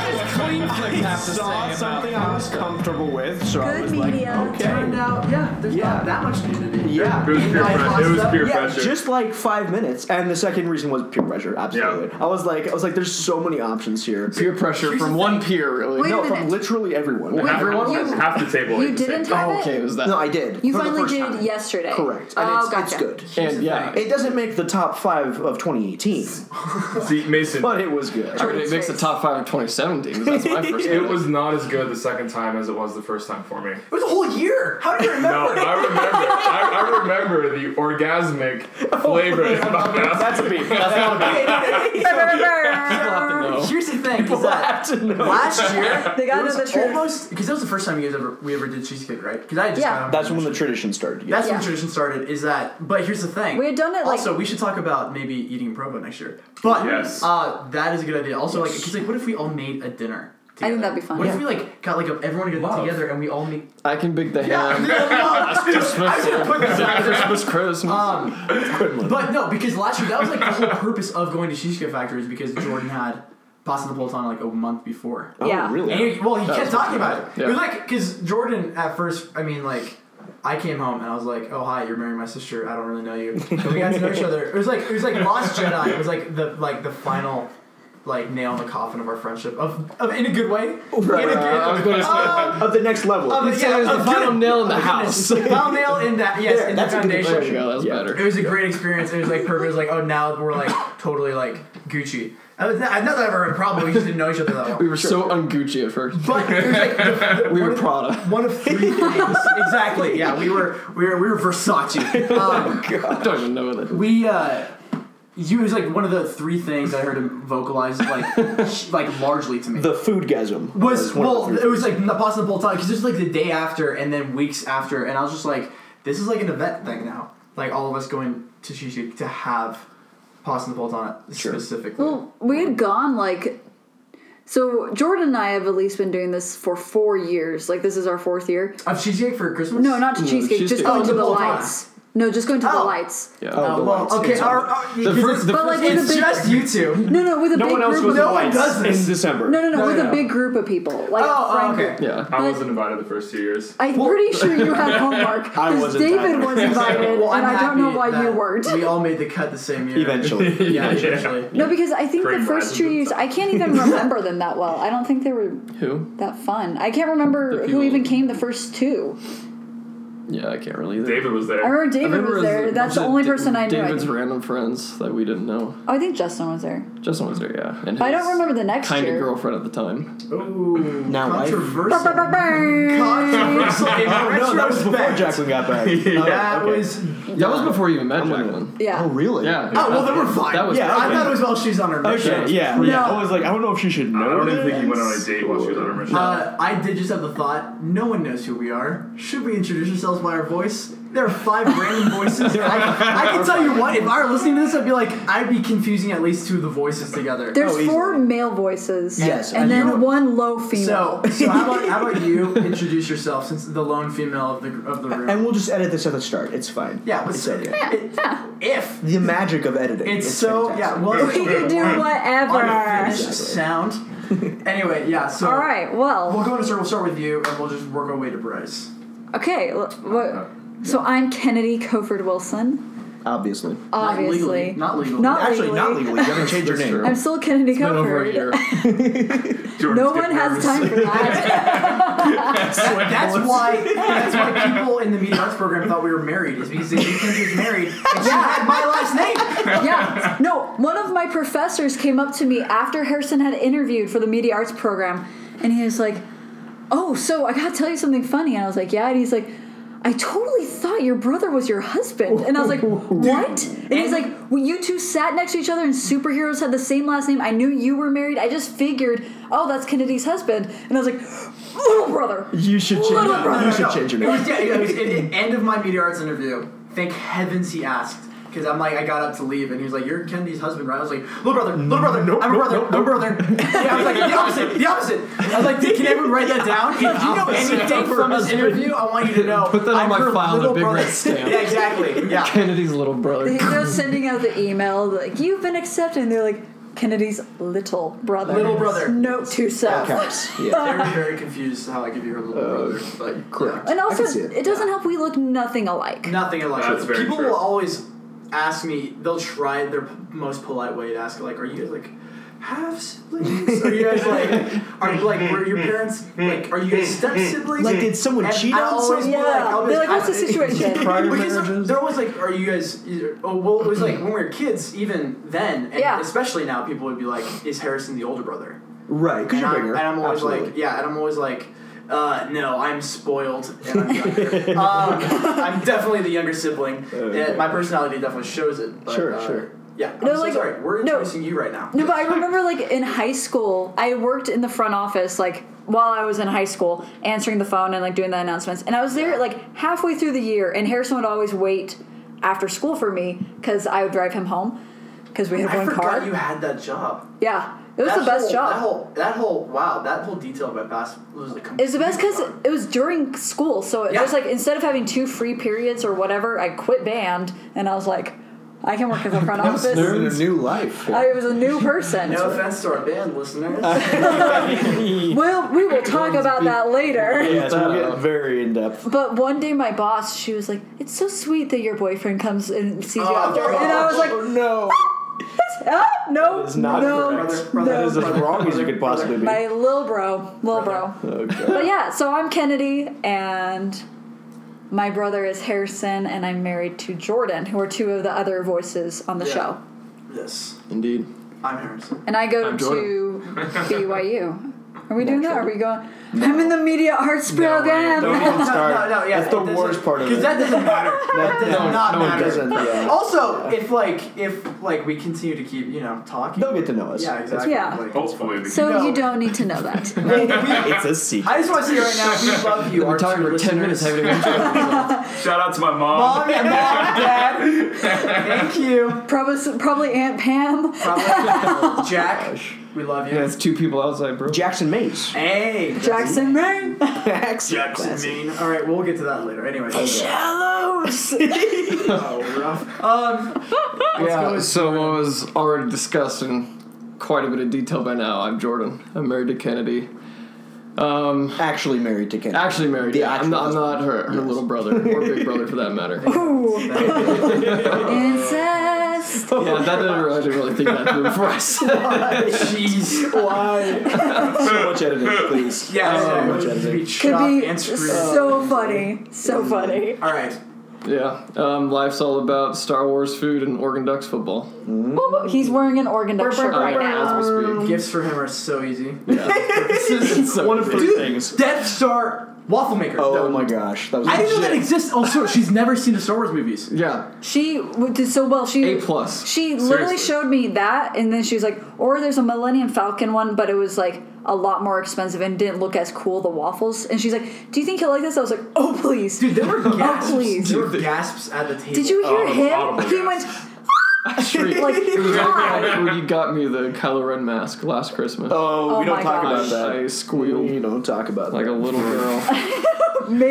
think I saw something I was comfortable with, so I Good was media. like, okay. Turned out, yeah, there's Yeah. not that much nudity. Yeah. It was peer pressure. It was peer Yeah, pressure. just like five minutes, and the second reason was peer pressure. Absolutely, I was like, I was like, there's so many options here. Peer pressure Here's from the one thing. peer, really. Wait a no, from minute. literally everyone. Wait, half, everyone half, was- the table. You ate the same didn't thing. have Oh, it? okay, it was that? No, I did. You For the finally first did time. yesterday. Correct, and Oh, it's, gotcha. it's good. and yeah, It doesn't make the top five of 2018, See, Mason, but it was good. I mean, it makes the top five of 2017. 'cause That's my first. it was not as good the second time as it was the first time for me. It was a whole year. How do you No, remember? I remember. I, I remember the orgasmic Oh, flavor in my mouth. That's a beat. That's not a beat. No. Here's the thing, is Oh. People have that to know. last year They gotta it know was the truth. almost because that was the first time you guys ever we ever did cheesecake, right? Because I had just Yeah. got on That's when the tradition started. Yeah. That's when Yeah. tradition started. Is that? But here's the thing. We had done it, like- also. We should talk about maybe eating in Provo next year. But Yes. uh, that is a good idea. Also, like, cause like, what if we all made a dinner? I think together? that'd be fun. What Yeah. if we like got like a, everyone to get Love. together and we all make? I can big the Um, ham. should've put this out there. Christmas, Christmas. Um, but no, because last year that was like the whole purpose of going to Cheesecake Factory is because Jordan had pasta napoletana like a month before. yeah. Oh, really? And he, well, he That kept was talking pretty about it. bad. It was Yeah. like, because Jordan at first, I mean, like, I came home and I was like, "Oh hi, you're marrying my sister. I don't really know you." But we got to know each other. It was like it was like Lost Jedi. It was like the like the final like nail in the coffin of our friendship of, of in a good way. In a good, I was gonna say- um, Of the next level. of, said it was of the final oh, good- nail in the of house. goodness. Final nail in that yes, There, in the that's a good foundation. there you go. That was Yeah. better. It was a great experience. It was like perfect. It was like, oh, now we're like totally like Gucci. I was not, I not that ever a problem. We just didn't know each other that well. we were so un-Gucci at first. But it was like the, the- We were one Prada. of- One of three things. exactly. Yeah, we were we were we were Versace. Um, I don't even know that. we uh, you it was like one of the three things I heard him vocalize like sh- like largely to me. the foodgasm. was one of well, uh, the three. it was like not possible time because it was like the day after and then weeks after, and I was just like, this is like an event thing now. Like all of us going to Shishik to have pasta napoletana Sure. specifically. Well, we had gone like. So Jordan and I have at least been doing this for four years. Like this is our fourth year. Of Shishik for Christmas? No, not to No, cheesecake. Just cheesecake. going Oh, to the Napolitana. lights. No, just going to the Oh. lights. Yeah. Oh, Uh, well, lights, okay. it's on. Our, our, the first, the But first like with a it's big just you two. no, no, with a no big one else group. was of, No one does in this. December. no, no, no, No, with no, a no. big group of people, like Oh, a friend oh, okay. group. yeah. I wasn't invited the first two years. I'm pretty sure you had homework I because wasn't David either. was invited, Well, I'm and I don't know happy why you that weren't. We all made the cut the same year. Eventually. Yeah, eventually. No, because I think the Cream first rises two and years, I can't even remember them that well. I don't think they were Who? that fun. I can't remember The who people- even came the first two. Yeah, I can't really. Either. David was I there. remember David remember was it there. a That's the bunch of only Da- person I knew. I David's think. random friends that we didn't know. Oh, I think Justin was there. Justin was there, yeah. And But I don't his remember the next Kind of year. girlfriend at the time. Ooh, Now wife. controversial. Controversial in No, that was before retrospect. Jacqueline got back. That Oh, okay. was. That was before you even met gonna- Jacqueline. Yeah. Oh, really? Yeah. Oh well, then we're fine. That was. Yeah, I okay. thought it was while she's on her mission. Okay, yeah. No. I was like, I don't know if she should know. I don't even think he this. went on a date while she was on her mission. Uh, I did just have the thought. No one knows who we are. Should we introduce ourselves by our voice? There are five random voices. I, I can tell you what. If I were listening to this, I'd be like, I'd be confusing at least two of the voices together. There's Oh, easily. four male voices. Yes, And I then know. one low female. so, so how about how about you introduce yourself since the lone female of the of the room? And we'll just edit this at the start. It's fine. yeah, let's it's say okay. it. If The magic of editing. it's is so fantastic. yeah, well, we could do whatever. unfinished sound. anyway, yeah. So All right. We'll Well. go in a circle. We'll start with you, and we'll just work our way to Bryce. Okay. l- What? So I'm Kennedy Coford Wilson. obviously. Obviously. not legally, not legally. Not Actually, not legally. legally. You haven't changed your That's name. true. I'm still Kennedy Been over a year. Coford. No one has time for that. That- that's why. That's why people in the media arts program thought we were married. Is because they didn't think she was married. And she had my last name. yeah. No, one of my professors came up to me after Harrison had interviewed for the media arts program, and he was like, Oh, so I gotta tell you something funny. And I was like, Yeah. And he's like, I totally thought your brother was your husband. And I was like, What? And he's like, well, You two sat next to each other, and superheroes had the same last name. I knew you were married. I just figured, Oh, that's Kennedy's husband. And I was like, Little brother. You should change. Little brother. You should change your It name. was, yeah, it was at the end of my media arts interview. Thank heavens he asked. Because I'm like, I got up to leave, and he was like, "You're Kennedy's husband, right?" I was like, "Little brother, little brother, I'm a brother, I'm a brother." Yeah, I was like, "The opposite, the opposite." I was like, "Can everyone write that down?" If you know opposite anything of from this husband. interview, I want you to know. Put that on I'm my her file in a little big red brother. stamp. yeah, exactly. Yeah. Kennedy's little brother. They- They're sending out the email like you've been accepted. And they're like, Kennedy's little brother. Little brother. Note to self. Caps. Yeah. They were very confused how I could be her little brother, Uh, but Correct. And I also, can see it. it. doesn't help we look nothing alike. nothing alike. That's very People true. will always ask me. They'll try their p- most polite way to ask, like, "Are you guys like half siblings? Are you guys like are like were your parents like are you guys step siblings? Like, did someone cheat on someone? Yeah. They're like, "What's the situation?" Prior Because marriages? they're always like, "Are you guys?" Oh, well, it was like when we were kids, even then, and Yeah. especially now, people would be like, "Is Harrison the older brother?" Right, because And you're I'm, bigger. and I'm always Absolutely. like, yeah, and I'm always like, uh, no, I'm spoiled. And I'm, younger. um, I'm definitely the younger sibling. and my personality definitely shows it. But, Sure, uh, sure. Yeah, I'm No, so like- sorry. We're no. introducing you right now. No, but I remember like in high school, I worked in the front office like while I was in high school, answering the phone and like doing the announcements. And I was there like halfway through the year, and Harrison would always wait after school for me because I would drive him home because we had I one forgot car. you had that job. yeah, it was That the best whole- job. That whole, that whole, wow, that whole detail about basketball was like. It was the best because it was during school, so it Yeah. was like instead of having two free periods or whatever, I quit band and I was like, I can work in the front office. Living a new life. I was a new person. No offense to our band listeners. Well, we will talk about that later. yeah, so we get very in depth. But one day, my boss, she was like, "It's so sweet that your boyfriend comes and sees you Oh, after," and I was like, oh no! ah, "No, That is not no, correct. Brother, That no." is as wrong as you could possibly be. my lil bro, lil bro." Oh, God. But yeah, so I'm Kennedy, and my brother is Harrison, and I'm married to Jordan, who are two of the other voices on the Yeah. show. yes, Indeed. I'm Harrison. And I go I'm to BYU. Are we doing that? Are we going? I'm in the media arts program. don't Don't even start. No, no, yeah, That's the it doesn't- worst part of it. Because that doesn't matter. that does no, not no one matter. doesn't, yeah. Oh, Also, if like if like we continue to keep you know talking, They'll get to know us. Yeah, exactly. Yeah. Like, Hopefully, the so No. you don't need to know that. it's a secret. I just want to say right now, we love you. We're our talking two for 10 minutes. listeners. Haven't even shout out to my mom. Mom and mom, dad, thank you. probably, probably Aunt Pam. Probably. Jack, we love you. yeah, it's two people outside, bro. Jackson Mace. Hey, Jackson Rain. Jackson. Jackson Classic. Mean. All right, we'll get to that later. Anyway, Oh, Shallows. oh, rough. Um, Yeah, so what was already discussed in quite a bit of detail by now. I'm Jordan. I'm married to Kennedy. Um, Actually married to Ken. actually married. The yeah, I'm actual not, I'm not her, her little brother or big brother for that matter. Ooh. Incest. yeah, that didn't really, I didn't really think that through before I said. it. jeez, why? so much editing, please. Yeah, so so Oh, much much editing. be Could chopped be and screwed. so funny. So funny. All right. Yeah, um, life's all about Star Wars food and Oregon Ducks football. Uh, He's wearing an Oregon Duck Burp, shirt burp, right burp, now. As we speak. Gifts for him are so easy. Yeah. this isn't so One of big. three things. Death Star waffle maker. Oh my gosh, that was. I didn't know that legit. exists. Also, she's never seen the Star Wars movies. Yeah, She w- did so well. She A plus. She literally Seriously. showed me that, and then she was like, "Or there's a Millennium Falcon one, but it was like a lot more expensive and didn't look as cool. The waffles." And she's like, "Do you think he'll like this?" I was like, "Oh please, Dude, there were gasps. please. There were gasps at the table. did you hear Oh, him? audible he gasps. Shriek. went like, God. when you got me the Kylo Ren mask last Christmas, Oh, Oh we don't my talk gosh. I, about that. I We squealed don't talk about like that. a little girl. Makes-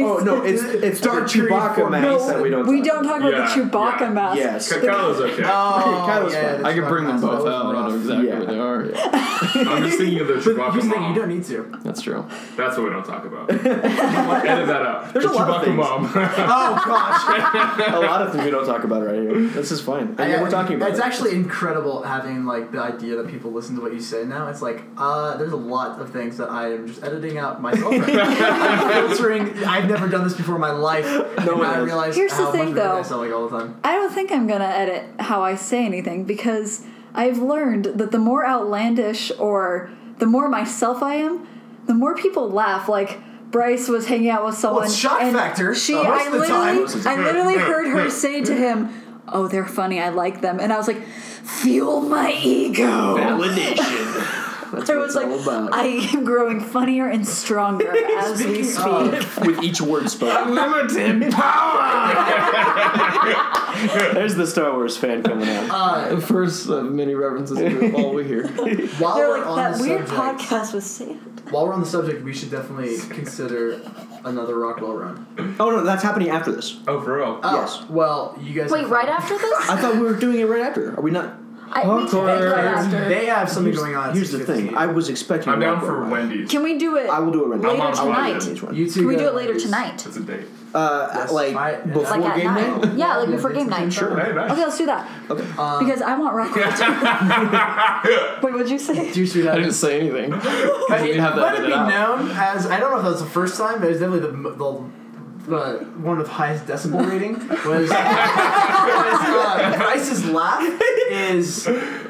Oh no, it's it's Dark tree Chewbacca form. mask No, that we don't. We talk don't About. talk about Yeah, the Chewbacca yeah. mask. Yes. Kakalo's okay. Oh, Kylo's yeah, fun. that's I could bring them fucking both awesome. out. I don't know exactly Yeah. what they are. I'm just thinking of the But Chewbacca here's the thing: you mom. don't need to. That's true. That's what we don't talk about. Edit that out. There's a lot of Chewbacca things. mom. Oh gosh, a lot of things we don't talk about right here. This is fine. And yeah, we're talking about. It's it. actually incredible having like the idea that people listen to what you say now. It's like, uh, there's a lot of things that I am just editing out myself. Right now. I'm filtering. I've never done this before in my life. No, one I has. realize Here's the how thing, much better though. I sound like all the time. I don't think I'm gonna edit how I say anything because I've learned that the more outlandish or the more myself I am, the more people laugh. Like Bryce was hanging out with someone. it's shock and factor, She, uh, most I of the literally, I literally heard her say to him. Oh, they're funny. I like them, and I was like, "Fuel my ego." validation. That's I what it's was like, all about. "I am growing funnier and stronger as we speak." with each word spoken. Limited power. There's the Star Wars fan coming out. The first of many references to all we hear. Uh, While They're we're like on that the weird subject, podcast with Sam. While we're on the subject, we should definitely consider another Rockwell run. Oh no, that's happening after this. Oh, for real. Yes. Well, you guys. Wait, right after this? I thought we were doing it right after. Are we not? I, we can make that Awkward. after. They have something going on. at Here's the 6:15. thing. I was expecting. I'm down Rock for Rock. Wendy's. Can we do it? I will do it right now. I'm later on tonight. Wednesday. Each one. You two Can we go do it to later Wendy's. tonight? That's a date. Uh, Yes, like I- and before Like at game nine. night. Yeah, like Yeah, before game night. Sure. Hey, nice. Okay, let's do that. Okay. uh, because I want rock. Wait, what'd you say? Do you see I that? didn't say anything. But you it, didn't have that let it edited be out. known as I don't know if that was the first time, but it was definitely the m- the, the one with the highest decibel rating was, was uh, Bryce's laugh is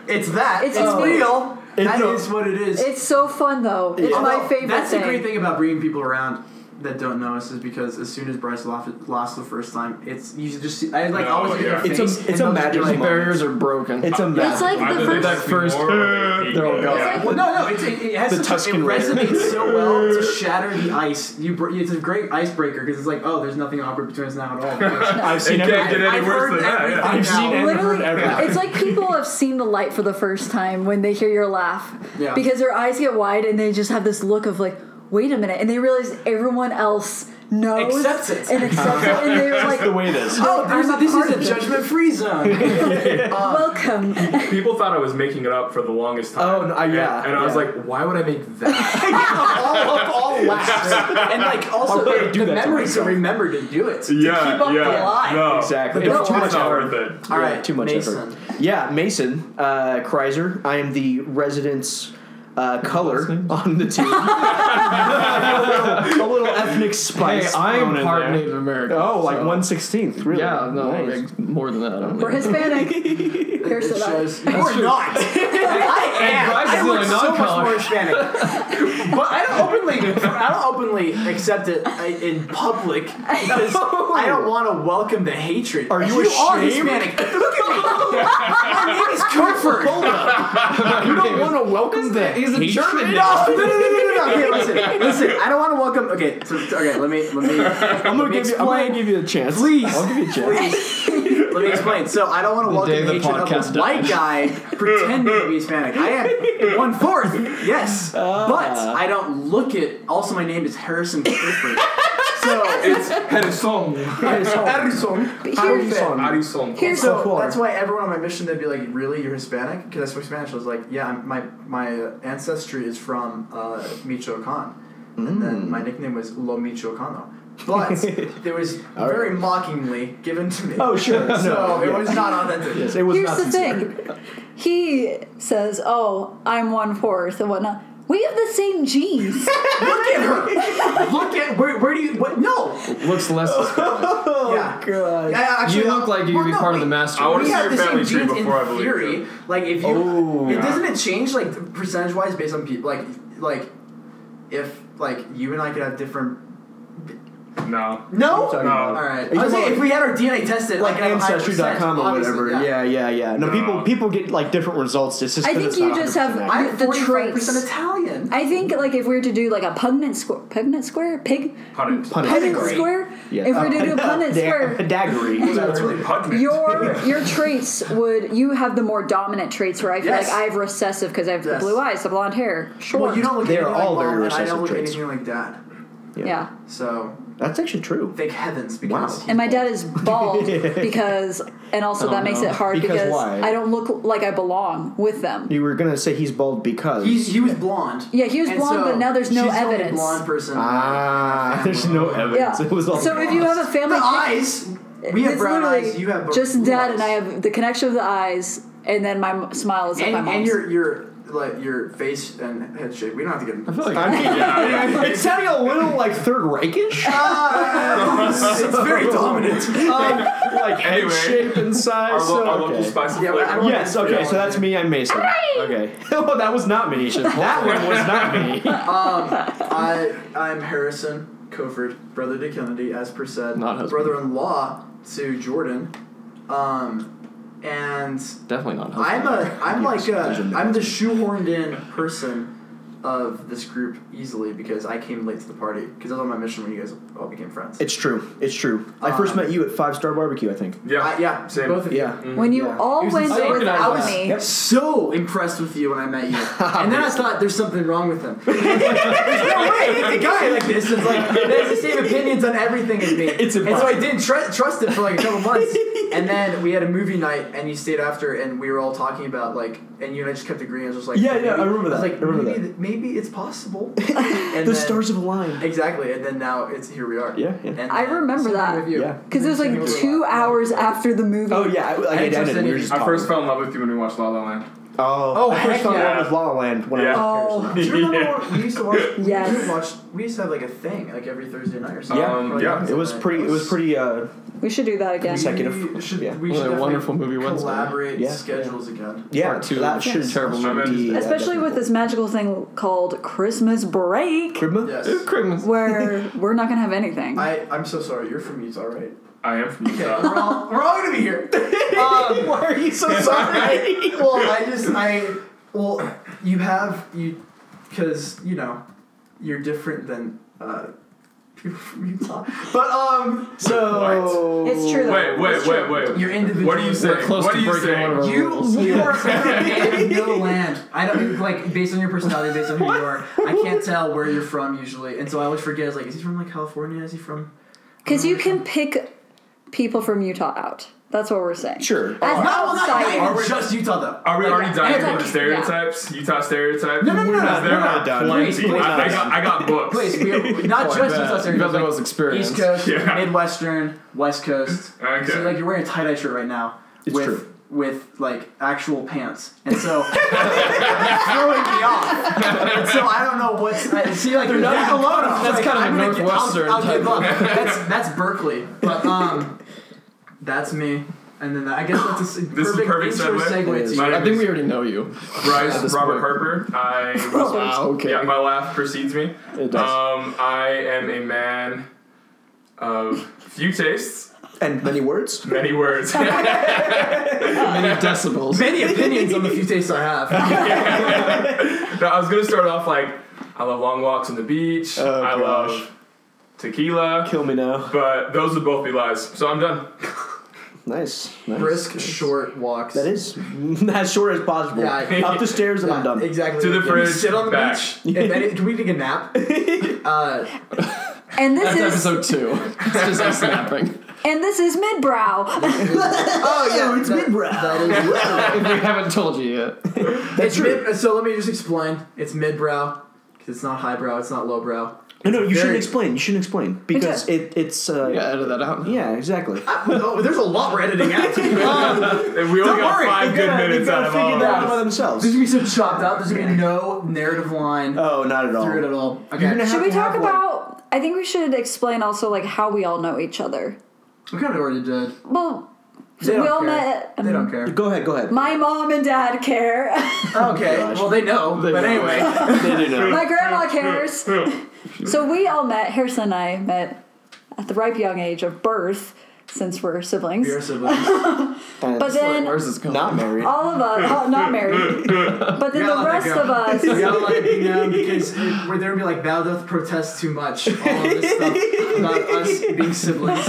it's that It's it's, a- real. It's That a- is what it is. It's so fun though. It's Although, my favorite Oh, That's thing. the great thing about bringing people around that don't know us is because as soon as Bryce laugh, lost the first time, it's you should just see. I like No, always look yeah. at their It's a- face it's and a they'll just be magic like, moment. Barriers are broken. It's a mess. It's like I the did first. that first- before, like, They're all yeah. gone. It's like- Well, no, no, it's, it, it has The such, Tuscan it Raider. resonates so well to shatter the ice. You, br- it's a great icebreaker because it's like, oh, there's nothing awkward between us now at all. I've seen it can't everything. get any I've worse heard than that. everything. Yeah. I've seen it. it. Literally, everything. it's like people have seen the light for the first time when they hear your laugh, Yeah. because their eyes get wide and they just have this look of like, wait a minute, and they realize everyone else knows Accepts it. and accepts it, and they're like, the way it is. oh, there's I'm a, this part is of a it. judgment-free zone. welcome. People thought I was making it up for the longest time. Oh, no, I- yeah, And, and I was yeah. like, why would I make that? Oh, all up, all laughs, and like also the, the memory to remember to do it. To yeah, keep up yeah. the lie. No, Exactly. It's It's too not much effort. worth it. All Yeah, right, too much Mason. effort. Yeah, Mason uh, Kreiser. I am the resident's uh, color on the team. a, little, a little ethnic hey, spice. thrown I'm in part there. Native American. Oh, like so- one sixteenth. Really? Yeah, no, Nice. like, more than that. I don't We're know. Hispanic. Here's It the light. shows you're not. I am. Bryce is I look the so much non-color. more Hispanic. but I don't openly, I don't openly accept it uh, in public because I don't want to welcome the hatred. Are you you are ashamed? Hispanic. Look at me. My name is Comfort. you don't want to welcome that. He's a German. No, no, no, no, no, no. Okay, listen, listen. I don't want to welcome. Okay, so okay. Let me, let me. I'm gonna me give you. I'm explain. gonna give you a chance. Please. I'll give you a chance. Please. Let me explain. So I don't want to day welcome the the hatred of podcast a white guy pretending to be Hispanic. I am one fourth, yes, but Ah. I don't look it. Also, my name is Harrison Clifford. so it's Harrison. Harrison. Here's, Harrison. here's So- So that's why everyone on my mission they'd be like, "Really, you're Hispanic?" Because I spoke Spanish. I was like, "Yeah, I'm, my my ancestry is from uh, Michoacan," and then Mm. my nickname was Lo Michoacano. But it was very mockingly given to me. Oh sure. No, so it yeah. was not authentic. Yes, it was Here's not the sincere. thing. He says, "Oh, I'm one fourth and whatnot." We have the same genes. Look at her. Look at where? Where do you? What? No. Looks less. yeah. Oh, God. Yeah, actually, You look like you'd well, be no, part of the wait. master. I wanna We see have your the same family tree genes before I in believe theory. you. Like if you, Oh. it doesn't it change like percentage wise based on people? Like like if like you and I could have different. No. No. Sorry. No. All right. Are you I talking was saying, if about- we had our DNA tested, Like I could have ancestry.com 100%, or obviously, whatever. Yeah. Yeah, yeah, yeah. No, No. people people get like different results. It's just I 'cause think it's you not just have 100% accurate. I'm The 45 traits. percent Italian. I think like if we were to do like a pundit square, pundit square, pig, Punnett. Pun- pundit Pedigree. square. Yeah. If we were to do a pundit Dag- square, Daggery. That's really Punnett. your your traits would you have the more dominant traits where I feel Yes. like I have recessive because I have Yes. the blue eyes, the blonde hair. Sure. Well, you don't look They are anything all like very mom, and I recessive don't look traits. anything like dad. yeah. So That's actually true. thank heavens because And my dad is bald because, and also that makes know. it hard Because because, why? I don't look like I belong with them. You were gonna say he's bald because he's he was blonde. Yeah, he was And blonde, so but now there's no she's the only evidence. blonde person. ah. There's no evidence. Yeah. It was all so if you have a The family, eyes. We have it's brown literally eyes. You have just blue dad, eyes. and I have the connection of the eyes, and then my m- smile is like And, my mom's. and your your like your face and head shape. We don't have to get into I feel this. like I mean, yeah, yeah. it's sounding a little like Third Reichish. it's very dominant. like head Anyway. shape and Our, size. lo- so, our okay. local spice Yeah, flavor. but I don't- Yes. Okay. So that's me. I'm Mason. Okay. well, that was not me. That one was not me. Um, I I'm Harrison Coford, brother to Kennedy, as per said, Not husband. brother-in-law to Jordan, um, and Definitely not. I'm a I'm like a imagine that. I'm the shoehorned in person of this group easily because I came late to the party because I was on my mission when you guys all became friends. It's true. It's true. I Um, first met you at Five Star Barbecue, I think. Yeah. I- yeah, Same. both of you. Yeah. when you Yeah. all It was went insane. I without was me, so impressed with you when I met you, and then I thought there's something wrong with him. there's no way I meet a guy like this that's like that has the same opinions on everything as me. It's and so I impossible. didn't tr- trust him for like a couple months, and and then we had a movie night, and you stayed after, and we were all talking about like, and you and I just kept agreeing. I was just like, Yeah, yeah, maybe- I remember was that. like, I remember maybe, that. th- maybe it's possible. the and then- stars have aligned. Exactly, and then now it's here we are. Yeah, yeah. And I then- remember same that. thing With you. Yeah. Because it was like two hours after the movie. Oh yeah, I, like, I, I did, just and we were said- just I talking. first fell in love with you when we watched La La Land. Oh, Oh, I first heck fell in love yeah. with La La Land when Yeah. I was Oh. Do you remember Yeah. when we used to watch? Yes. We used to watch. We used to have like a thing, like every Thursday night or something. Yeah, Or, like, yeah. Wednesday It was night. pretty. It was pretty. Uh, We should do that again. Second. We consecutive- should, yeah. we Well, should a definitely wonderful movie Wednesday. collaborate Yeah. schedules again. yeah, Part two that of should terrible movie. be, uh, Especially with this magical thing called Christmas break, Charisma? Yes. It's Christmas. where we're not gonna have anything. I, I'm so sorry. You're from Utah, right? I am from Okay, Utah. we're all, we're all gonna be here. Um, Why are you so sorry? I, well, I just I well, you have you because you know you're different than uh, people from Utah, but um, so It's true, though. Wait, wait, wait, wait. Your individual- What do you say? We're close what to do you breaking say? one of our- you you are clearly in no land. I don't like based on your personality, based on who you are. I can't tell where you're from usually, and so I always forget. It's like, is he from like California? Is he from? Because you can pick people from Utah out. That's what we're saying. Sure. As Oh, No, well, not, not outsiders. even just Utah though. Are we Like, already I diving have, into yeah. stereotypes? Utah stereotypes? No, no, no, no, Because no, there we're are not done. Please, plenty. we're not I, I done. got, I got books. Please, we are, not Like just that. Utah You've got stereotypes. the like most experience. East Coast, Yeah. Midwestern, West Coast. Okay. So like you're wearing a tie dye shirt right now It's with true. with like actual pants, and so it's throwing me off. And so I don't know what's I see like that, alone. that's kind of a Northwestern I'll, I'll give type up. That's that's Berkeley, but um, that's me. And then that, I guess that's a s- This is perfect, perfect intro segue. segue. It to is. you. My I name think we is already know you. at Bryce this Robert point. Harper. I was Wow, okay. Yeah, my laugh precedes me. It does. Um, I am a man of few tastes, and many words. many words. I Many decibels. Many opinions on the few tastes I have. was gonna start off like I love long walks on the beach. Oh, I gosh. love tequila, Kill me now. but those would both be lies. So I'm done. Nice. nice. Brisk, short walks. That is as short as possible. Yeah, I- Up the stairs and I'm done. Exactly. To the You fridge, Sit on the back. beach. If any, can we take a nap? Uh, And this That's is episode two. It's just us snapping. and this is midbrow. oh yeah, it's mid brow. That is. If we haven't told you yet. it's mid, uh, so let me just explain. It's mid brow because it's not high brow. It's not low brow. No, no, you shouldn't Very- explain. You shouldn't explain because Exactly. it, it's uh, Yeah, yeah. edit that out. exactly. No, Oh, there's a lot we're editing out. Um, And we only Don't got worry, five they're good They're minutes out gonna of all figure of that out by us. themselves. there's gonna be some chopped out. There's gonna be no narrative line Oh, not at all. through it at all. Okay. You're gonna have Should we to talk have, like- about? I think we should explain also like how we all know each other. we kind of already did. Well, They we don't all care. met. um, They don't care. Go ahead. Go ahead. My mom and dad care. Oh, Okay. gosh. well, they know. They but know. anyway, they do know. My grandma cares. So we all met. Harrison and I met at the ripe young age of birth, since we're siblings. your siblings. And But then Where's this going? not married. all of us, oh, not married, but then gotta the let rest that of go. us. You gotta let it be known because it, we're there to be like thou doth protest too much. All of this stuff about us being siblings.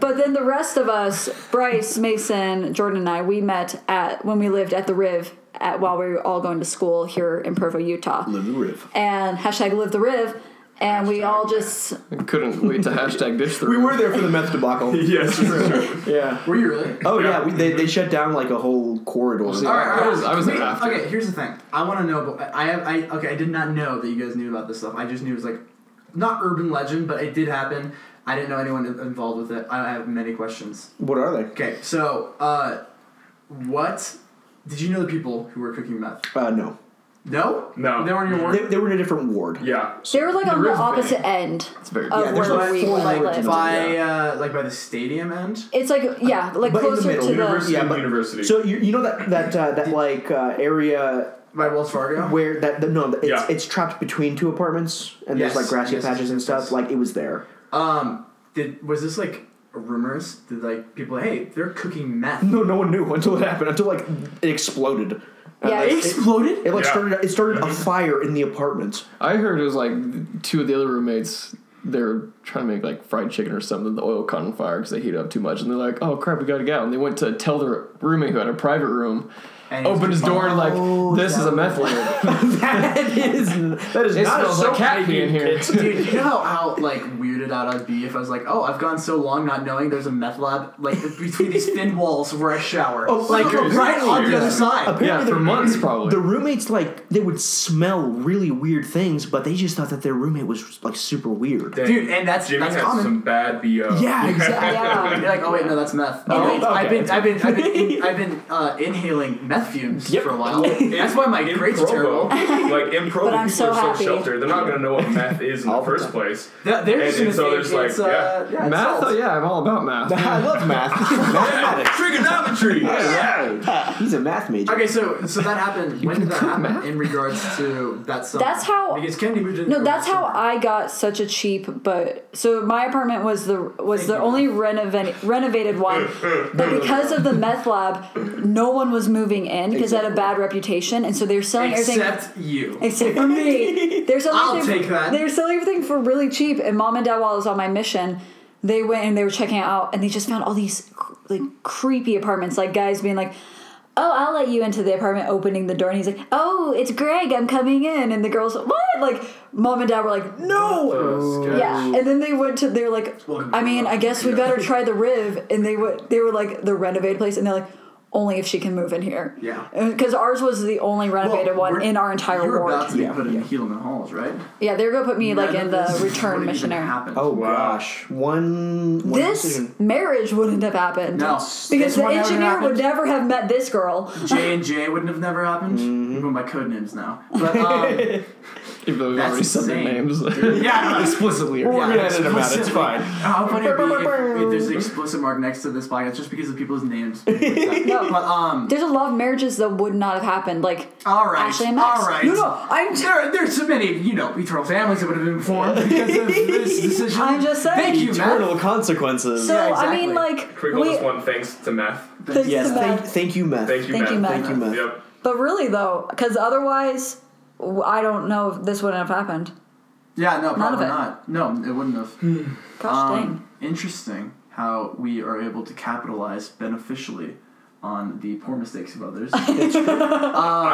But then the rest of us, Bryce, Mason, Jordan, and I, we met at when we lived at the Riv at, while we were all going to school here in Provo, Utah. Live the roof. And hashtag live the Riv. And we all just, I couldn't wait to hashtag dish the We were there for the meth debacle. Yes, this is true. yeah. Were you really? Oh yeah. we, they, they shut down like a whole corridor. Yeah, All right, all I right. was- I was Wait, there after. Okay, here's the thing. I want to know. But I, I, I, okay, I did not know that you guys knew about this stuff. I just knew it was like, not urban legend, but it did happen. I didn't know anyone in- involved with it. I have many questions. What are they? Okay, so, uh, what did you know the people who were cooking meth? Uh, no. No, No. they weren't in your They, ward. they were in a different ward. Yeah. they were like on Riv the thing. opposite end It's very of Yeah, there's where like we four lived. lines. By uh, like by the stadium end. It's like, Uh, yeah, like But in the closer middle, to the. University Yeah, of but- University. So you, you know that that uh, that like uh, area By Wells Fargo. where that the, no it's, Yeah. it's trapped between two apartments and Yes, there's like grassy yes, patches yes, and yes, stuff yes. like it was there Um, did was this like rumors? Did like people, hey, they're cooking meth? no no one knew until it happened until like it exploded And, Yeah, like, it it, Mm-hmm. exploded. it, like Yeah. started it started a fire in the apartment I heard it was like two of the other roommates. They were trying to make like fried chicken or something. The oil caught on fire because they heated up too much, and they're like, "Oh crap, we gotta get out!" And they went to tell their roommate who had a private room, And Opened his door and Oh, like, this is a that meth lab. that is that is It not smells a like soap cat pee in making here. kit. Dude, you know how, how like weirded out I'd be if I was like, oh, I've gone so long not knowing there's a meth lab like between these thin walls where I shower. Oh, like seriously? right on the other side. Yeah, Apparently for the- months probably. The roommates like they would smell really weird things, but they just thought that their roommate was like super weird. Dang, Dude, and that's- Jimmy that's has common. some bad bo. Yeah, exactly. Yeah. You're like, oh wait, no, that's meth. Oh, Oh, wait, I've okay. been, I've been, I've been, I've been uh, inhaling meth fumes Yep. for a while. That's why my in grades are Provo, terrible. like in Provo, But I'm people so are so happy. sheltered. They're not gonna know what meth is in the All the first time. place. They're they're And- just and gonna so think there's, like, it's, uh, yeah, it's math? salt. Oh, yeah, I'm all about math. I love math. Trigonometry. He's a math major. Okay, so so that happened. When did that happen in regards to that summer? That's how- because Kennedy moved in. No, that's how I got such a cheap. But so my apartment was the was Thank the you. only renovated renovated one, but because of the meth lab, no one was moving in because it had a bad reputation, and so they're selling everything. Except you. Except for me, they're selling. I'll everything, take that. They're selling everything for really cheap, and mom and dad, while I was on my mission, they went and they were checking it out, and they just found all these like creepy apartments, like guys being like. Oh, I'll let you into the apartment, opening the door, and he's like, "Oh, it's Greg. I'm coming in." And the girls, "What?" Like, mom and dad were like, "No." Yeah, and then they went to. They're like, "I mean, I guess we better try the Riv." And they would. They were like the renovated place, and they're like, "Only if she can move in here." Yeah. Because ours was the only renovated one in our entire You're ward. about to be put in Helaman Halls, right? Yeah, they're gonna put me like None in of the this return would even missionary. happen. Oh gosh, one, one This decision. marriage wouldn't have happened. No. Because This the one never engineer would happened. never have met this girl. J and J wouldn't have never happened. Mm-hmm. Even my code names now, but um, Even though we've That's already said their insane. names. yeah. Explicitly. or- Yeah. It's fine. How funny it'd be if, if there's an explicit mark next to this podcast just because of people's names. No. But um, There's a lot of marriages that would not have happened. Like all right, Ashley and Max. all right. No, no, I'm t- There, there's so many, you know, eternal families that would have been formed because of this decision. I'm just saying. Thank you, Matt. Eternal consequences. so Yeah, I mean exactly. like Crinkle this one thanks to meth. thanks yes, to thank, Matt. thank you, meth. Thank you, Thank meth. you, Matt. Thank you, meth. Yep. But really though, because otherwise w- I don't know if this wouldn't have happened. Yeah, no, None of probably it. not. No, it wouldn't have. Gosh Um, interesting how we are able to capitalize beneficially on the poor mistakes of others. I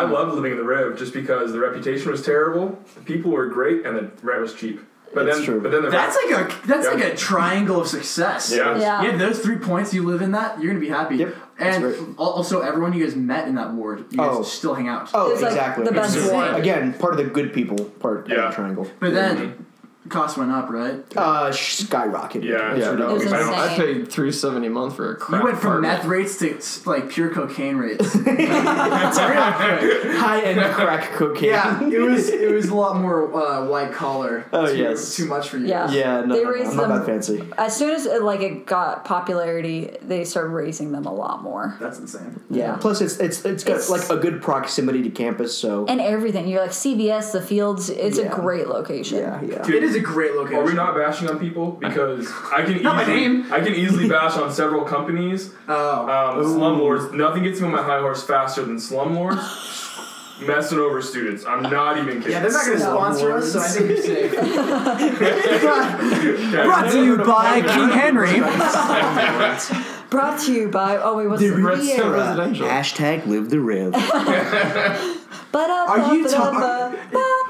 Um, love living in the Riv just because the reputation was terrible, the people were great, and the rent was cheap. But That's then, true. but then the that's like a that's Yeah. like a triangle of success. yeah. Yeah. You have those three points. You live in that. You're gonna be happy. Yep, that's And right. al- also, everyone you guys met in that ward, you guys Oh. still hang out. Oh, It's like exactly. the best Exactly. one. one. Again, part of the good people part of the Yeah. triangle. But then, Mm-hmm. cost went up, right? Uh, skyrocketed. Yeah. Yeah, no, It was I, don't- I insane. paid three seventy a month for a crap You went from apartment. meth rates to s- like pure cocaine rates. High end crack cocaine. yeah, it was it was a lot more uh, white collar. Oh, too, yes. too much for you. Yeah. guys. Yeah, no, They no, no, raised I'm not them- that fancy. As soon as it, like it got popularity, they started raising them a lot more. that's insane. Yeah. Plus, it's it's it's got It's- like a good proximity to campus, so and everything. You're like CVS, the fields. It's a Yeah. great location. yeah, yeah. It is a great location. Are we not bashing on people? Because I can Not my easily, name. I can easily bash on several companies. Oh. Um, slumlords. Nothing gets me on my high horse faster than slumlords messing over students. I'm not even kidding. yeah, they're not going to Slum sponsor us, so I think you're safe. Brought to you by King Henry. Brought to you by oh wait, what's the Redstone Residential. Hashtag live the riv. Are you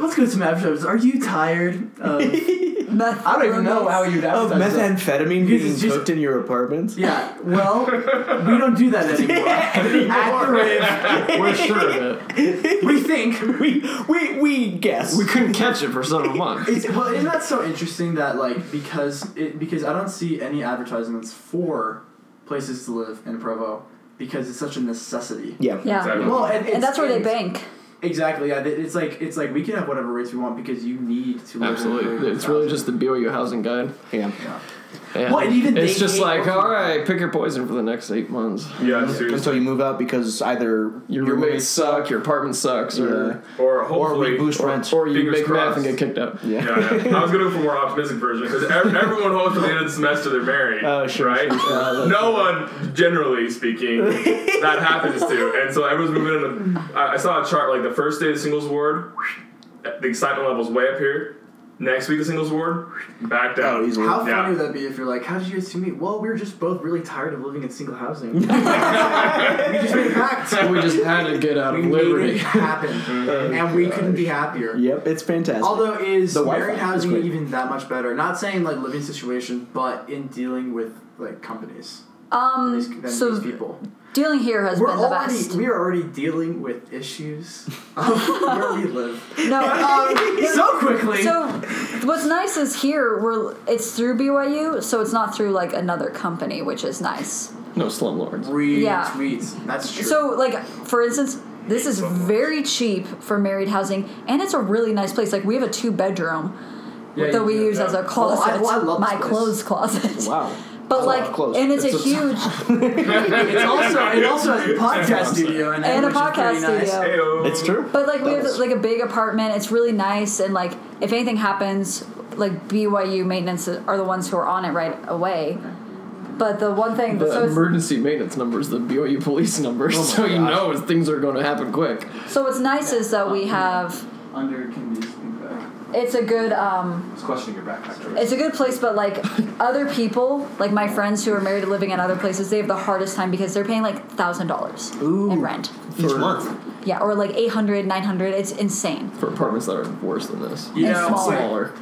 Let's go to some episodes. Are you tired? Of, I don't even know how you'd of advertise that. methamphetamine Because being it's just- cooked in your apartment. Yeah, well, we don't do that anymore. At We're sure of it. the rave, we think. We we we guess. We couldn't catch it for several months. It's, well, isn't that so interesting that like because it because I don't see any advertisements for places to live in Provo because it's such a necessity. yeah. Yeah, Exactly. Well, and, it's- and that's where they it's- bank. Exactly. Yeah, th- it's like it's like we can have whatever rates we want because you need to. live in Absolutely, a it's really just the BYU housing guide. Yeah. Yeah. And Well, and even it's they just hate like, working- all right, pick your poison for the next eight months. Yeah, Until seriously. you move out because either Your roommates suck, your apartment sucks, or Or or hopefully. we boost rent. or you Fingers make math crossed. and get kicked out. yeah. yeah, yeah. I was gonna go for a more optimistic version because everyone hopes at the end of the semester they're married, Oh, sure, right? sure, sure. Uh, No one, generally speaking, that happens to, and so everyone's moving in. A, I, I saw a chart like the first day of the singles ward, the excitement level's way up here. Next week, the singles award, back down. Oh, easily. How funny Yeah. would that be if you're like, how did you guys meet? Well, we were just both really tired of living in single housing. we just made a pact. we just had to get out We of made it Liberty. happen, and we couldn't be happier. Yep, it's fantastic. Although is The Wi-Fi married is housing great. even that much better? Not saying like living situation, but in dealing with like companies, Um, these, than so these people. dealing here has We're been the already best. we are already dealing with issues of where we live No, um, so quickly. so what's nice is here we're it's through BYU, so it's not through like another company, which is nice. No slumlords. retweets. Yeah. That's true. So like for instance, this is very cheap for married housing, and it's a really nice place. Like we have a two bedroom Yeah, that you we do, use yeah. as a Oh, I- closet, well, I love my this place. clothes closet. wow. But That's a lot of like, clothes. and it's, It's a a- huge it's also it also has a podcast studio in it, and a which is pretty podcast nice. studio. Ayo. It's true. But like we have Doubles. like a big apartment. It's really nice, and like if anything happens, like BYU maintenance are the ones who are on it right away. But the one thing that The so it's, emergency maintenance number is the BYU police number, so you gosh. know things are going to happen quick. so what's nice is that we have Under conditioning back. it's a good um It's questioning your backpack. Jordan. it's a good place. But like other people, like my friends who are married and living in other places, they have the hardest time because they're paying like thousand dollars in rent. For, Yeah, or like 800, 900. It's insane. for apartments that are worse than this. You And know, small. wait, Smaller.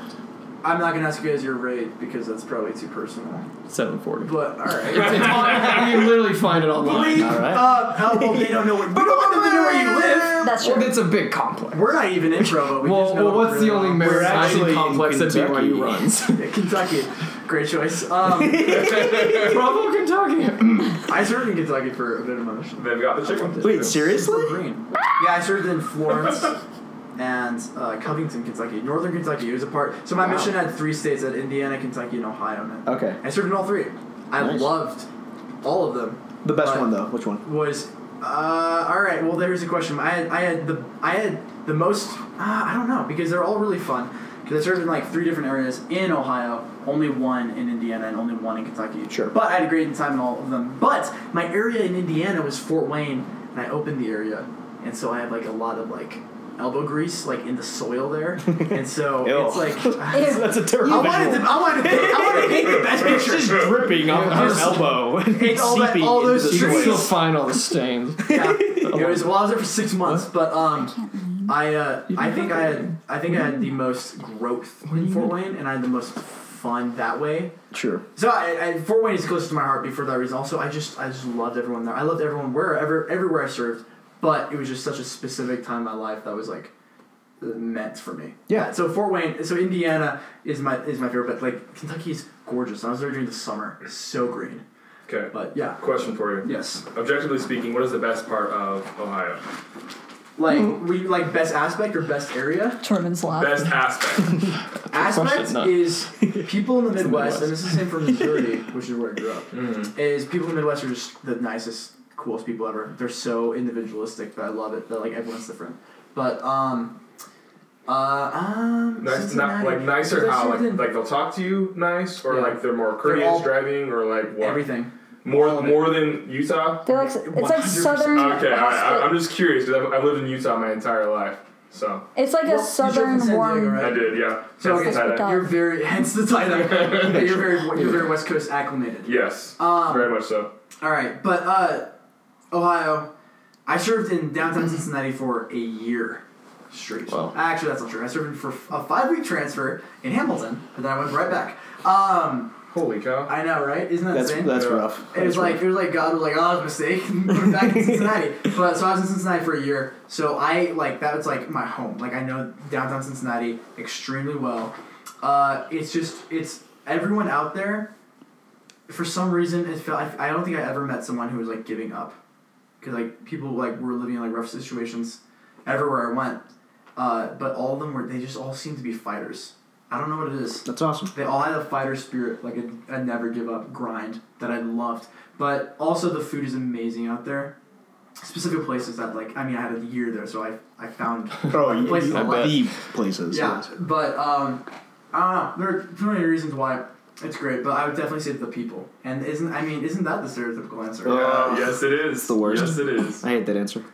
I'm not gonna ask you guys your rate because that's probably too personal. 740. But all right. It's on, you literally find it online. Bleep up. Oh, well, they don't know where. But don't know where you live. That's true. Well, it's a big complex. We're not even in Provo. We Well, just know well, what's the only We're married actually housing in complex that Kentucky. BYU runs? only Kentucky? Great choice. Um, Bravo, Kentucky. I served in Kentucky for a bit of my life. They've got the chicken. Wait, seriously? Green. Yeah, I served in Florence and uh, Covington, Kentucky, Northern Kentucky. It was a part. So my Wow. mission had three states: had Indiana, Kentucky, and Ohio. In it. Okay. I served in all three. I Nice. loved all of them. The best But- one though. Which one? was uh, all right. Well, there's a question. I had, I had the I had the most. Uh, I don't know because they're all really fun. Because I served in like three different areas in Ohio, only one in Indiana, and only one in Kentucky. Sure. But I had a great time in all of them. But my area in Indiana was Fort Wayne, and I opened the area, and so I have like a lot of like elbow grease like in the soil there, and so Ew. it's like. Ew. That's a terrible. I wanted to. I wanted to. I wanted to paint the best picture. dripping off her elbow. It's all that- all those You can trees. still find all the stains. yeah. It was well, I was there for six months, but um, I uh, I think I had I think I had the most growth in Fort Wayne, and I had the most fun that way. Sure. So I, I, Fort Wayne is close to my heart for that reason. Also, I just I just loved everyone there. I loved everyone wherever everywhere I served, but it was just such a specific time in my life that was like meant for me. Yeah. So Fort Wayne, so Indiana is my is my favorite, but like Kentucky is gorgeous. I was there during the summer, It's so green. Okay. But yeah, Question for you. yes. Objectively speaking, what is the best part of Ohio? Like we like best aspect or best area. Tourman's law. Best aspect. aspect question, no. is people in the Midwest, Midwest. and this is the same for Missouri, which is where I grew up. Mm-hmm. Is people in the Midwest are just the nicest, coolest people ever. They're so individualistic that I love it. That like everyone's different, but um, uh, um, nice, not, Cincinnati- like nicer Cincinnati- how like, like they'll talk to you nice or Yeah. like they're more They're courteous all- driving or like what? everything. all More of it. more than Utah. They're like it's like 100%. southern. Okay, I, I, hospi- I'm just curious because I've, I've lived in Utah my entire life, so it's like Well, a you drove from San southern Diego, warm. right? I did, yeah. So Hence the okay. tie-dye. You're very hence the title. you're very you're very West Coast acclimated. Yes, Um, very much so. All right, but uh, Ohio, I served in downtown Cincinnati for a year straight. Wow. Actually, that's not true. I served in for a five week transfer in Hamilton, but then I went right back. Um, Holy cow! I know, right? Isn't that That's insane? that's Yeah. rough. it was That's like it was like God was like, oh, that was a mistake. and Put it back in Cincinnati. But so I was in Cincinnati for a year. So I like that was like my home. Like I know downtown Cincinnati extremely well. Uh, it's just it's everyone out there. For some reason, it felt I, I don't think I ever met someone who was like giving up, because like people like were living in like rough situations, everywhere I went. Uh, but all of them were they just all seemed to be fighters. I don't know what it is. That's awesome. They all had a fighter spirit, like a, a never give up grind that I loved. But also the food is amazing out there. Specific places that like I mean I had a year there, so I I found Oh, you- Places I like- the places. yeah. yes. But um, I don't know. There are too many reasons why it's great, but I would definitely say the people. And isn't I mean isn't that the stereotypical answer? Yeah, yes, it is. the worst. Yes, it is. I hate that answer.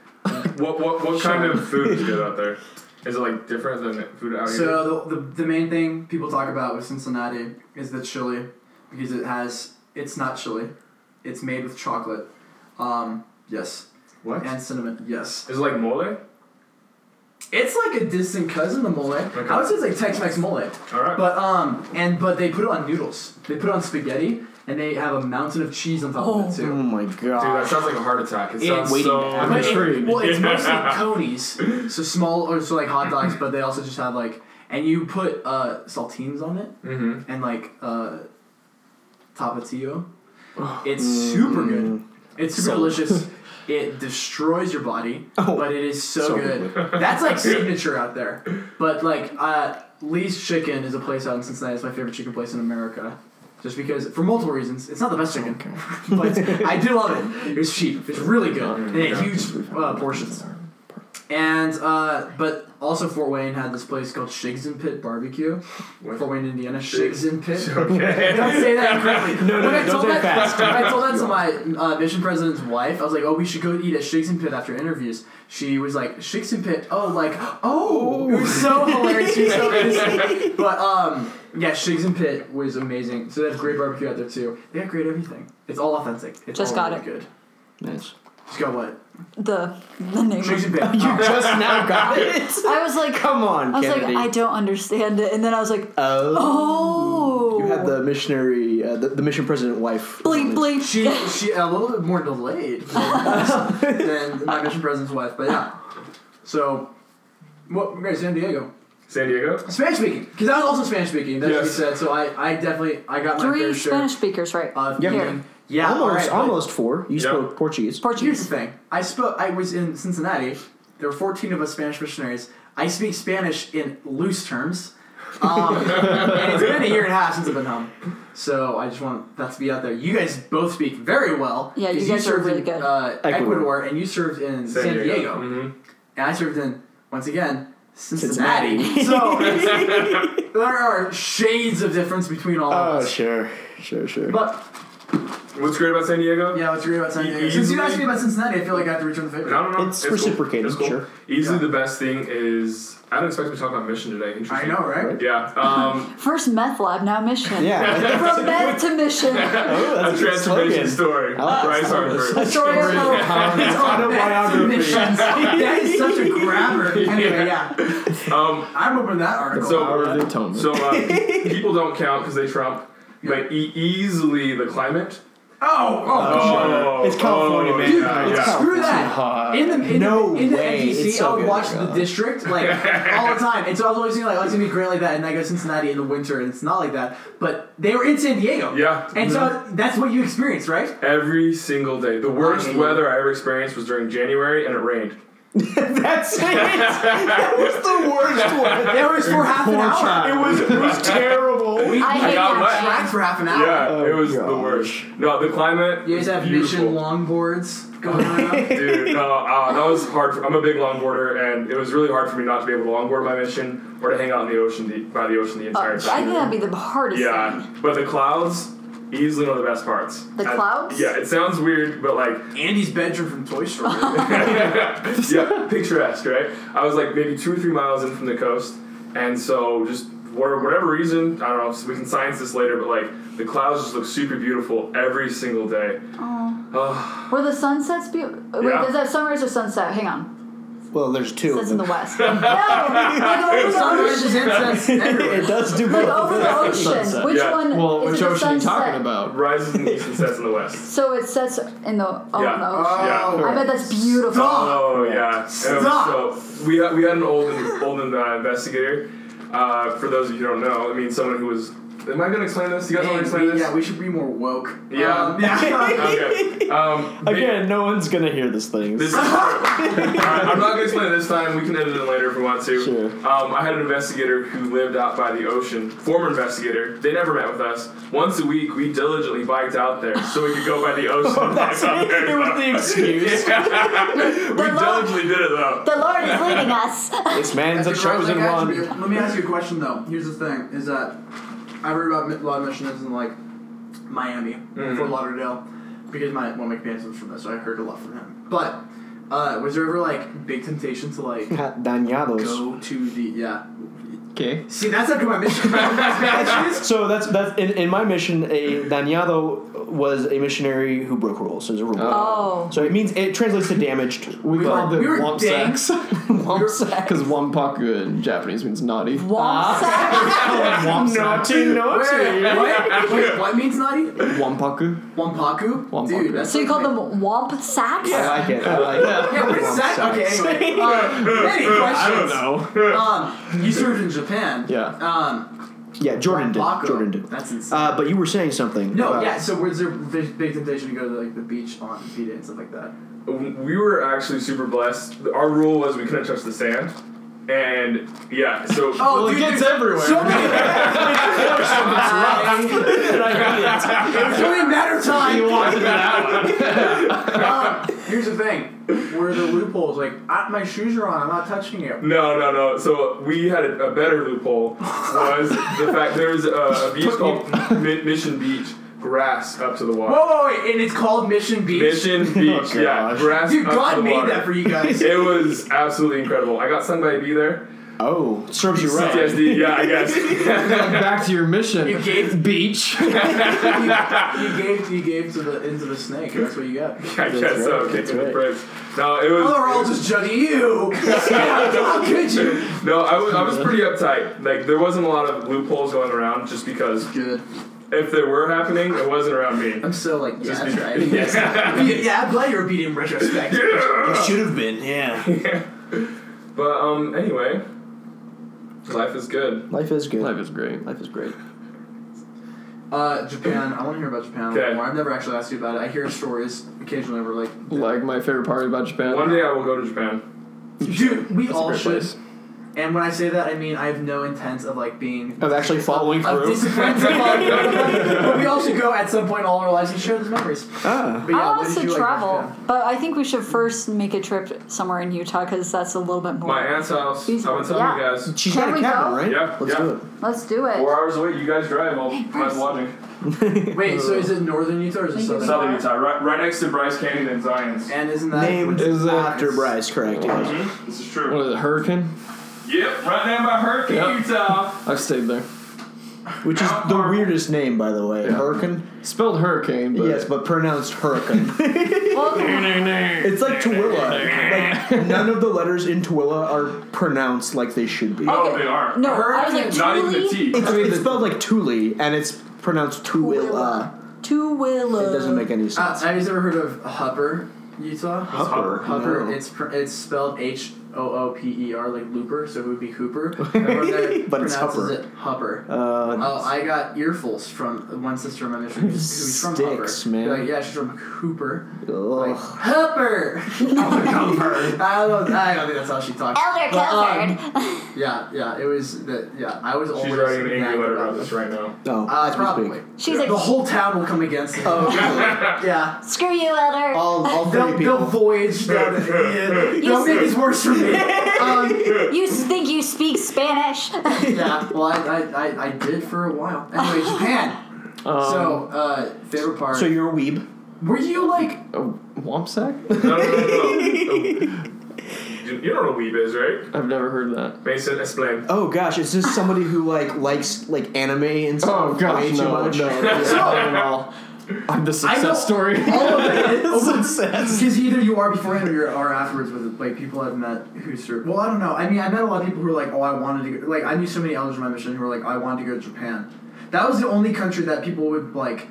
What what what kind of food is good out there? Is it like different than food out here? So the, the, the main thing people talk about with Cincinnati is the chili because it has it's not chili, it's made with chocolate, um, yes, What? and cinnamon, yes. Is it like mole? It's like a distant cousin to mole. I would say it's like Tex-Mex mole, All right. but um and but they put it on noodles. They put it on spaghetti and they have a mountain of cheese on top of it Oh too. my Dude, that god. sounds like a heart attack. It It's sounds waiting so. to I'm But it- intrigued. well, it's mostly conies, so small or so like hot dogs, but they also just have like and you put uh, saltines on it. Mm-hmm. and like uh, tapatio. It's super good. It's super delicious. It destroys your body, Oh, but it is so, so good. That's like signature out there. But like uh, Lee's Chicken is a place out in Cincinnati. It's my favorite chicken place in America. Just because, for multiple reasons, it's not the best chicken, but I do love it. It's cheap. It's really good. And it had huge uh, portions. And uh, but also Fort Wayne had this place called Shigs and Pit Barbecue. What? Fort Wayne, Indiana. Shigs. Shigs and Pit. Okay. Don't say that correctly. no, when I no, told don't say that, it fast. when I told that to my uh, mission president's wife, I was like, "Oh, we should go eat at Shakes and Pit after interviews." She was like, "Shakes and Pit." Oh, like, oh, it was so hilarious. She was so innocent. But um, yeah, Shakes and Pit was amazing. So they have great barbecue out there too. They got great everything. It's all authentic. It's Just all got really it. Good. Nice. Just got what? The the name. of- Shakes and Pit. Uh, You just now got it? I was like, Come on, I was Kennedy. like, I don't understand it, and then I was like, oh. oh. You had the missionary, uh, the, the mission president wife. bleep bleep. She she a little bit more delayed than than my mission president's wife, but yeah. So, what? Great, San Diego. San Diego. Spanish speaking, because I was also Spanish speaking. That's what you Yes. said. So I, I definitely, I got my Three fair Spanish share speakers, right? Uh, of Yeah. eating. Yeah, almost, alright, but almost four. You Yeah. spoke Portuguese. Here's the Portuguese. thing: I spoke. I was in Cincinnati. There were 14 of us Spanish missionaries. I speak Spanish in loose terms. Um, and it's been a year and a half since I've been home, so I just want that to be out there. You guys both speak very well. Yeah, you 'cause guys are served really in, good. Uh, Ecuador. Ecuador, and you served in San, Diego. Mm-hmm. and I served in once again Cincinnati. Cincinnati. so there are shades of difference between all of us. Oh, sure. Uh, Sure, sure. But What's great about San Diego? yeah, let's agree about San You- Diego. you Since you really- asked me about Cincinnati, I feel like I have to return the I favor. don't know. It's reciprocated, It's cool. sure. Easily Yeah. the best thing is I didn't expect me to talk about mission today. Interesting. I know, right? Yeah. Um, First meth lab, now mission. yeah. From meth to oh, mission. a that's a good slogan. transformation story. I like Bryce that. Harper. The story of hope. It's all back to Autobiography. missions. that is such a grammar. Anyway, yeah. Um, I remember that article. So- Hour of the Atonement. So uh, people don't count because they trump, but e- easily the climate. oh, oh, It's California, man. Dude, yeah, it's yeah. Cal- Screw that! hot. In the in No the, in the way. NGC, It's so I would good. watch Oh my The God. District like all the time, and so I was always thinking like, "Oh, it's gonna be great like that." And I go to Cincinnati in the winter, and it's not like that. But they were in San Diego, Yeah. and so that's what you experience, right? Every single day. The worst Okay. weather I ever experienced was during January, and it rained. That's it. That was the worst one. That was for half an Poor hour. child. It was. It was We terrible. I hate got that. wet. tracked man. for half an hour. Yeah, Oh, it was the gosh. worst. No, the climate. You guys have beautiful. mission longboards going on. Dude, no, uh, that was hard. For, I'm a big longboarder, and it was really hard for me not to be able to longboard my mission or to hang out in the ocean the, by the ocean the Oh, entire I think time. that'd be the hardest Yeah, thing. but the clouds easily one of the best parts. The I- clouds? yeah, it sounds weird, but like Andy's bedroom from Toy Story. yeah, picturesque, right? I was like maybe two or three miles in from the coast, and so just for whatever reason, I don't know. so We can science this later, but like the clouds just look super beautiful every single day. Where the sunsets be? Wait, Yeah. is that sunrise or sunset? Hang on. Well, there's two That's of in them. the west. no! Like over the Sunrise ocean. is incense everywhere. it does do Like both. over the ocean. Sunset. Which Yeah. one? well, is which it the ocean are you talking sunset? about? Rises in the east and sets in the west. So it sets in the oh, Yeah. in the ocean. Yeah. I bet that's beautiful. Stop. Oh yeah. And Stop. So we had, we had an old old uh, investigator. Uh, for those of you who don't know, I mean someone who was. Am I gonna explain this? Do you guys want Hey, to explain we- this? yeah, we should be more woke. Yeah. Um, yeah. okay. Um, ba- Again, no one's gonna hear this thing. This is true. Alright, I'm not gonna explain it this time. We can edit it later if we want to. Sure. Um, I had an investigator who lived out by the ocean. Former investigator. They never met with us. Once a week, we diligently biked out there so we could go by the ocean. and That's back it. up there. It was the excuse. we diligently did it though. The Lord is leading us. This man's a That's a great, chosen like, one. attribute. Let me ask you a question though. Here's the thing: is that I heard about mi- a lot of missionaries in like Miami, Fort Lauderdale, because my one of my parents was from there, so I heard a lot from him. But Uh, was there ever like big temptation to like Dañados. go to the yeah? Okay. See, that's after my mission. So that's that's in, in my mission. A dañado was a missionary who broke rules. So, it's a rule. Oh. so it means it translates to damaged. We We called were- it we were womp dang- sacks. Because wampaku in Japanese means naughty. Womp Womp sack. Naughty, Wait, naughty. what? Wait, what means naughty? Wampaku. Wampaku? Wampaku. Dude, that's So you call like- them womp sacks? I like it. I like it. Yeah, what is that? Okay, anyway. Uh, many questions. know. Um, you served in Japan. Yeah. Um, Yeah, Jordan did. Wampaku. Jordan did. That's insane. Uh, but you were saying something. no, about- yeah. So was there big, big temptation to go to like the beach on V Day and stuff like that? we were actually super blessed. Our rule was we couldn't touch the sand, and yeah, so Oh, dude, there's everywhere. so many. It's only a matter of time. Um, here's the thing: where the loopholes? Like, I, my shoes are on. I'm not touching it. No, no, no. So we had a, a better loophole was the fact there was a, a beach called Mi- Mission Beach, grass up to the water. Whoa, whoa, wait! And it's called Mission Beach. Mission Beach, yeah, gosh. grass Dude, up to God the made water. that for you guys. It was absolutely incredible. I got stung by a bee there. Oh, serves you right. PTSD, yeah, I guess. Back to your mission. You gave- beach. you gave you gave to the into the snake, and that's what you got. I guess right, so. Okay, that's good right. friends. No, it was. Oh, they're all just judging you. How could you? no, I was, I was pretty uptight. Like there wasn't a lot of loopholes going around, just because Good. if there were happening, it wasn't around me. I'm so like, yeah, Just that's be- right. Yeah. yeah, I'm glad you're beating retrospect. It should have been. Yeah. But um, anyway, life is good. Life is good. Life is great. Life is great. Uh, Japan. I want to hear about Japan a little Okay. more. I've never actually asked you about it. I hear stories occasionally where like, Like my favorite part about Japan. One day I will go to Japan. dude, we It's a all great should. place. And when I say that, I mean I have no intent of like being Of Oh, actually following of through. disappointed. but we all should go at some point in all our lives and share those memories. Ah. But yeah, I what want us did to you like about travel, Japan? but I think we should first make a trip somewhere in Utah because that's a little bit more. My aunt's house. I've been telling Yeah. you guys. She's Can got a we cabin, go? right? Yeah, Let's yeah. do it. Let's do it. Four hours away. You guys drive. I'll find Bryce. lodging. Wait, so is it northern Utah or is it Thank you. southern? Southern Utah, right, right next to Bryce Canyon and Zion's. And isn't that Named Is it- after Bryce, correct? yeah. Mhm, This is true. What is it, Hurricane? Yep, right down by Hurricane, Yep. Utah. I've stayed there. Which is the weirdest name, by the way. Yeah. Hurricane? Spelled Hurricane, but. yes, but pronounced Hurricane. Well, it's like Tooele. like, none of the letters in Tooele are pronounced like they should be. Oh, they are. no, I was like Not even the Tuli, T. It's, it's spelled like Thule, and it's pronounced Tooele. Tooele. It doesn't make any Uh, sense. have you ever heard of Hupper, Utah? Hopper. Hupper. No. It's pr- it's spelled H O O P E R like Looper, so it would be Hooper. Everyone there But it's pronounces Hupper. It Hupper. Uh, Oh, I got earfuls from one sister of my mission who's, who's from Sticks, Hupper. man. Like, yeah, she's from Hooper. ugh. Like, Oh, Hupper! I don't, I don't think that's how she talks. Elder But, um, Custard. Yeah, yeah, it was that. Yeah, I was She's always writing an angry nagged letter about about this right now. No, Uh, as we probably. speak. She's The like, whole town will come against it. Oh, yeah. screw you, Elder. all, all three They'll, people. they'll voyage down to India. Don't make this worse for me. Um, You think you speak Spanish? yeah, well, I, I, I, I did for a while. Anyway, Japan. Um, so, uh, favorite part. so you're a weeb. were you like. A womp sack? No, no, no, no. Oh. You you don't know what weeb is, right? I've never heard that. Mason, explain. Oh gosh, is this somebody who like likes like anime and stuff? Oh gosh, way too no, much? no, not at all. I'm the know- success story. All of it. Success. Because either you are beforehand or you are afterwards with like people I've met who serve. Well, I don't know. I mean, I met a lot of people who were like, "Oh, I wanted to go." Like, I knew so many elders in my mission who were like, "I wanted to go to Japan." That was the only country that people would like.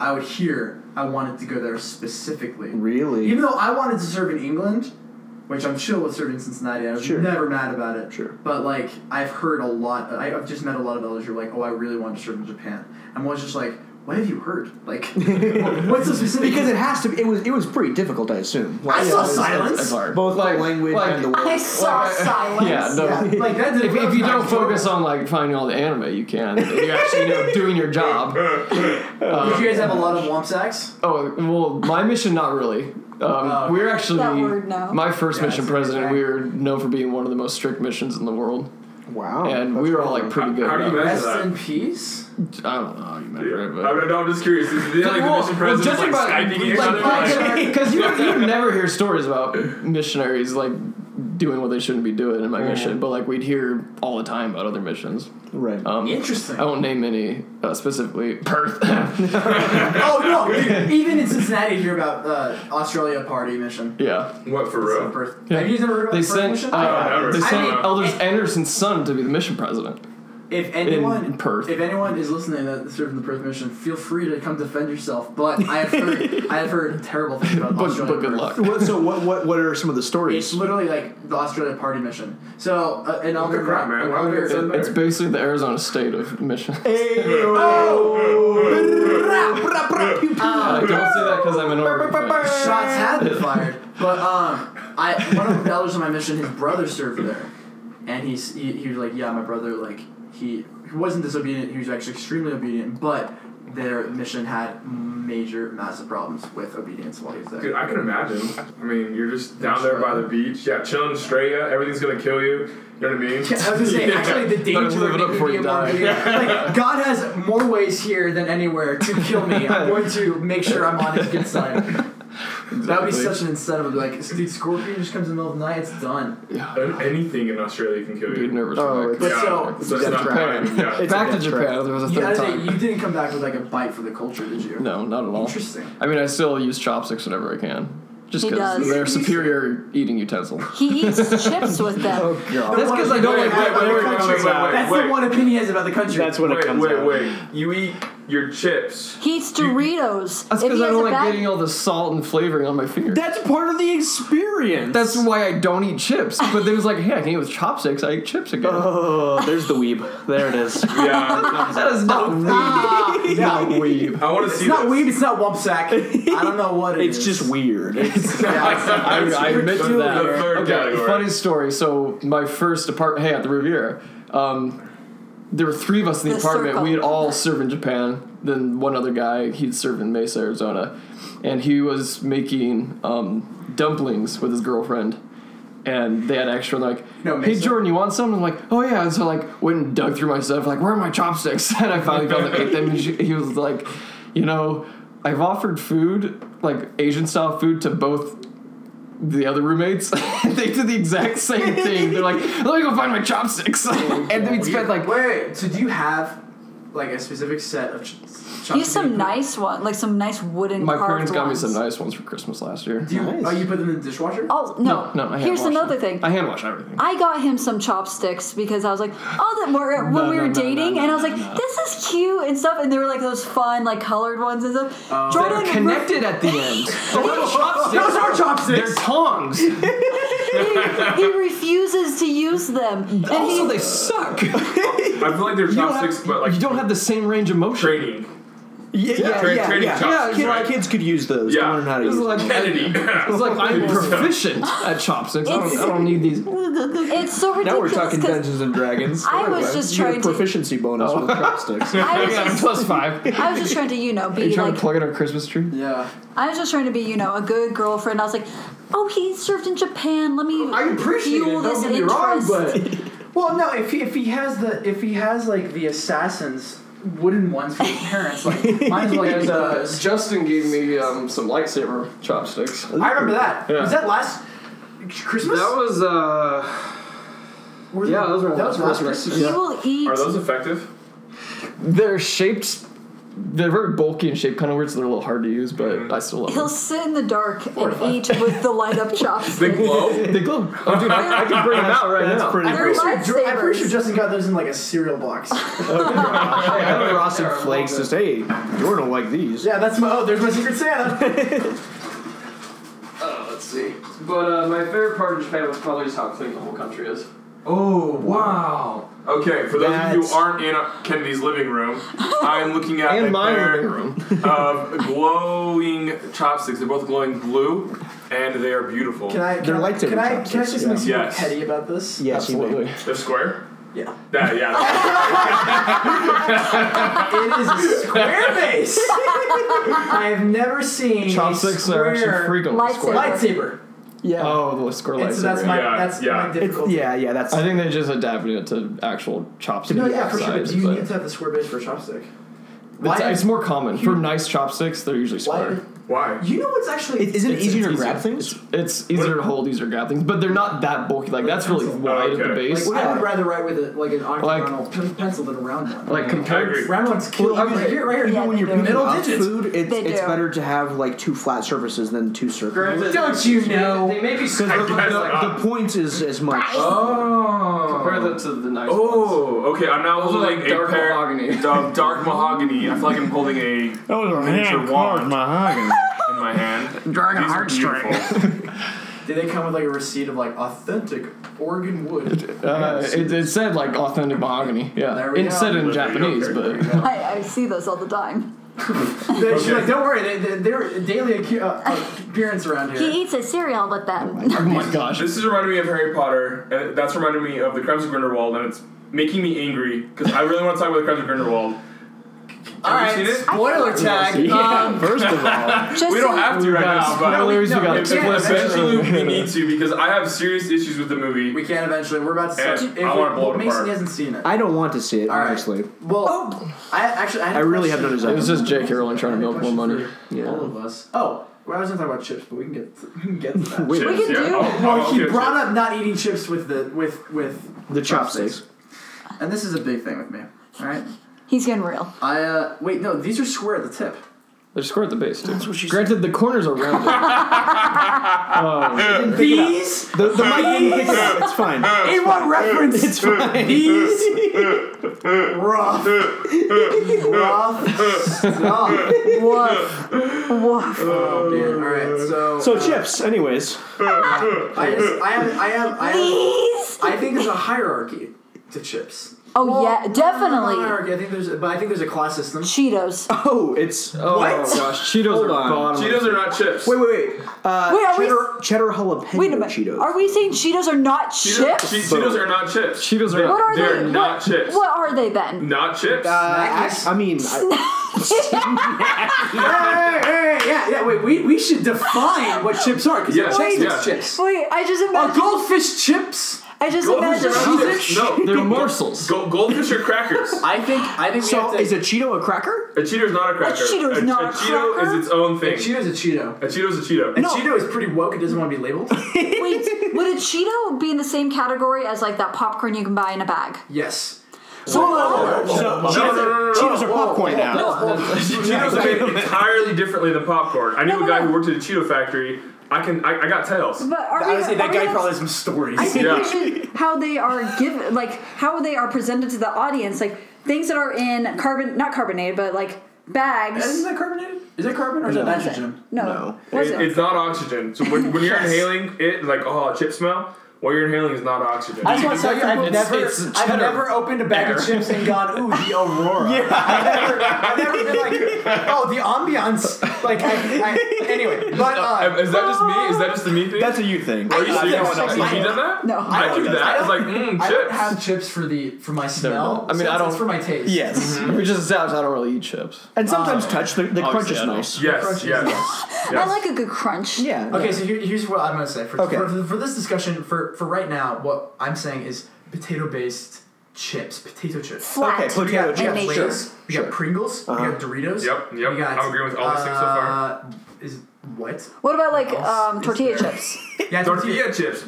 I would hear I wanted to go there specifically. Really? Even though I wanted to serve in England, which I'm chill with serving in Cincinnati, I was Sure. never mad about it. Sure. But like, I've heard a lot. I- I've just met a lot of elders who are like, "Oh, I really want to serve in Japan," and was just like, "What have you heard? Like, what's the specific?" Because it has to. Be, it was it was pretty difficult, I assume. I Like, saw uh, silence. It's hard. both Like- the language like- and the word. I saw Well, I- silence. Yeah, no. Yeah, like that. If, if you don't focus on like finding all the anime, you can. You're actually you know, doing your job. Did you guys have a lot of womp sacks? Oh well, my mission not really. Um, okay. We're actually That word, no. my first Oh, mission Yeah, it's a good president. fact. We were known for being one of the most strict missions in the world. Oh, Wow. and we were all like pretty good. How do you about measure Rest that? in peace. it. I don't know how you Yeah. measure it, I but. mean, no, I'm just curious. Is it like the mission presidents like skyping each other? Like, because you, you never hear stories about missionaries like doing what they shouldn't be doing in my mission, but like we'd hear all the time about other missions. right. Um, Interesting. I won't name any uh, specifically. Perth. Oh no, dude, even in Cincinnati, you hear about uh, Australia party mission. yeah, what for So real? Perth- Yeah. Have you never heard about they the Perth sent mission? Oh, uh, haven't. they I sent mean, Elders it- Anderson's son to be the mission president. If anyone in Perth. if anyone is listening that served in the Perth mission, feel free to come defend yourself. But I have heard I have heard terrible things about But, Australia. but good Perth. luck. What- so what, what what are some of the It's stories? literally like the Australia party mission. So uh, an elder, crap, man. an Why would elder- it It- it's basically the Arizona state of mission. Oh! I don't say that because I'm an Oregon fan. shots have been fired. But um, I one of the elders on my mission, his brother served there, and he's he, he was like, yeah, my brother like he he wasn't disobedient. He was actually extremely obedient, but their mission had major massive problems with obedience while he was Dude, there. I can imagine. I mean, you're just down there by the beach. Yeah, chilling in Australia. Everything's gonna kill you. You know what I mean? Yeah, I was gonna say, actually, the Better danger live it of up it before could be you among die. you. Like, God has more ways here than anywhere to kill me. I'm going to make sure I'm on his good side. That would be such an incentive. Like, dude, Scorpion just comes in the middle of the night, it's done. Yeah, An- Anything in Australia can kill dude, you. nervous. Oh, wreck. it's- But yeah, so, so it's That's not right. bad. Yeah. It's back a to death Japan. trap. There was a You, third gotta say, time. you didn't come back with like a bite for the culture, did you? no, not at all. Interesting. I mean, I still use chopsticks whenever I can, just He because does. they're superior eating utensils. He eats chips with Oh, them. God. That's 'cause I don't like wait, wait, wait, wait, wait, wait. That's the one opinion he has about the country. That's when wait, it comes wait, out. wait. You eat your chips. He eats Doritos. That's because If he I has don't a like bad- getting all the salt and flavoring on my finger. That's part of the experience. That's why I don't eat chips. But there's like, hey, I can eat with chopsticks. I eat chips again. oh, there's the weeb. There it is. Yeah. that is not weeb. not weeb. I want to It's see not this. weed, it's not wumpsack. I don't know what it It's is. just weird. Yeah, I, I admit to The- that. The third okay, category. funny story. So my first apartment, hey, at the Riviera, um, there were three of us in the, The apartment. circle. We had all served in Japan. Then one other guy, he'd served in Mesa, Arizona, and he was making um, dumplings with his girlfriend. And they had extra, and they're like, No, hey Mesa. Jordan, you want some? I'm like, oh yeah. And so like went and dug through my stuff, like where are my chopsticks? And I finally found them. Ate them. And she- he was like, you know, I've offered food, like Asian style food, to both the other roommates, they did the exact same thing. They're like, let me go find my chopsticks. Oh, and we'd spend like, Wait, so do you have like a specific set of ch- chopsticks? He's that you some put- nice one, like some nice wooden. my carved parents got me ones. some nice ones for Christmas last year. Do you, Nice. Oh, you put them in the dishwasher? Oh no! No, I hand Here's wash another them. thing. I hand wash everything. I got him some chopsticks because I was like, oh, that we're, when No, we were no, no, dating, no, and I was no, like, no. this is cute and stuff, and they were like those fun, like colored ones and stuff. Jordan They're Oh, connected at the end. Those are They're chopsticks! tongs. He, he refuses to use them, and also, he, they suck. You I feel like they're don't, chopsticks, have, but like you don't have the same range of motion. training. Yeah, yeah, Tra- yeah. training yeah. chopsticks, Kid- right? Kids could use those. Yeah. They learn how to It's use like, Kennedy. it's like I'm proficient at chopsticks. I don't, I don't need these. it's so Now we're ridiculous. talking 'cause Dungeons and Dragons. I was just You get a trying to- proficiency bonus Oh. with chopsticks. I I was, got a just, plus five. Are I was just trying to, you know, you be trying like, to plug in our Christmas tree? Yeah. I was just trying to be, you know, a good girlfriend. I was like, oh, he served in Japan. Let me I appreciate fuel it. this Don't get me wrong, interest. but well, no. If he, if he has the if he has like the assassins wooden ones for his parents, like might as well use those. Uh, Justin gave me um, some lightsaber chopsticks. That I remember that. Yeah. Was that last Christmas? was uh Were yeah, they- those were that was last last Christmas. Christmas. he will eat. Are those effective? they're shaped they're very bulky and shaped kind of weird, so they're a little hard to use, but I still love He'll them. sit in the dark and eat with the light up They chopsticks. glow. They glow. Oh, dude, I, I can bring them out right now. pretty I'm pretty, sure, They're Ju- I'm pretty lightsabers. sure Justin got those in like a cereal box. I have frosted flakes. Just hey, Jordan will like these. yeah, that's my. Oh, there's my Secret Santa. Uh, let's see. But uh, my favorite part of Japan was probably just how clean the whole country is. oh wow. Okay, for those of you That's- who aren't in uh, Kennedy's living room, I'm looking at And a my pair living room. of glowing chopsticks. They're both glowing blue, and they are beautiful. Can I? Can They're I, lightsaber Can I? Can I chopsticks, just yeah. make you Yes. petty about this? Yes, you may. Absolutely. They're square. Yeah. Yeah, yeah. It is a square base. I have never seen a Chopsticks are square actually frequently Lightsaber. square. lightsaber. Yeah. Oh, the squirrel And lightsaber. so that's my Yeah, that's yeah. my It's, difficulty. yeah, yeah, that's I think they just adapted it to actual chopsticks. No, yeah, for sure. But size, you but need to have the square base for a chopstick. it's, Why- it's more common for nice chopsticks. They're usually Why? square. Why? You know what's actually It- isn't it It's- easier it's to grab things? It's, it's easier to hold, easier to grab things, but they're not that bulky. Like that's really wide at okay. the base. Like, Like, I would rather write with a, like an octagonal pen- pencil than a round one. compared, agree. round one's kill Well, you. Right here, right here. Yeah, Even when you're they picking do. Middle up digits. food, it's, They it's do. better to have like two flat surfaces than two circles. Don't you know? They may be Because I the, guess the, not. the point is as much. Oh. compare that to the nice. ones. Oh, okay. I'm now Those are holding like a dark pair mahogany. of dark mahogany. I feel like I'm holding a that was a hand wand mahogany in my hand. Dragon heartstring. Did they come with like a receipt of like authentic Oregon wood? Uh, it, it said like authentic mahogany. Yeah, There we it go. said it in There we go. Japanese, There we but I, I see those all the time. They- she's Okay. like, don't worry, they, they, they're daily acu- uh, uh, appearance around here. He eats his cereal with them. oh my gosh, This is reminding me of Harry Potter, and that's reminding me of the Crimes of Grindelwald, and it's making me angry because I really want to talk about the Crimes of Grindelwald. All Have right, you seen it? spoiler tag. Um, First of all, Just We don't so- have to right now, but spoilers. no, we got we can't. eventually we need to because I have serious issues with the movie. we can eventually. We're about to start. And if I we- wanna blow it Mason apart. hasn't seen it. I don't want to see it, All right. honestly. Well, I actually I, had a I really have no question. It desire. was just Jake Carolyn trying to milk more Question money. for All of us. Oh, well, I was gonna talk about chips, but we can get we can get to that. Wait, Chips, can yeah. do- Oh, Well, oh, he okay, brought chips. up not eating chips with the with with the chopsticks. and this is a big thing with me. All right, He's getting real. I uh wait no, these are square at the tip. They're square at the base too. what she Granted, the corners are rounded. These The, the mic- it's, it's fine. in what reference? It's fine. These rough, rough stuff. Woof. Woof. Oh man! All right, so So chips, anyways. I just I have I have I have, Please. I think there's a hierarchy to chips. Oh yeah, Not a definitely. hierarchy. I think there's, but I think there's a class system. Cheetos. Oh, it's Oh What? gosh, Cheetos are on. bottom. Cheetos are not chips. wait, wait, wait. Uh, Wait, are we- cheddar, cheddar jalapeno Wait a minute. Cheetos. Are we saying Cheetos are not Cheetos, chips? che- Cheetos are not chips. Cheetos are what are They are they? not what, chips. Mm. What are they then? Not chips. uh, act- I mean, I, Hey, hey, hey, yeah, yeah. Wait, we, we should define what chips are because Yeah, Chex Mix yeah. chips. Wait, I just Are imagine. goldfish chips? I just goldfish imagine. are not Cheetos? chips. No, they're morsels. Go- goldfish are crackers. I think I think we have so to. is a Cheeto a cracker? A Cheeto is not a cracker. Cheeto is not a Cheeto cracker? is its own a thing. Cheeto's a Cheeto. A Cheeto is a Cheeto. A Cheeto is pretty woke. It doesn't want to be labeled. Wait, would a Cheeto be in the same category as like that popcorn you can buy in a bag? yes. So, so No, no, no, no, no, Cheetos no. are popcorn now. Cheetos are made entirely differently than popcorn. I knew No, a no, guy no. who worked at a Cheeto factory. I can. I, I got tails. But are we, Honestly, that are guy we probably has some stories. I think Yeah. we should how they are given, like how they are presented to the audience, like things that are in carbon, not carbonated, but like Isn't bags. that carbonated? Is it carbon or is it Was it? nitrogen? No, No. was It- it? it's not oxygen. So when, when you're Yes. inhaling it, like oh, chip smell. What you're inhaling is not oxygen. I just want to tell you, I've It's- never, it's I've cheddar. never opened a bag of chips and gone, ooh, the aurora. Yeah. I've never, I've never been like, oh, the ambiance. Like, I, I, anyway, but uh, Is that just me? Is that just the me thing? That's a you thing. Are you I- serious? I- Have you done that? No. I do that. It's like mm, I don't chips. have chips for the for my smell. I mean, so I it's- don't- It's for my taste. Yes. We just established I don't really eat chips. And sometimes touch. The, the crunch Obviously, is I don't. nice. yes, Crunch is yes. I yes. like a good crunch. Yeah. Okay, so here, here's what I'm gonna say for, Okay. for for this discussion for for right now. What I'm saying is potato based chips, potato chips. Flat. Okay, We potato got, we chips. got And Lay's, Sure. we got Pringles, Uh-huh. we got Doritos. Yep, yep. We got, I'm agreeing with all these things so far. Uh, is what? What about like What else um, is tortilla there? chips? Yeah, Tortilla chips.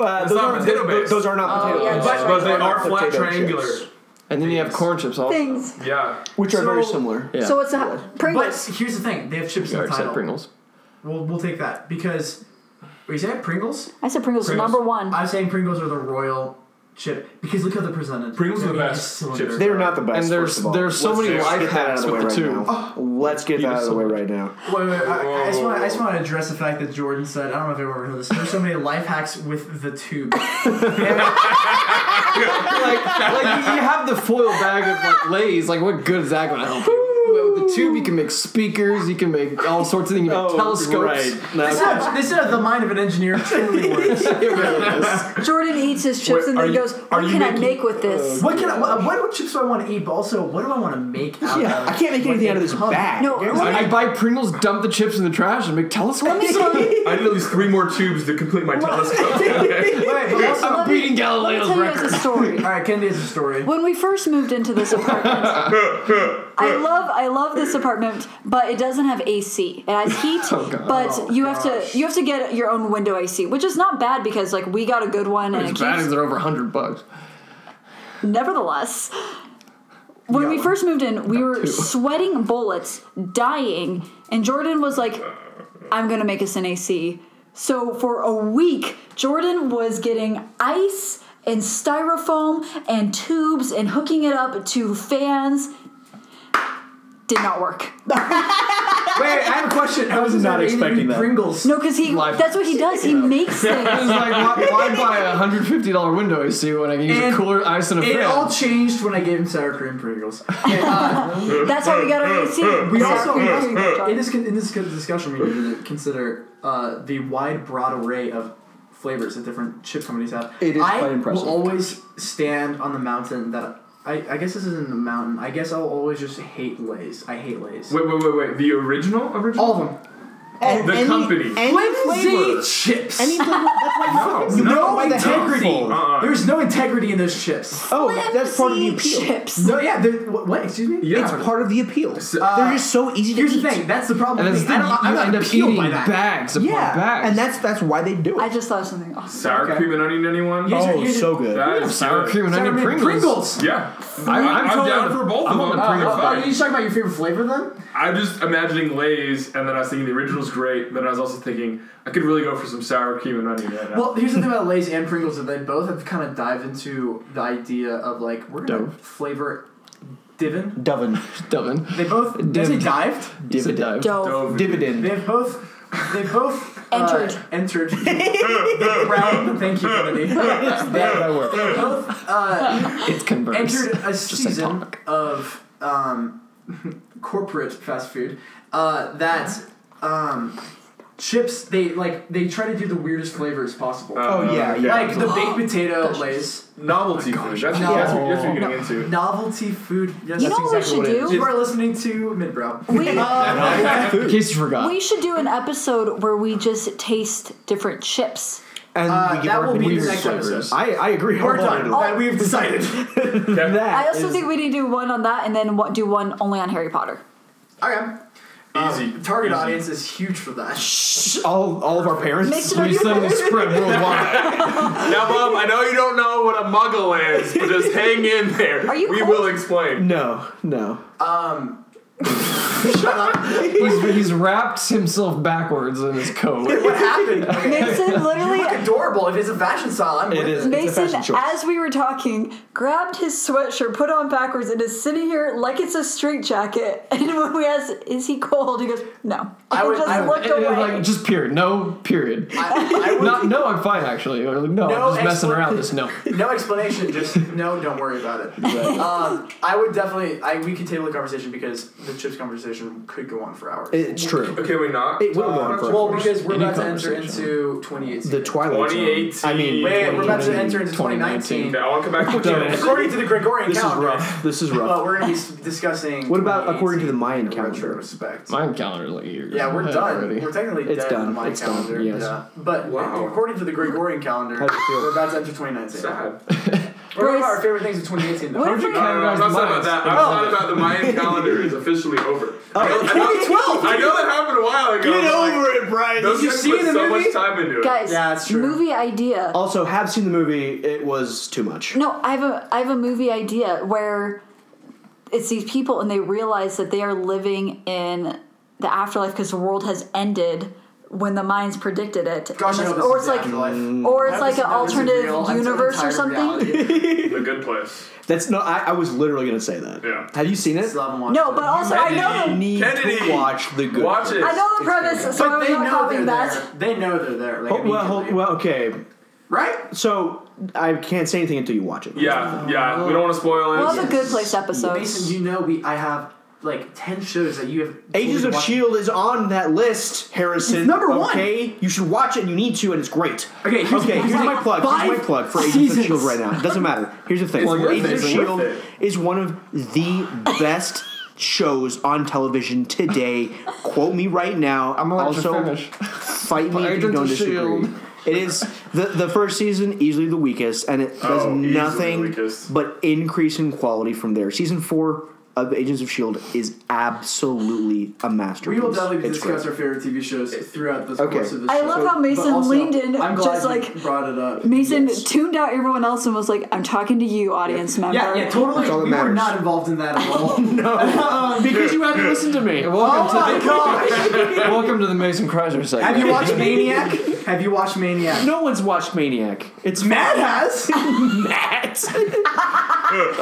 Uh, those, not aren't, potato tho- tho- based. those are not potato yeah, based, that's But they Those are not flat potato triangular. chips, And then you have corn chips also. Things. Yeah. which are very So- similar. Yeah. So it's a But Pringles. here's the thing: they have chips in Yeah, the title. except Pringles. We'll we'll take that because. Are you saying Pringles? I said Pringles, Pringles. number one. I'm saying Pringles are the royal chip because look how they're presented. Pringles are the They're each best cylinder. chips. They are not the best. And there's first of all. there's so Let's many just life Get that out hacks of the way with Oh. the right two. now. Let's get Even that out of the so way much. right now. Wait, wait, wait, I, I just want, I just want to address the fact that Jordan said, I don't know if everyone heard this. There's so many life hacks with the tube. like, like you have the foil bag of like Lay's. Like, what good is that going to help you? Well, with the tube, you can make speakers, you can make all sorts of things, you can make telescopes. Right. This is, how, this is how the mind of an engineer truly works. It really is. Jordan eats his chips Wait, and are then you- goes, are "What you can I making- Uh, make with this?" What can I, what, what chips do I want to eat? But also, what do I want to make out Yeah, of? I can't make what anything they out of this come- bag. No, Yeah, what- I, I buy Pringles, dump the chips in the trash, and make telescopes. I need at least three more tubes to complete my telescope. Wait, but also, I'm let me- beating Galileo's let me tell you record. guys a story. all right, Ken has a story. when we first moved into this apartment, I love I love this apartment, but it doesn't have AC. It has heat, Oh, God. Oh, but you have gosh. to you have to get your own window AC, which is not bad because like we got a good one and it As bad keeps as they're over 100 bucks. Nevertheless, when we first moved in, we were two. sweating bullets, dying, and Jordan was like, I'm gonna make us an AC. So for a week, Jordan was getting ice and styrofoam and tubes and hooking it up to fans. Did not work. Wait, I have a question. I was not expecting that. Pringles. No, because he Life- that's what he does. He makes It's things. like, why, why buy a $150 window AC when I can use And a cooler, ice, and a It fan? all changed when I gave him sour cream Pringles. That's how we got our AC. We Sour also cream we also- cream, Jordan. in this con- in this con- discussion we need to consider uh, the wide broad array of flavors that different chip companies have. It is I quite impressive. will always stand on the mountain that I, I guess this isn't the mountain. I guess I'll always just hate Lay's. I hate Lay's. wait, wait, wait, wait. The original, original. All of them. Oh, the company. Flimsy chips. Any flavor. That's why you no, fucking- no. no why the hell- integrity. Uh-uh. There's no integrity in those chips. Oh, that's part of the appeal. chips. No, yeah. they're- What, what? Excuse me. Yeah. It's part of the appeal. Uh, They're just so easy to Here's eat. the thing. That's the problem. and with that's me. the thing, I don't, I'm you not end up appealed eating by that. bags upon Yeah, bags. and that's that's why they do it. I just thought of something Oh, awesome. Sour Okay. cream and onion, anyone? Here's- oh, here's- so good. That is sour good. cream and Sour onion cream Pringles. Pringles. Yeah. I'm, I'm, I'm totally down on the- for both I'm of on them. the Pringles Oh, vibe. are you talking about your favorite flavor then? I'm just imagining Lay's, and then I was thinking the original's great. Then I was also thinking I could really go for some sour cream and onion. Right now. Well, here's the thing about Lay's and Pringles that they both have kind of dived into the idea of like we're gonna Dove. flavor divin. Devin. Devin. They both did I say Divin. dived. Dividend. Dividend. Dope. Dove. Dividend. They've both they both Entered. uh, entered the round. Thank you, Kennedy. That they works. both uh, It's converts. entered a say season talk. of um, corporate fast food uh, that um, chips they like they try to do the weirdest flavors possible. Uh, Oh, yeah, yeah. like the baked potato lays, novelty food. That's, that's, what, that's what you're getting into. novelty food. Yes, You know what we exactly should what it do? you are listening to Midbrow. We, In case you forgot. We should do an episode where we just taste different chips. And Uh, we give that our will be the opinions. next episode. I, I agree. We're done. wholeheartedly. That we've decided. That Oh, I also is- think we need to do one on that and then what, do one only on Harry Potter. okay. Easy. Target Easy. audience is huge for that. all, all of our parents. Mix it up. We said we'll spread worldwide. Now, Mom, I know you don't know what a muggle is, but just hang in there. Are you we cold? will explain. No, no. he's, he's wrapped himself backwards in his coat. What happened? Okay. Mason literally, Adorable. If it's a fashion style, I'm with is. It's it. a Mason, fashion choice. as we were talking, grabbed his sweatshirt, put on backwards, and is sitting here like it's a street jacket. And when we asked, is he cold? He goes, no. I And would- just I would- looked And it was away. like, just period. No, period. I, I would, Not, no, I'm fine, actually. Or like, no, No I'm just messing expla- around. This no. no explanation. Just no. Don't worry about it. Um, I would definitely. I we could table the conversation because the chips conversation could go on for hours. It's true. Okay, we not. Uh, It will go on for well, because we're Any about to enter conversation. into 2018. The Twilight Zone. 2018. I mean, Wait, we're about to enter into 2019. 2019. Okay, I want to come back to Don't. Janet. According to the Gregorian this is calendar. rough. This is But rough. we're going to be discussing. What about according to the 2018 Mayan in calendar? Retrospect. Mine calendar is like a year. Yeah, we're ahead done. already. We're technically It's dead done. in the Mayan It's done, calendar. yes. Yeah. But Wow. according to the Gregorian calendar, How's it feel? we're about to enter 2019. Sad. We're Bryce- talking about our favorite things of 2018, though. What How if did we- No, no, no, I'm not talking about that. I'm talking about the Mayan calendar is officially over. I know- I know- 2012! I know that happened a while ago. but, like, it, Brian. Those you guys see put the so movie? much time into it. Guys, Yeah, it's true. movie idea. Also, have seen the movie. It was too much. No, I have a I have a movie idea where it's these people and they realize that they are living in the afterlife because the world has ended when the minds predicted it. Gosh, I And it's- hope this or is it's the like afterlife. or it's I hope like this an is- no, this is alternative real. I'm so universe or tired of something. reality. The good place. That's no. I, I was literally gonna say that. Yeah. Have you seen it? Still haven't watched No, it. but also I know You the need Kennedy. to watch the good. Watch it. I know the premise, so But I'm they not know they're copying there. that. They know they're there. Like, Oh, well, hold- immediately. well, okay. right? So I can't say anything until you watch it. Yeah, yeah. We don't want to spoil it. We'll have a good place episode. Mason, you know we. I have like ten shows that you have. Ages totally of watched- Shield E is on that list, Harrison. It's number one. Okay, you should watch it. and You need to, and it's great. Okay, here's, E Okay, here's my plug. Here's my five plug for Agents of seasons. Shield E right now. It doesn't matter. Here's the thing. Plug it, Agents of it's Shield worth E is one of the best shows on television today. Quote me right now. I'm gonna let you also finish. fight me if you Agents don't of disagree. S.H.I.E.L.D.. It is the the first season easily the weakest, and it does Oh, easily nothing weakest. but increase in quality from there. Season four of Agents of Shield E is absolutely a masterpiece. We will definitely It's discuss great. our favorite TV shows throughout this Okay. course of the I show. love how but Mason also, leaned in, I'm glad just you like- brought it up. Mason tuned out everyone else and was like, "I'm talking to you, audience member." Yeah, yeah, totally. That's all that we were matters. not involved in that at all. Um, no. Because you haven't listened to me. oh Welcome, my gosh! to, welcome to the Mason Chrysler segment. Have you watched Maniac? Have you watched Maniac? No one's watched Maniac. It's Matt has. Matt.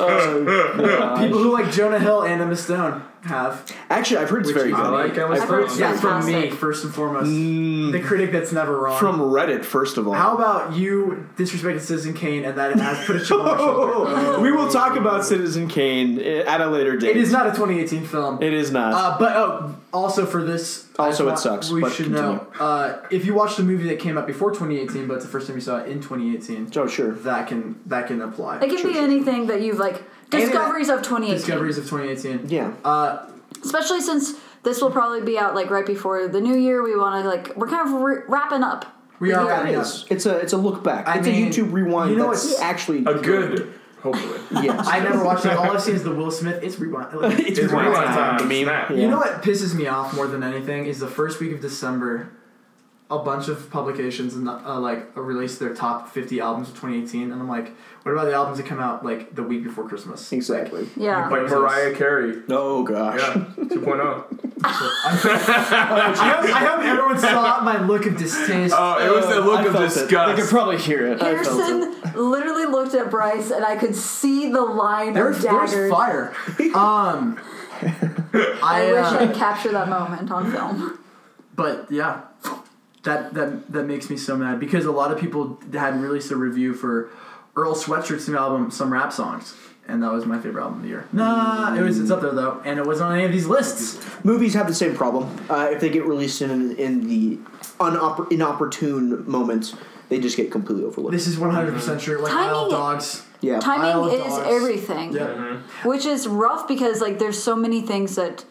People who like Jonah Hill and Emma Stone have. Actually, I've heard it's very is I good. like Emma I've heard Stone. Yeah, from me Fantastic. first and foremost. The critic that's never wrong. Mm. From Reddit, first of all. how about you disrespected Citizen Kane and that has put a chip on my shoulder? we will talk about Citizen Kane eh, at a later date. It is not a 2018 film. It is not. Uh, but oh, also for this, I Also it thought sucks, We but should continue. know uh, if you watched a movie that came out before 2018, but it's the first time you saw it in 2018. oh, sure. That can that can apply. it can be anything that you've like discoveries of 2018, Discoveries of 2018. Yeah. Uh, especially since this will probably be out like right before the new year. We want to like we're kind of re- wrapping up. we the are year. It wrapping up. is. It's a it's a look back. I it's mean, a YouTube rewind. you know that's what's- actually A good, hopefully. yes. I never watched it. All I've seen is the Will Smith. It's rewind. It's It's rewind rewind time. time. I mean, Snap. yeah. You know what pisses me off more than anything is the first week of December. A bunch of publications and uh, like released their top 50 albums of 2018, and I'm like, what about the albums that come out like the week before Christmas? exactly. Yeah. Like Mariah Carey. Oh gosh. Yeah, oh. 2.0. I hope, I hope everyone saw my look of distaste. Oh, it was the look I of felt it. I disgust. could probably hear it. Harrison literally looked at Bryce, and I could see the line there of was, there was daggers. fire. Um, I, I wish I uh, could capture that moment on film. but yeah, that that that makes me so mad because a lot of people hadn't released a review for Earl Sweatshirt's new album, some rap songs, and that was my favorite album of the year. Nah, it was it's up there though, and it wasn't on any of these lists. Movies have the same problem. Uh, if they get released in in the unoppor- inopportune moments, they just get completely overlooked. This is one hundred percent Mm-hmm. sure. Like Timing- Isle of Dogs. yeah. Isle of Timing is Dogs. everything, Yeah. Mm-hmm. which is rough because like there's so many things that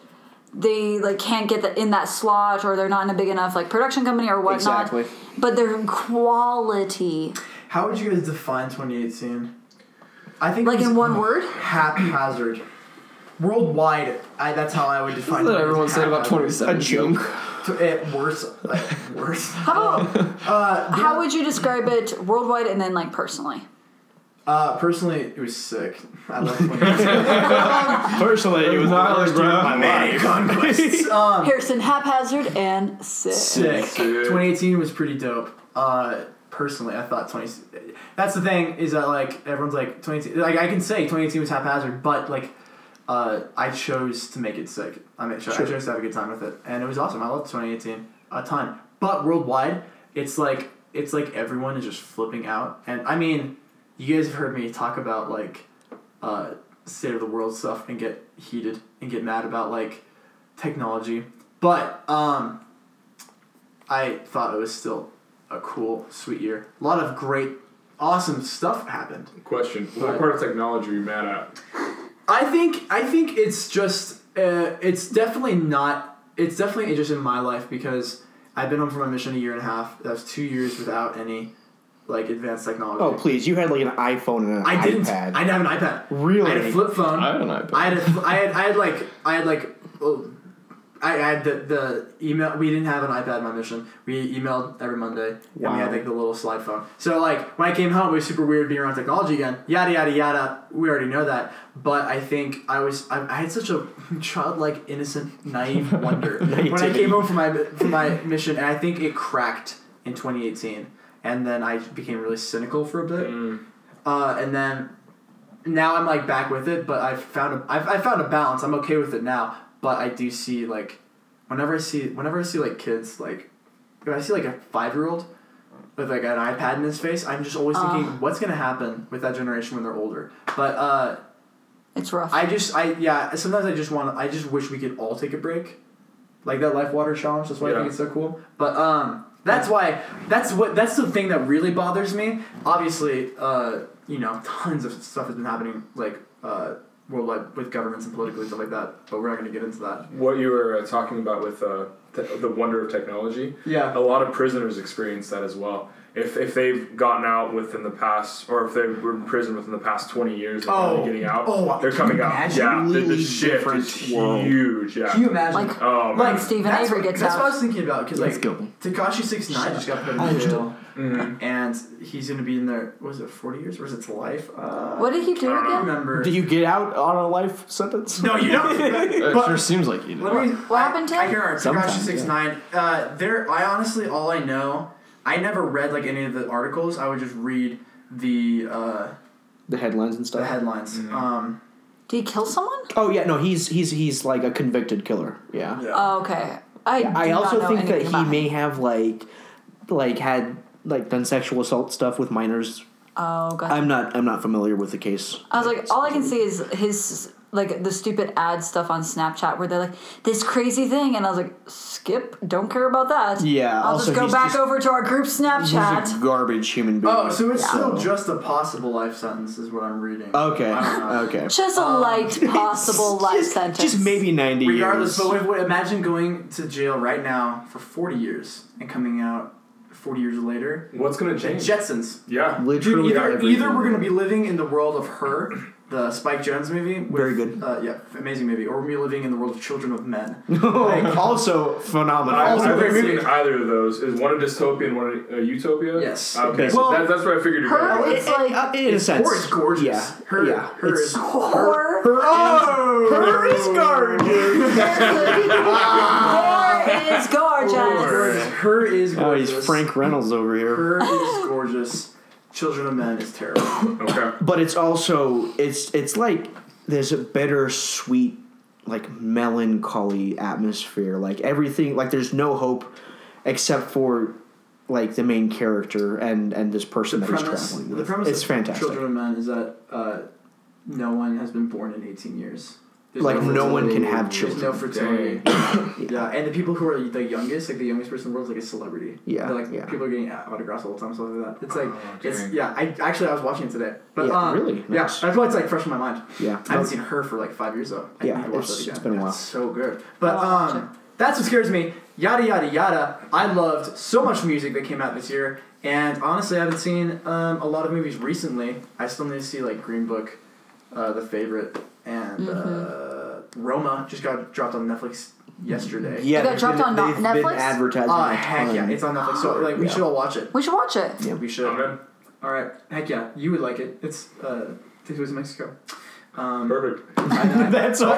they like can't get that in that slot, or they're not in a big enough like production company or whatnot. Exactly. But their quality, How would you guys define twenty eighteen? I think like it's in one word, haphazard. Worldwide, I, that's how I would define. That's what it. everyone said about 27. Haphazard. A joke. It worse, like, worse. how about Oh, uh, how would you describe it worldwide and then like personally? Uh, personally, it was sick. I love 2018. Personally, it was not like Conquest. Um, Harrison haphazard and sick. sick. Sick. 2018 was pretty dope. Uh, personally, I thought 20. That's the thing is that like everyone's like 2018. Like I can say 2018 was haphazard, but like. Uh, I chose to make it sick. I mean, sure. I chose to have a good time with it, and it was awesome. I loved 2018 a ton. But worldwide, it's like it's like everyone is just flipping out. And I mean, you guys have heard me talk about like uh, state of the world stuff and get heated and get mad about like technology. But um, I thought it was still a cool, sweet year. A lot of great, awesome stuff happened. Question: What part of technology are you mad at? I think I think it's just uh, it's definitely not it's definitely just in my life because I've been home from my mission a year and a half. That was two years without any like advanced technology. Oh please! You had like an iPhone and an I didn't. iPad. I didn't have an iPad. Really? I had a flip phone. I had an iPad. I had, a, I had, I had like, I had like, oh, I, I had the, the email. We didn't have an iPad in my mission. We emailed every Monday, and we Wow. had like the little slide phone. So like when I came home, it was super weird being around technology again. Yada yada yada. We already know that, but I think I was, I, I had such a childlike, innocent, naive wonder when I Naivety. came home from my from my mission, and I think it cracked in 2018, and then I became really cynical for a bit. Uh, and then now I'm like back with it, but I've found a I've, I found a balance. I'm okay with it now, but I do see like whenever I see whenever I see like kids like when I see like a five year old with like an iPad in Ah. his face, I'm just always thinking what's gonna happen with that generation when they're older. But uh, It's rough. I just, I yeah. Sometimes I just want. I just wish we could all take a break, like that life water challenge. That's why I Yeah. think it's so cool. But um, that's why. That's what. That's the thing that really bothers me. Obviously, uh, you know, tons of stuff has been happening, like uh, worldwide with governments and politically stuff like that. But we're not going to get into that. What you were uh, talking about with uh, th- the wonder of technology. Yeah. A lot of prisoners experience that as well. If, if they've gotten out within the past, or if they were in prison within the past twenty years, and Oh. they're getting out. Oh, they're coming out. imagine? Yeah, the, the Completely shift different is world. huge. Yeah. Can you imagine? Like- oh man. like Stephen that's Avery what- gets That's out. what I was thinking about because Let's like go. Takashi six nine just got put in jail, Mhm. and he's gonna be in there. Was it forty years? Was it to life? Uh, what did he do I don't I again? don't remember. Do you get out on a life sentence? no, you don't. It But- sure seems like you Let me. What I- happened to I him? can't remember. Sometimes, Takashi six yeah. nine. Uh, there. I honestly, all I know, I never read like any of the articles. I would just read the uh, The headlines and stuff. the headlines. Um, Did he kill someone? oh yeah, no, he's he's he's like a convicted killer. Yeah. yeah. Oh, okay. I, Yeah, I do not also know think that anything he about may him. have like like had like done sexual assault stuff with minors. Oh god. I'm not I'm not familiar with the case. I was like, all I can see is his like the stupid ad stuff on Snapchat where they're like this crazy thing, and I was like, skip, don't care about that. Yeah, I'll also just go he's back just- over to our group He's a Snapchat. garbage human being. Oh, so it's still just a possible life sentence, is what I'm reading. Oh, Okay. I don't know. Okay. Just a light possible life Um, just, sentence. Just maybe ninety Regardless, years. but wait, wait, imagine going to jail right now for 40 years and coming out 40 years later. What's gonna The change? Jetsons. Yeah. Literally Dude, either, everything. either we're going to be living in the world of Her, the Spike Jones movie. With, Very good. Uh, yeah, amazing movie. Or we're gonna be living in the world of Children of Men. also phenomenal. I, I Also haven't great seen movie. either of those. Is one a dystopia and one a, a utopia? Yes. Okay. Well, so that, that's what I figured. you'd her- go with. It's like- uh, in a sense. Her is gorgeous. Yeah. Her, yeah. her it's, is. Or her, oh, her is gorgeous. there is Her, gorgeous. is- her is Oh, gorgeous. he's Frank Reynolds over here. Her is gorgeous. Children of Men is terrible. Okay. but it's also it's it's like there's a better sweet like melancholy atmosphere like everything like there's no hope except for like the main character and and this person the that he's premise, traveling with the premise it's of fantastic Children of Men is that uh, no one has been born in 18 years. There's Like, no one can fertility. have There's children. no fertility. yeah, and the people who are the youngest, like the youngest person in the world, is like a celebrity. Yeah, They're, like yeah. people are getting autographs all the time, stuff like that. It's like, Oh, it's dang. yeah. I actually I was watching it today, but Yeah, um, really? yeah, Nice. that's why it's like fresh in my mind. yeah I haven't seen her for like five years though. I Yeah, need to watch it's- that again. it's been a while. It's so good. But I'll watch um, that's what scares me. Yada yada yada. I loved so much music that came out this year, and honestly, I haven't seen um, a lot of movies recently. I still need to see like Green Book, uh, The Favorite, and uh, Mm-hmm. Roma just got dropped on Netflix yesterday. yeah got they've dropped been- on no- they've Netflix? been advertising Uh, a heck yeah, ton. it's on Netflix. So like, we Yeah. should all watch it. We should watch it. Yeah. We should. I'm in. All right. Heck yeah, you would like it. It's uh, takes place in Mexico. Um, Perfect. that's all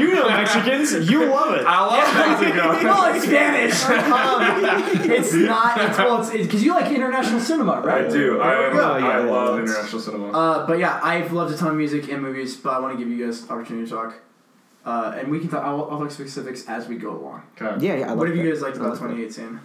you know mexicans you love it I love Mexico. well, it's Spanish. Um, it's not. It's well, it's because you like international cinema, I right? do. I, am, go. Oh, Yeah, I yeah, love that's- international cinema. Uh, but yeah, I've loved a ton of music and movies, but I want to give you guys opportunity to talk, uh, and we can talk. I'll, I'll talk specifics as we go along. yeah, okay. yeah I like what have that. you guys liked I about like that. 2018?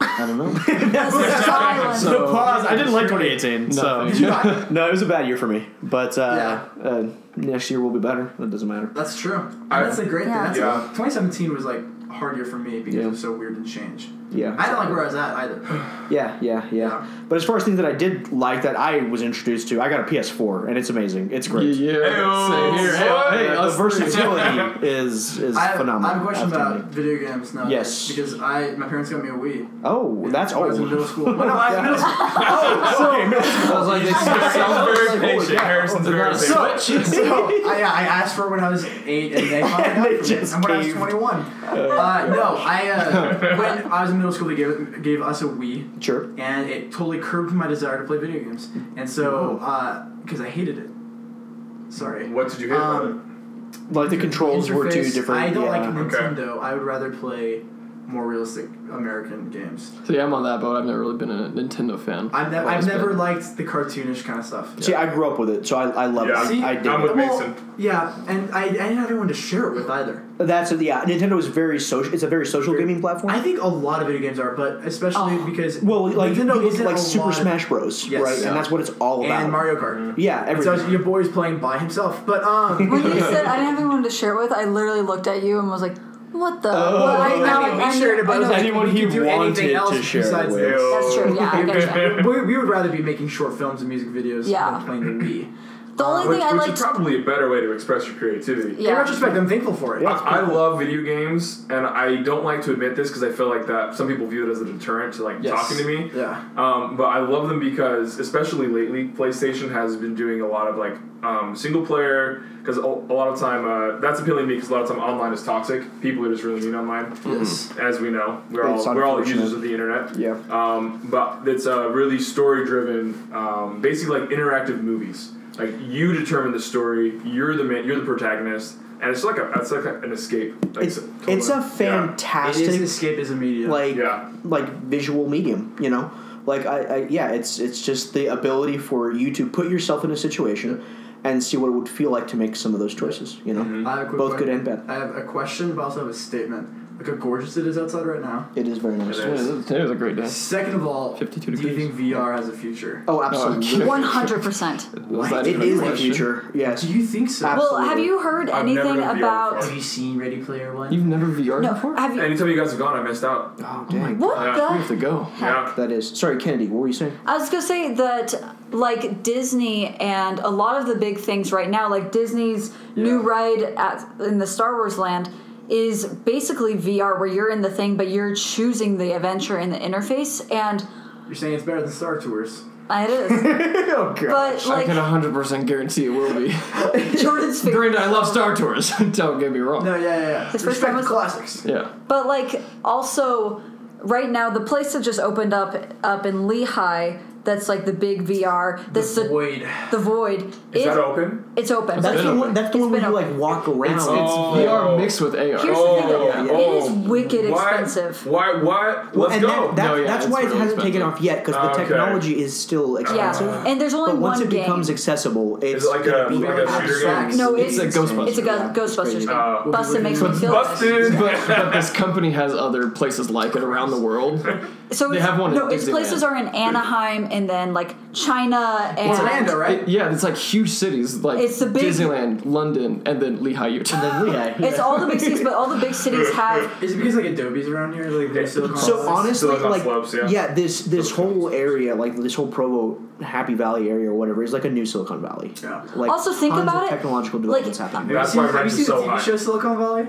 I don't know. This is silence. the So- pause. I didn't like 2018. Nothing. So no, it was a bad year for me. But uh, Yeah. uh, next year will be better. That doesn't matter. That's true. And I- that's a great Yeah. thing. That's Yeah. 2017 was like a hard year for me because Yeah. it was so weird and change. Yeah. I didn't like where I was at either. yeah, yeah, yeah, Yeah. But as far as things that I did like that I was introduced to, I got a PS4 and it's amazing. It's great. Yeah, yeah. Same here. Hey, What? hey, The us versatility is is I have, phenomenal. I have a question Outstanding. about video games now. Yes. Because I my parents got me a Wii. Oh, that's I was in middle old. Oh, school. Well, no, I was in middle school. I was like, they Sounds very sell patient. Harrison's very so, patient. So I, I asked for it when I was eight, and they finally got They it for me. just And when I was caved. twenty-one, uh, no, I uh, when I was in middle school, they gave gave us a Wii, Sure. and it totally curbed my desire to play video games, and so Oh. because I hated it. Sorry. What did you hit? Um, Like the controls were two Interface, different. I don't yeah. like Okay. Nintendo. I would rather play more realistic American games. So yeah, I'm on that boat. I've never really been a Nintendo fan. I've, ne- I've I've always never been- liked the cartoonish kind of stuff. See, I grew up with it, so I, I love Yeah, it. See, I, I I'm did. with- it. Mason. yeah, and I, I didn't have anyone to share it with either. That's yeah. Nintendo is very social. It's a very social gaming platform. I think a lot of video games are, but especially because Oh. well, like you Nintendo look isn't like a Super lot- Smash Bros. Yes. right? Yeah. And that's what it's all about. and Mario Kart. Yeah, everything. So your boy's playing by himself, but When um. you said I didn't have anyone to share it with, I literally looked at you and was like, "What the?" Well, I, know, I mean, we I shared it, know- but I it was know. like, Anyone we he could do wanted anything to else share it besides with. this. That's true, yeah, I getcha. We, we would rather be making short films and music videos Yeah. than playing the Wii. the only which, thing I which liked. is probably a better way to express your creativity. In yeah. retrospect, I'm thankful for it. I, I love video games, and I don't like to admit this because I feel like that some people view it as a deterrent to like Yes. talking to me. Yeah. Um, but I love them because, especially lately, PlayStation has been doing a lot of like um, single player. Because a, a lot of time, uh, that's appealing to me because a lot of time online is toxic. People are just really mean online. Yes. As we know, we're It's all we're all unfortunate. users of the internet. Yeah. Um, but it's a really story driven, um, basically like interactive movies. Like you determine the story. You're the man, you're the protagonist, and it's like a it's like a, an escape. Like, it's so- it's a totally. Yeah. It fantastic is escapism media. like Yeah. like visual medium. You know, like I, I yeah, it's it's just the ability for you to put yourself in a situation and see what it would feel like to make some of those choices. You know, I have a quick both good que- and bad. I have a question, but I also have a statement. Look how gorgeous it is outside right now. It is very nice. It Yeah, is. it was a great day. Second of all, 52 do you degrees. think VR has a future? Oh, No, absolutely. I'm One hundred percent. Was What? that It even a is the question? future. Yes. Do you think so? Ab- Well, Absolutely. have you heard I've never anything done VR about? before. have you seen Ready Player One? You've never VR No, before? have you? Anytime you guys have gone, I missed out. Oh, oh my dang. What Yeah. We the have to go. Yeah. That is. Sorry, Kennedy. What were you saying? I was gonna say that like Disney and a lot of the big things right now, like Disney's new ride at in the Star Wars land is basically VR where you're in the thing but you're choosing the adventure in the interface and You're saying it's better than Star Tours. it is. Oh god. but I can like 100% guarantee it will be. Jordan's favorite Granted, I love Star Tours. Don't get me wrong. No, yeah, yeah, yeah. His first Respect one the was- classics. Yeah. But like also right now the place that just opened up up in Lehigh that's like the big VR that's the, Void. the void Is is that open? it's open. That's been the open. one. That's the It's one where been you open. like walk around. It's, Oh. it's VR mixed with AR. Here's the thing though, Yeah, it is wicked why, expensive. Why? Why? Let's and go. That, that, No, yeah, that's it's why it really hasn't taken expensive. off yet because the Okay. technology is still expensive. Yeah, and there's only but once one it becomes game. accessible, it's is it like gonna a be like a shooter game? abstract. no, It's it's, a Ghostbusters. It's a go- Yeah, it's Ghostbusters crazy. game. Uh, Busted makes me feel Busted. But, but this company has other places like it around the world. So They it's, have one at No, its Disneyland. places are in Anaheim and then like China and Orlando, right? It- yeah, it's like huge cities like It's the big- Disneyland, London, and then Lehigh, Utah. Yeah, yeah. It's all the big cities, but all the big cities have. Is it because like Adobe's around here? Like they Oh, still So honestly, Silicon like slopes, yeah. yeah. this this whole area, like this whole Provo Happy Valley area or whatever, is like a new Silicon Valley. Yeah. Like Also, think tons about of it, Technological like- developments happening. That's why have you rent seen is the so TV show high. Silicon Valley?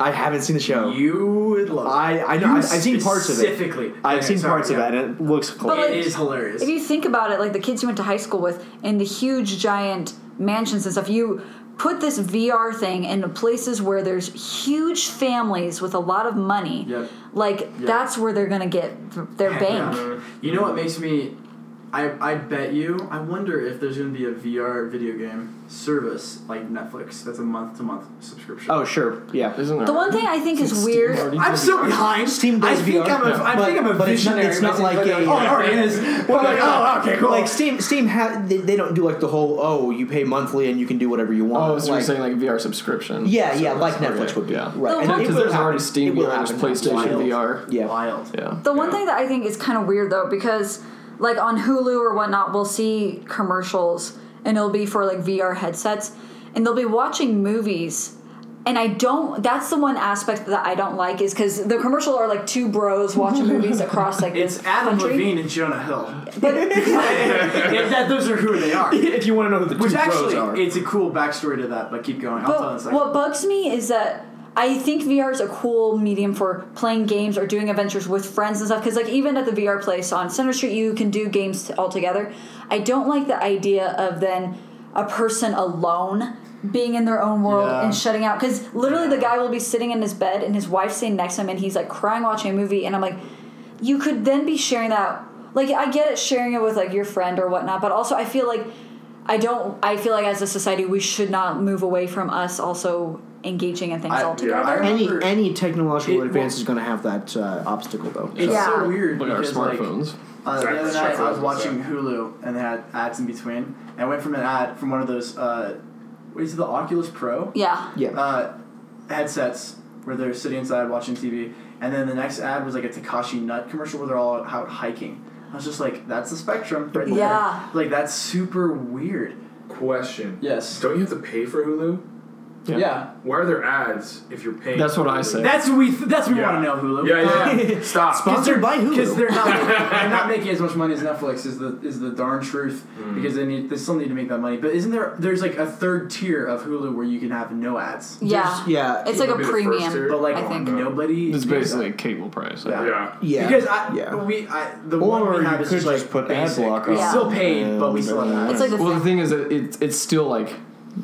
I haven't seen the show. You would love. I I know You I've, I've seen parts of it. Specifically, I've Okay, seen sorry, parts yeah. of it, and it looks cool. But, like- It is hilarious. If you think about it, like the kids you went to high school with and the huge giant mansions and stuff, you put this VR thing into places where there's huge families with a lot of money. Yep. Like that's where they're gonna get their bank. You know what makes me? I I bet you. I wonder if there's going to be a VR video game service like Netflix. That's a month to month subscription. oh sure, yeah. Isn't there? The one thing I think is Steam weird. already I'm does so VR? behind. Steam I does think VR, I'm a, I but- think I'm a but it's not- visionary. it's not but like they're a- uh, oh, it already is. Well, I'm like, oh, okay, cool. Like Steam, Steam ha- they, they don't do like the whole oh you pay monthly and you can do whatever you want. Oh, so like, you're saying like VR subscription? yeah, yeah, service. like Netflix Okay, would do. Yeah. Right, The and one- it Because will there's happen. already Steam It will VR, there's happen. PlayStation Wild. VR. Yeah, wild. Yeah. The one thing that I think is kind of weird though, because like on Hulu or whatnot, we'll see commercials and it'll be for like VR headsets and they'll be watching movies. And I don't, that's the one aspect that I don't like is because the commercial are like two bros watching movies across like this It's Adam country. Levine and Jonah Hill. But If that, those are who they are. if you want to know who the Which actually, it's a cool backstory to that. But keep going. I'll tell in a But second. what bugs me is that I think VR is a cool medium for playing games or doing adventures with friends and stuff. Because like even at the VR place on Center Street, you can do games t- all together. I don't like the idea of then a person alone being in their own world Yeah. and shutting out. Because literally, the guy will be sitting in his bed and his wife's sitting next to him, and he's like crying watching a movie, and I'm like, you could then be sharing that. Like I get it, sharing it with like your friend or whatnot, but also I feel like I don't. I feel like as a society, we should not move away from us also engaging in things I- altogether. yeah, Any remember- any technological It- advance is going to have that uh, obstacle though. It's Yeah. so weird Look at our because like smartphones. uh, the other Exactly. night I was Smartphones, watching Hulu and they had ads in between, and I went from an ad from one of those uh, what is it, the Oculus Pro yeah. Yeah. uh, headsets where they're sitting inside watching TV, and then the next ad was like a Takashi Nut commercial where they're all out hiking. I was just like, that's the spectrum. Right there. Yeah. Like that's super weird. Question. Yes. Don't you have to pay for Hulu? Yeah. Why are there ads if you're paying? That's for what I Hulu? said. That's what we. that's what we Yeah. want to know, Hulu. Yeah, yeah. yeah. Stop. Sponsored by Because Hulu. they're not they're not making as much money as Netflix is the is the darn truth because they need they still need to make that money. But isn't there there's like a third tier of Hulu where you can have no ads? Yeah. Yeah. It's like a It'll be the first premium. tier. But like I think. nobody It's does basically that. cable price. Yeah. yeah. yeah. Because I, yeah. we, I, the one or we you have is could just like just put ad basic. blocker We on. still paid, Yeah, but we still but- have ads. It's like the Well, the thing. thing is, that it, it's still like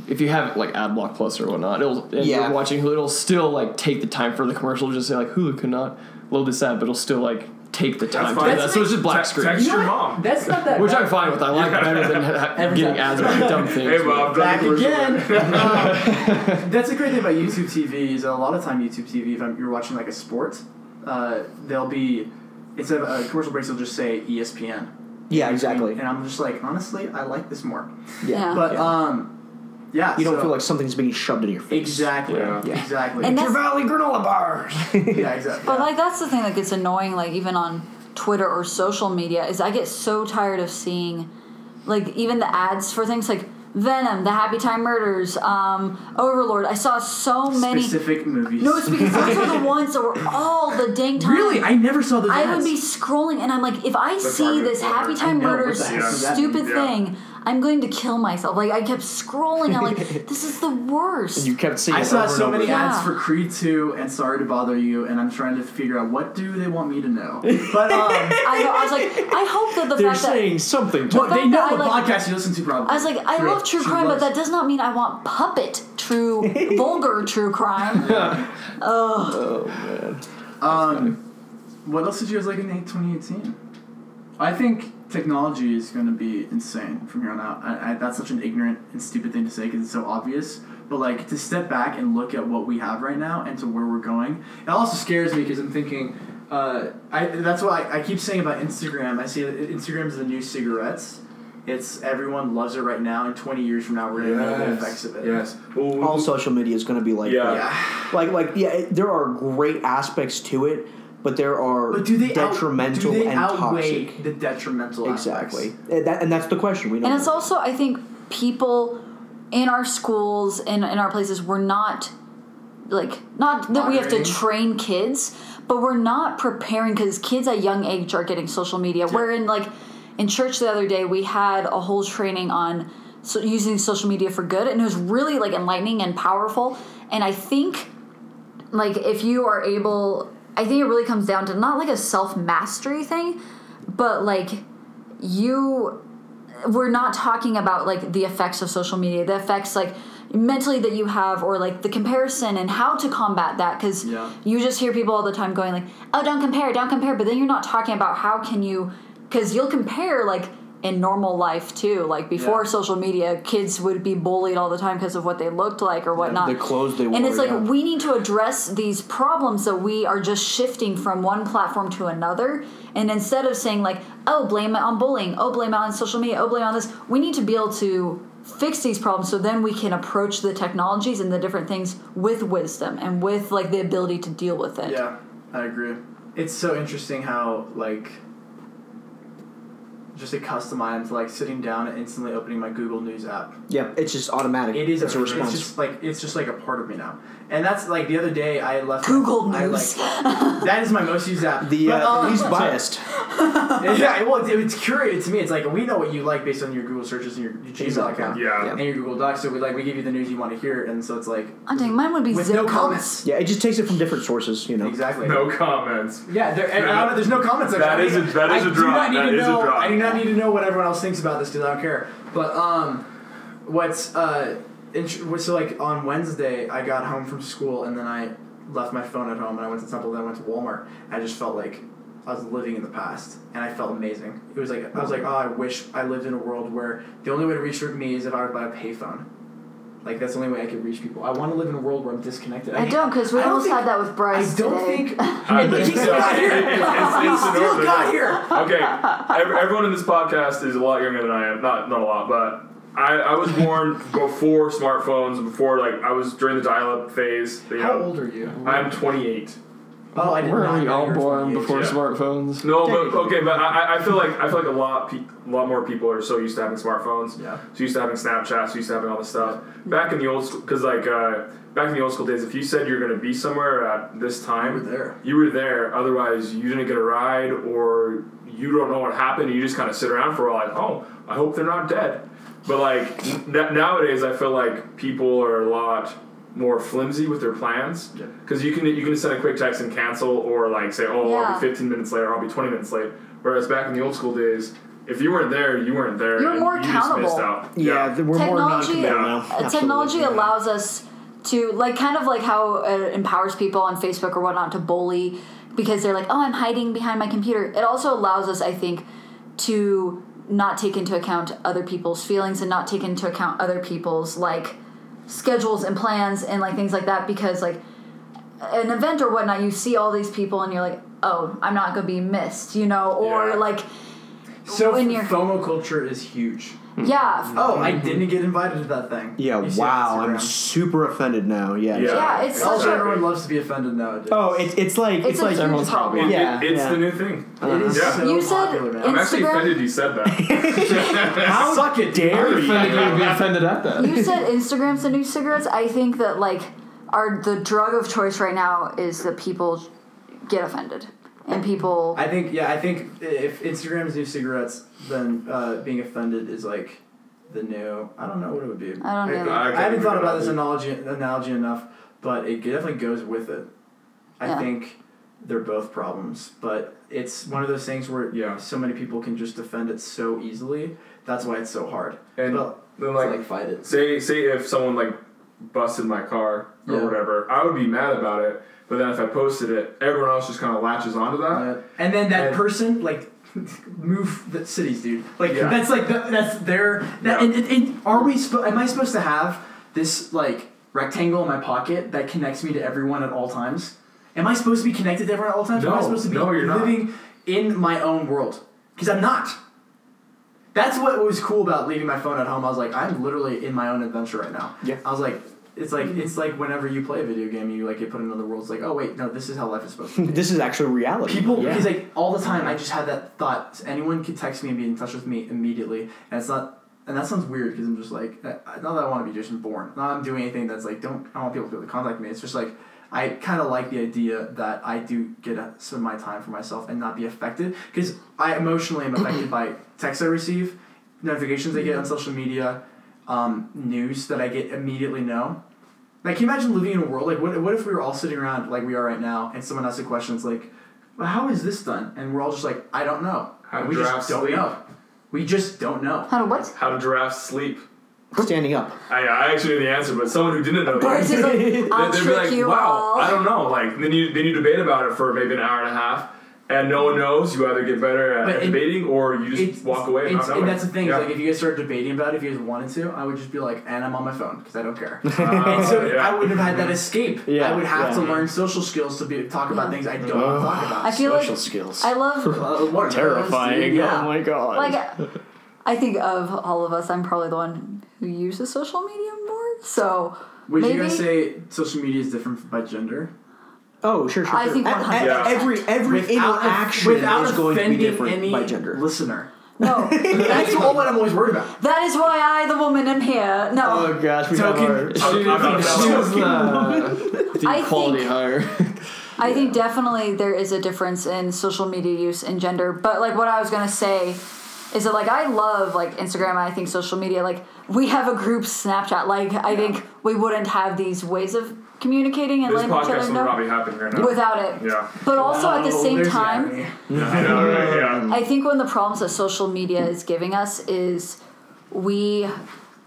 if you have like AdBlock Plus or whatnot, it'll and Yeah. you're watching Hulu, it'll still like take the time for the commercial to just say like Hulu cannot load this ad, but it'll still like take the time. to fine. do that. So it's just black Te- screen, text You know your what? mom. That's not that. which bad. I'm fine with. I like better than ha- getting ads about dumb things. Hey, Bob. back done the commercial. again. Uh, that's the great thing about YouTube TV is that a lot of time YouTube TV, if I'm, you're watching like a sport, uh, they'll be instead of uh, commercial breaks, they'll just say ESPN. yeah. Exactly. And I'm just like, honestly, I like this more. yeah. But Yeah. um, yeah, You don't so- feel like something's being shoved in your face. exactly, Yeah. Yeah. exactly, And that's- Valley granola bars. yeah, exactly. But like that's the thing that gets annoying, like even on Twitter or social media, is I get so tired of seeing like even the ads for things like Venom, the Happy Time Murders, um, Overlord. I saw so many specific movies. No, it's because those are the ones that were all the dang time. really, I never saw those. I ads. would be scrolling and I'm like, if I see target this for Happy it. Time I know, what Murders the heck does that stupid mean? Yeah. thing, I'm going to kill myself. Like I kept scrolling, I'm like, this is the worst. You kept seeing. I it saw over and so over many again. ads Yeah. for Creed 2 and Sorry to Bother You, and I'm trying to figure out what do they want me to know. But um, I, know, I was like, I hope that the They're fact that saying something. To well, they fact know that the I, like- podcast you listen to probably. I was like, I True. love true She crime, loves- but that does not mean I want puppet true vulgar true crime. Um, what else did you guys like in 2018? I think technology is going to be insane from here on out. I, I, that's such an ignorant and stupid thing to say because it's so obvious. But like to step back and look at what we have right now and to where we're going, it also scares me because I'm thinking. Uh, I that's why I, I keep saying about Instagram. I see that Instagram is the new cigarettes. It's everyone loves it right now, and 20 years from now, we're gonna know the effects of it. Yes. Well, we- all social media is going to be like Yeah. that. Yeah. like like yeah it- there are great aspects to it but there are But do they out- detrimental do they and outweigh toxic the detrimental? aspects? exactly and, that, and that's the question we know and it's also, I think, people in our schools and in our places we're not like not that we have to Moderating. train kids, but we're not preparing because kids at young age are getting social media. We're in like in church the other day we had a whole training on so using social media for good, and it was really like enlightening and powerful. And I think like if you are able i think it really comes down to not like a self-mastery thing but like you we're not talking about like the effects of social media the effects like mentally that you have or like the comparison and how to combat that because Yeah. you just hear people all the time going like oh don't compare don't compare but then you're not talking about how can you because you'll compare like in normal life too like before Yeah. social media kids would be bullied all the time because of what they looked like or whatnot the clothes they and wore, it's like yeah. we need to address these problems that we are just shifting from one platform to another and instead of saying like oh blame it on bullying oh blame it on social media oh blame it on this we need to be able to fix these problems so then we can approach the technologies and the different things with wisdom and with like the ability to deal with it Yeah, I agree. It's so interesting how like just accustomed I am to like sitting down and instantly opening my Google News app. yeah it's just automatic It is it's a response It's just like it's just like a part of me now. And that's like the other day I left Google I, News. like, that is my most used app. the But, uh, um, he's biased yeah, well, it- it's curated to me. It's like we know what you like based on your Google searches and your, your Gmail Exactly. account yeah. and your Google Docs. So we like we give you the news you want to hear, and so it's like i'm thinking mine would be with zip no codes. comments. yeah it just takes it from different sources you know Exactly. No comments. Yeah, there, and I don't, there's no comments. section. That is a- that is I a Do drop. not need That to is a know, drop. I do not need to know what everyone else thinks about this because I don't care. But um, what's uh, int- what's- so like on Wednesday I got home from school and then I left my phone at home and I went to Temple. Then I went to Walmart. I just felt like I was living in the past, and I felt amazing. It was like I was like, oh, I wish I lived in a world where the only way to reach me is if I were to buy a payphone. Like that's the only way I could reach people. I want to live in a world where I'm disconnected. I don't, because we I don't almost think- had that with Bryce. I don't today. think. I And think he so. still got here. It- it's- it's- He it's an still order. got here. Okay, ev- everyone in this podcast is a lot younger than I am. Not not a lot, but I, I was born before smartphones, before like I was during the dial-up phase. You How know. old are you? I'm 28. Oh, I did Were we not know you all were born 28. before yeah. smartphones? No, but okay, but I, I- I feel like I feel like a lot pe- a lot more people are so used to having smartphones. Yeah. So used to having Snapchat, so used to having all this stuff. Back in the old school, because like uh, back in the old school days, if you said you're gonna be somewhere at this time, You were there. You were there. Otherwise, you didn't get a ride, or you don't know what happened. and You just kind of sit around for a while, like, oh, I hope they're not dead. But like n- nowadays, I feel like people are a lot more flimsy with their plans Yeah. because you can you can send a quick text and cancel, or like say, oh, Yeah. I'll be 15 minutes late, or I'll be 20 minutes late. Whereas back in the old school days, if you weren't there, you weren't there. You're and more you just missed accountable. out. Yeah, th- we're more technology non-committal uh, now. uh, Absolutely. technology allows us to like kind of like how it empowers people on facebook or whatnot to bully because they're like oh i'm hiding behind my computer it also allows us i think to not take into account other people's feelings and not take into account other people's like schedules and plans and like things like that because like an event or whatnot you see all these people and you're like oh i'm not gonna be missed you know or Yeah. like So When you're- FOMO culture is huge. Hmm. yeah Oh, I didn't get invited to that thing. Yeah, You see on wow, I'm Instagram. super offended now. Yeah. Yeah, it's Also, such a- everyone loves to be offended nowadays. Oh, it's it's like it's, it's, a like huge everyone's problem It- it- Yeah, it's yeah. the new thing. it is Yeah. so You said popular now. in- I'm actually Instagram? offended you said that. how Suck it, dude. dare you? Offended you would be offended at that. you said Instagram's the new cigarettes. I think that like our the drug of choice right now is that people get offended and people. I think yeah, I think if Instagram's new cigarettes, then uh, being offended is like the new. I don't know what it would be. I don't know. I I, can't haven't figure thought it about out. this analogy analogy enough, but it definitely goes with it. I Yeah. think they're both problems, but it's one of those things where Yeah. so many people can just defend it so easily. That's why it's so hard. And Well, then It's like, like fight it. say say if someone like busted my car or Yeah. whatever, I would be mad about it. But then if I posted it, everyone else just kind of latches onto that. Uh, and then that And- person like move the cities, dude. Like Yeah. that's like the, that's their. That, Yeah. and, and, and are we? Sp- am I supposed to have this like rectangle in my pocket that connects me to everyone at all times? Am I supposed to be connected to everyone at all times? am I No. supposed to be No, you're not. living in my own world? Because I'm not. That's what was cool about leaving my phone at home. I was like, I'm literally in my own adventure right now. Yeah. I was like, it's like Mm-hmm. it's like whenever you play a video game, you like get put in another world. It's like, oh wait, no, this is how life is supposed to be. This is actually reality. People, yeah. because like all the time, I just had that thought. so anyone could text me and be in touch with me immediately, and it's not. And that sounds weird because I'm just like, I- not that I want to be just born. Not that I'm doing anything that's like, don't. I don't want people to be able to contact me. It's just like I kind of like the idea that I do get a, some of my time for myself and not be affected because I emotionally am affected by texts I receive, notifications I get on social media, um, news that I get immediately know. Like, can you imagine living in a world like what? What if we were all sitting around like we are right now, and someone asks a question? It's like, well, how is this done? And we're all just like, I don't know. How we just giraffes don't sleep. know. We just don't know. How do what? How do giraffes sleep? standing up. I, I actually knew the answer, but someone who didn't know Bryce is like, I'll they'd be trick like, you wow, all. I don't know. Like then you then you debate about it for maybe an hour and a half, and no one knows. You either get better at But it- debating or you just walk away. it's- not and knowing. that's the thing. is, Yeah. Like, if you guys start debating about it, if you guys wanted to, I would just be like, and I'm on my phone because I don't care. Uh, And so yeah. I would have had that escape. Yeah, I would have yeah. to learn social skills to be talk about Yeah. things I don't want to talk about. I feel Social like skills. I love Uh, what are those, dude? Terrifying. Yeah. Oh my god. like I think of all of us, I'm probably the one who uses social media more. So Would maybe you guys say social media is different by gender? oh, sure, sure. I sure. think E- e- 100%. every every interaction without is going to be offending different any by gender. Listener. no. That's all what I'm always worried about. that is why I, the woman, am here. No, Oh gosh, we Token- have our, I'm- I'm not a She fellow. was the, the I quality think- higher. I think definitely there is a difference in social media use and gender. But like what I was gonna say is that like I love like Instagram. and I think social media. Like we have a group Snapchat. Like I think we wouldn't have these ways of communicating and this letting each podcast other would know probably happen right now. without it. yeah. But also at the Oh, same there's time. irony. I know, right? Yeah. I think one of the problems that social media is giving us is we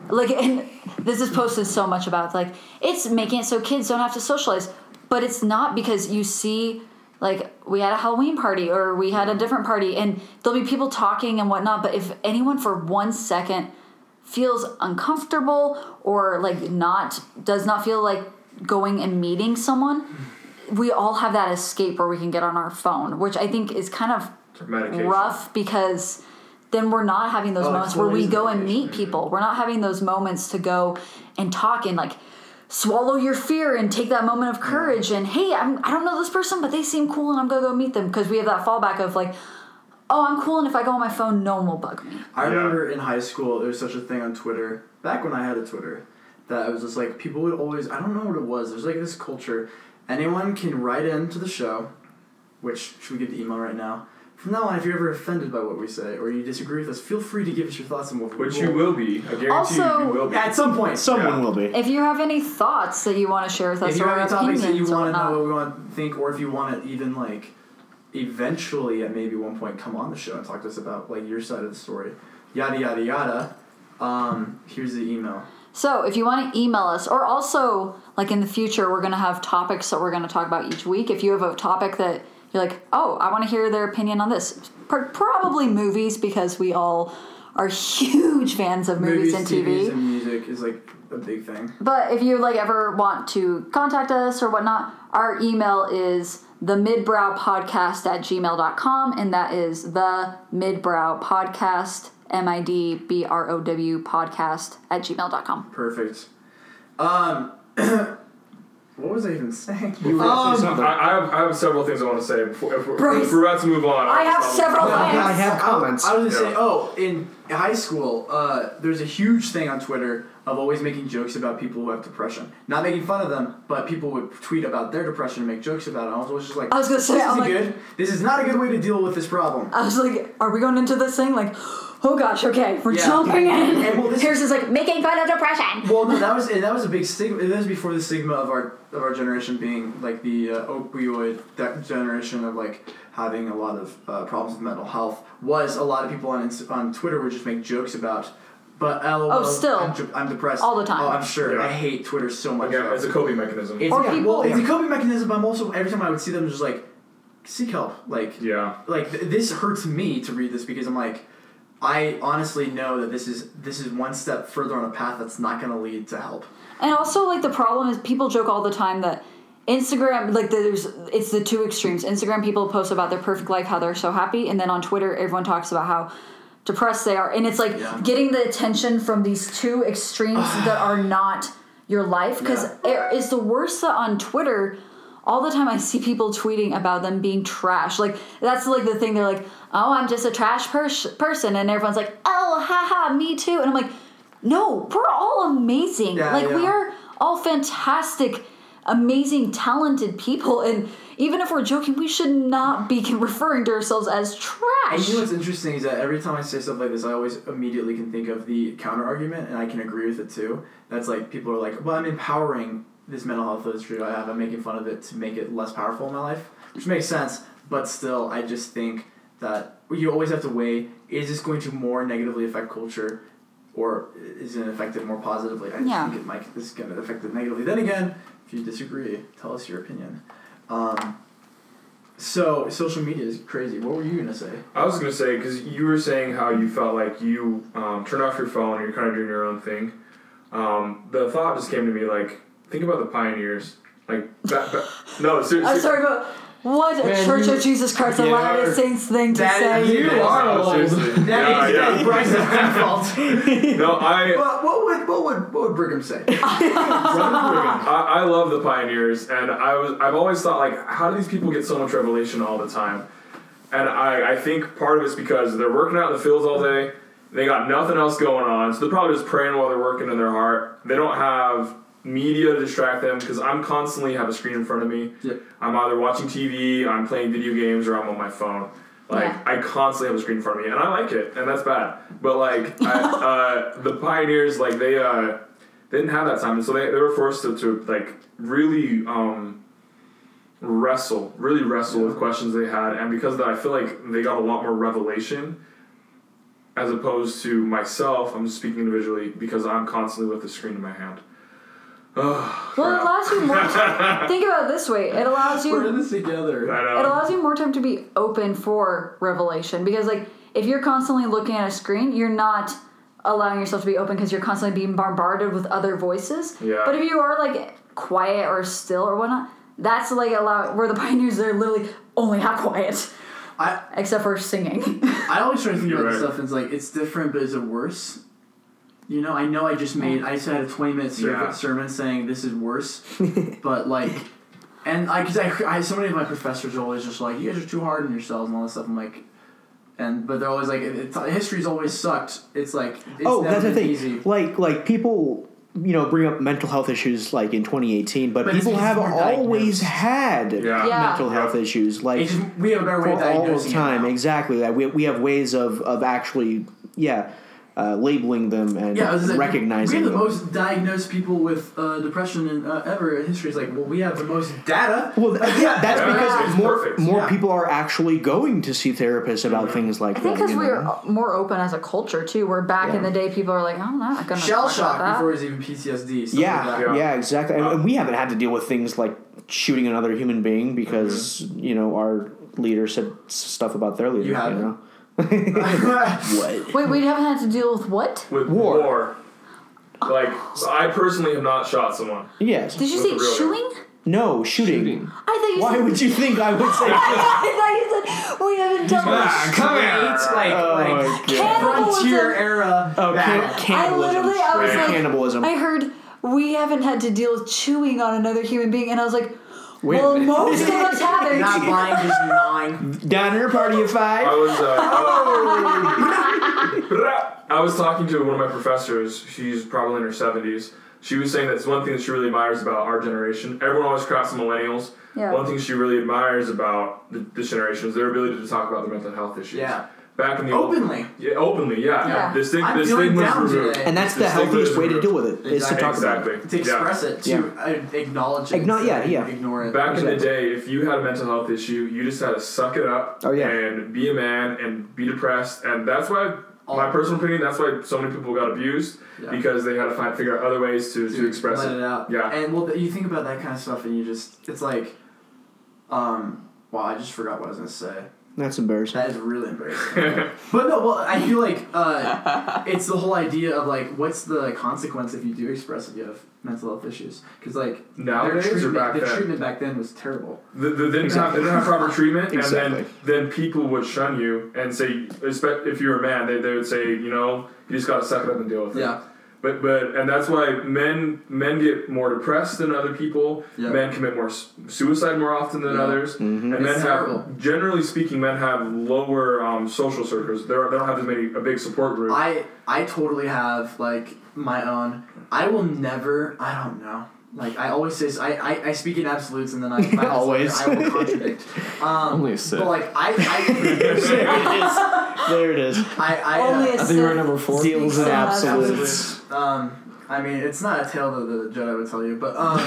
like and this is posted so much about like it's making it so kids don't have to socialize, but it's not because you see like we had a Halloween party or we had a different party, and there'll be people talking and whatnot. But if anyone for one second feels uncomfortable or like not does not feel like going and meeting someone, we all have that escape where we can get on our phone, which I think is kind of Medication. rough because then we're not having those Oh, moments it's where we always go and medication. meet people. We're not having those moments to go and talk and like swallow your fear and take that moment of courage and hey, I'm, I don't know this person, but they seem cool and I'm gonna go meet them because we have that fallback of like, oh, I'm cool and if I go on my phone, no one will bug me. I Yeah. remember in high school there was such a thing on Twitter back when I had a Twitter that it was just like people would always I don't know what it was. There's like this culture. Anyone can write in to the show, which should we get the email right now? From now on, if you're ever offended by what we say or you disagree with us, feel free to give us your thoughts and we'll. Which we'll- you will be. I guarantee Also- you, you will be. at some point. Someone will be. If you have any thoughts that you want to share with us if you or have any topics opinions that you or want to whatnot, know what we want to think, or if you want to even like eventually at maybe one point come on the show and talk to us about like your side of the story, yada yada yada. Um, here's the email. So if you want to email us, or also like in the future, we're going to have topics that we're going to talk about each week. If you have a topic that you're like, oh, I want to hear their opinion on this, pr- probably movies because we all are huge fans of movies, and TV. TVs, and music is like a big thing. But if you like ever want to contact us or whatnot, our email is the midbrow podcast at gmail.com and that is the midbrow podcast m-i-d-b-r-o-w podcast at gmail.com Perfect. Um, what was I even saying? You were gonna say Um, something. I, I, have, I have several things I want to say before if we're, Bryce. if we're about to move on. i have I'll- several Yeah, I things have comments. I was gonna Yeah. say, oh, in high school, uh, there's a huge thing on Twitter of always making jokes about people who have depression. Not making fun of them, but people would tweet about their depression and make jokes about it. I was always just like, I was gonna say, this I'm isn't like- good. This is not a good way to deal with this problem. i was like are we going into this thing like oh gosh okay we're Yeah. jumping in And well, this- here's this like making fun of depression Well, no, that was and that was a big stigma. That was before the stigma of our of our generation being like the uh, opioid that generation of like having a lot of uh, problems with mental health was a lot of people on Inst- on Twitter would just make jokes about. But lol, Oh, still. I'm, de- I'm depressed All the time. Oh, I'm sure. Yeah. I hate Twitter so much. Yeah, though. it's a coping mechanism. It's, Or yeah, people- well, it's a coping mechanism. But I'm also every time I would see them, just like seek help. Like yeah. like th- this hurts me to read this because I'm like, I honestly know that this is this is one step further on a path that's not going to lead to help. And also, like the problem is, people joke all the time that Instagram, like there's, it's the two extremes. Instagram people post about their perfect life, how they're so happy, and then on Twitter, everyone talks about how depressed they are, and it's like Yeah. getting the attention from these two extremes that are not your life. Because it is the worst that on Twitter. All the time, I see people tweeting about them being trash. Like that's like the thing. They're like, "Oh, I'm just a trash pers- person," and everyone's like, "Oh, haha, me too." And I'm like, "No, we're all amazing. Yeah, like we yeah. are are all fantastic, amazing, talented people, and even if we're joking, we should not be referring to ourselves as And trash. you know what's interesting is that every time I say stuff like this, I always immediately can think of the counter argument, and I can agree with it too. That's like people are like, "Well, I'm empowering this mental health issue I have. I'm making fun of it to make it less powerful in my life," which makes sense. But still, I just think that you always have to weigh: is this going to more negatively affect culture, or is it affected more positively? I just Yeah. think it might this is going to affect it negatively. Then again, if you disagree, tell us your opinion. Um, so social media is crazy. What were you gonna say? I was gonna say because you were saying how you felt like you um, turned off your phone and you're kind of doing your own thing. Um, the thought just came to me like, think about the pioneers. Like, that, that, no, seriously. I'm sorry, but what a Man, Church you- of Jesus Christ, the Yeah. loudest saints thing to That say. is- you are old. seriously. That is yeah, Bryce's default. yeah. No, I. but what would what would what would Brigham say? I, I love the pioneers, and I was I've always thought like, how do these people get so much revelation all the time? And I, I think part of it's because they're working out in the fields all day. They got nothing else going on, so they're probably just praying while they're working in their heart. They don't have media to distract them because I'm constantly have a screen in front of me. Yep. I'm either watching TV, I'm playing video games, or I'm on my phone. Like Yeah. I constantly have a screen in front of me, and I like it, and that's bad. But like I, uh, the pioneers, like they uh, they didn't have that time, and so they, they were forced to, to like really um, wrestle, really wrestle with questions they had, and because of that, I feel like they got a lot more revelation. As opposed to myself, I'm speaking individually because I'm constantly with the screen in my hand. Well, it allows you more. Time. think about it this way: it allows you We're in this together. I it know. allows you more time to be open for revelation because like if you're constantly looking at a screen you're not allowing yourself to be open because you're constantly being bombarded with other voices Yeah. but if you are like quiet or still or whatnot that's like allow where the pioneers are literally only half quiet I- except for singing I always try to think You're about this right. stuff and it's like, it's different, but is it worse? You know, I know I just made, I just had a 20 minute ser- Yeah. sermon saying this is worse, but like, and I, cause I, I, so many of my professors are always just like, you guys are too hard on yourselves and all this stuff. I'm like, and, but they're always like, it, it's, history's always sucked. It's like, it's oh, never that's the been thing. easy. Like like people, you know, bring up mental health issues like in 2018, but, But it's people because have we're always diagnosed. had Yeah. Yeah. mental health issues like It's just, we have a better way of for all diagnosing the it time. now. Exactly that we we have ways of of actually yeah. Uh, labeling them and Yeah, this is it. recognizing we have the them. most diagnosed people with uh, depression in, uh, ever in history. It's like, well, we have the most data. Well, th- yeah, that's Yeah, because it's more perfect. more Yeah. people are actually going to see therapists about things like i think that. because you we know? are more open as a culture too where back in the day people are like i'm not gonna Shell talk about shock that. before it was even PTSD. stuff Yeah, like yeah, that. exactly. And, and we haven't had to deal with things like shooting another human being because you know our leader said s- stuff about their leader. You, haven't? know, wait we haven't had to deal with what With War. war. Like, I personally have not shot someone. yes, did you With say the real shooing no shooting. Shooting. i thought you Why said would you think I would say? I thought you said we haven't dealt with come It's like, like cannibalism. frontier era. Oh, can- bad. cannibalism. I literally, I was Right. like, Cannibalism. I heard we haven't had to deal with chewing on another human being, and I was like, Wait a well, minute. most of us Not haven't. blind, just gnawing. Diner party of I five. was. Uh, Oh. I was talking to one of my professors. She's probably in her seventies. She was saying that's one thing that she really admires about our generation. Everyone always crafts the millennials. Yeah. One thing she really admires about th- this generation is their ability to talk about their mental health issues. Yeah. Back in the old- Openly. yeah, openly, yeah. Yeah. This thing, I'm this feeling thing was down removed. today. And that's the This thing healthiest was way to removed. deal with it is to talk about it. Exactly. To express yeah. it, to Yeah. uh, acknowledge it. Acknow- instead yeah, of yeah. Ignore it. Back in the day, if you had a mental health issue, you just had to suck it up Oh, yeah. and be a man and be depressed. And that's why, my All- personal opinion, that's why so many people got abused Yeah. because they had to find, figure out other ways to, to Dude, express let it. out. Yeah. And well, you think about that kind of stuff, and you just it's like, um, wow, I just forgot what I was gonna say. That's embarrassing. That is really embarrassing. but no, well, I feel like uh, it's the whole idea of like, what's the consequence if you do express that you have mental health issues? Because like Nowadays or their treatment, back the then? treatment back then was terrible. the, the, they, didn't have, they didn't have proper treatment, Exactly. and then, then people would shun you and say, espe- if you were a man, they, they would say, you know, you just got to suck it up and deal with it. Yeah. But but and that's why men men get more depressed than other people. Yeah. Men commit more s- suicide more often than Yeah. Mm-hmm. others, and men It's terrible. have generally speaking men have lower um, social circles. They're, they don't have as many a big support group. I I totally have like my own. I will never. I don't know. Like I always say, I I, I speak in absolutes, and then I find myself- Always. I will contradict. Only a sip. But like I I There it is. I, I uh, Only a I think we're sip. at number four. Deals and Absolutely. absolutes. Um, I mean, it's not a tale that the Jedi would tell you, but um,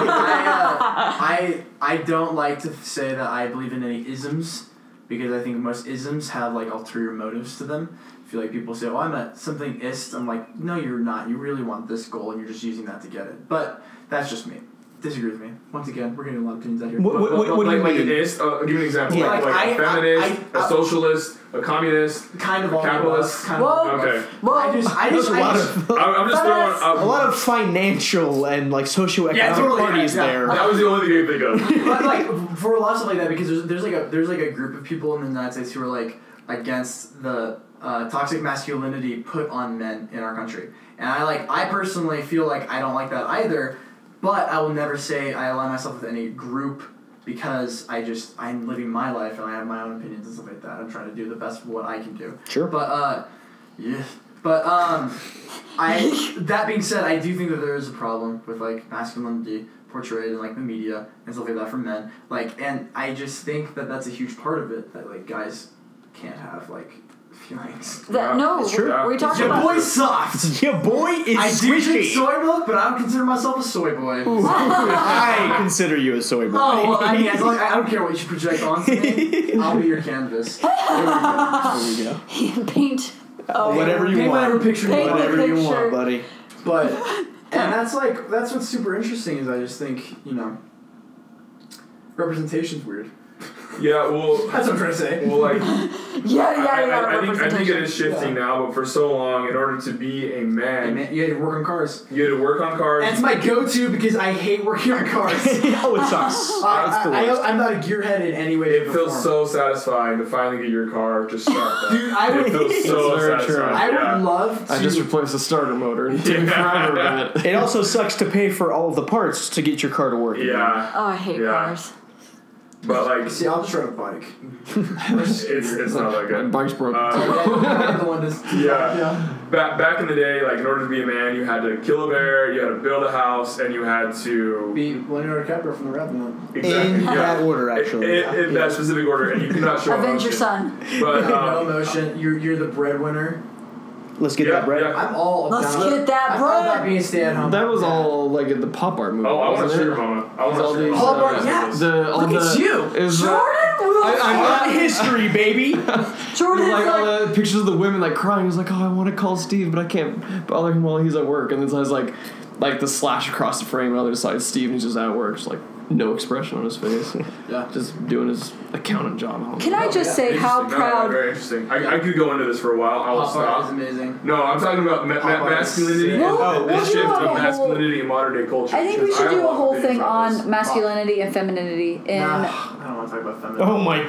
I, uh, I I don't like to say that I believe in any isms because I think most isms have like ulterior motives to them. I feel like people say, "Oh, I'm a something ist," I'm like, "No, you're not. You really want this goal, and you're just using that to get it." But that's just me. Disagree with me. Once again, we're getting a lot of opinions out here. What- But- what- but- what- but what do like, you like mean? an ist, uh, I'll give you an example. Yeah. like, Like, like a I- feminist, I- a I- socialist, a communist. kind of all Capitalist. Of us, kind of Oh. all of Okay. us. I just, I just, There's a I lot just- of I, am just throwing. Feminist. out a lot of financial and like socioeconomic Yeah, totally, yeah, parties yeah. there. that was the only thing I could think of. but like for a lot of stuff like that, because there's, there's like a there's like a group of people in the United States who are like against the uh, toxic masculinity put on men in our country, and I like I personally feel like I don't like that either, but I will never say I align myself with any group because I just I'm living my life and I have my own opinions and stuff like that. I'm trying to do the best of what I can do. Sure. But uh, yeah. But um, I that being said, I do think that there is a problem with like masculinity portrayed in like the media and stuff like that for men. Like, and I just think that that's a huge part of it that like guys can't have like feelings. That, no, It's true. we talked Your about boy's soft. Your boy is I do drink squishy. soy milk, but I don't consider myself a soy boy. I consider you a soy boy. Oh well, I mean, as long, I don't care what you project onto me. I'll be your canvas. There we go. There we go. paint. Oh, Whatever you Paint want. whatever picture you Paint want. Whatever you Picture. want, buddy. But and that's like that's what's super interesting is I just think you know representation's weird. Yeah, well, That's what I'm trying to say. well, like Yeah, yeah, I, you got I, a I think I think it representation. is shifting now, but for so long, in order to be a Hey, man, man, you had to work on cars. you had to work on cars. That's my go-to because I hate working on cars. Uh, oh, it sucks. I, the I, worst. I, am not a gearhead in any way. shape, it or feels form. so satisfying to finally get your car just started. Dude, I it would. feels so It's very true. satisfying. I yeah. would love to. I just replaced the starter motor and took forever with it. it also sucks to pay for all of the parts to get your car to work. yeah, Oh, I hate Yeah. cars. but like See, I'll just ride a bike. it's it's not that My good. bike's broken. Uh, I'm the one that's- Yeah. Back, back in the day, like in order to be a man, you had to kill a bear, you had to build a house, and you had to Be Leonardo DiCaprio from The Revenant. exactly In yeah. that order, In, actually. in that specific order, and you could not show Avenge your emotion. son. But No um, emotion. You're you're the breadwinner. Let's get yeah, that bread. yeah. I'm all. Let's about- get that I'm all about bread. being a stay-at-home. That was dad. all like in the pop art movie. Oh, I want wasn't to it? sugar mama. I All want to sugar these, mama. uh, That's yeah. awesome. The, all Look at the- you. Is uh, Jordan I, Wilson. I'm not history, baby. Jordan's like like, "Oh, all the pictures of the women like crying. He's like, oh, I want to call Steve, but I can't bother him while he's at work. And then it's like, like the slash across the frame on the other side. Steve and he's just at work, just like no expression on his face. Yeah. just doing his accountant job. Can I just say how Interesting. No, no, proud? Very interesting. I, I could go into this for a while. I will Pop art is stop. amazing. No, I'm talking about ma- ma- Pop art is masculinity sick. and We'll- and we'll the do shift a of whole- masculinity in modern day culture. I think we because should have do a lot of whole opinions thing about this. on masculinity and femininity in Nah, I don't want to talk about feminism. oh my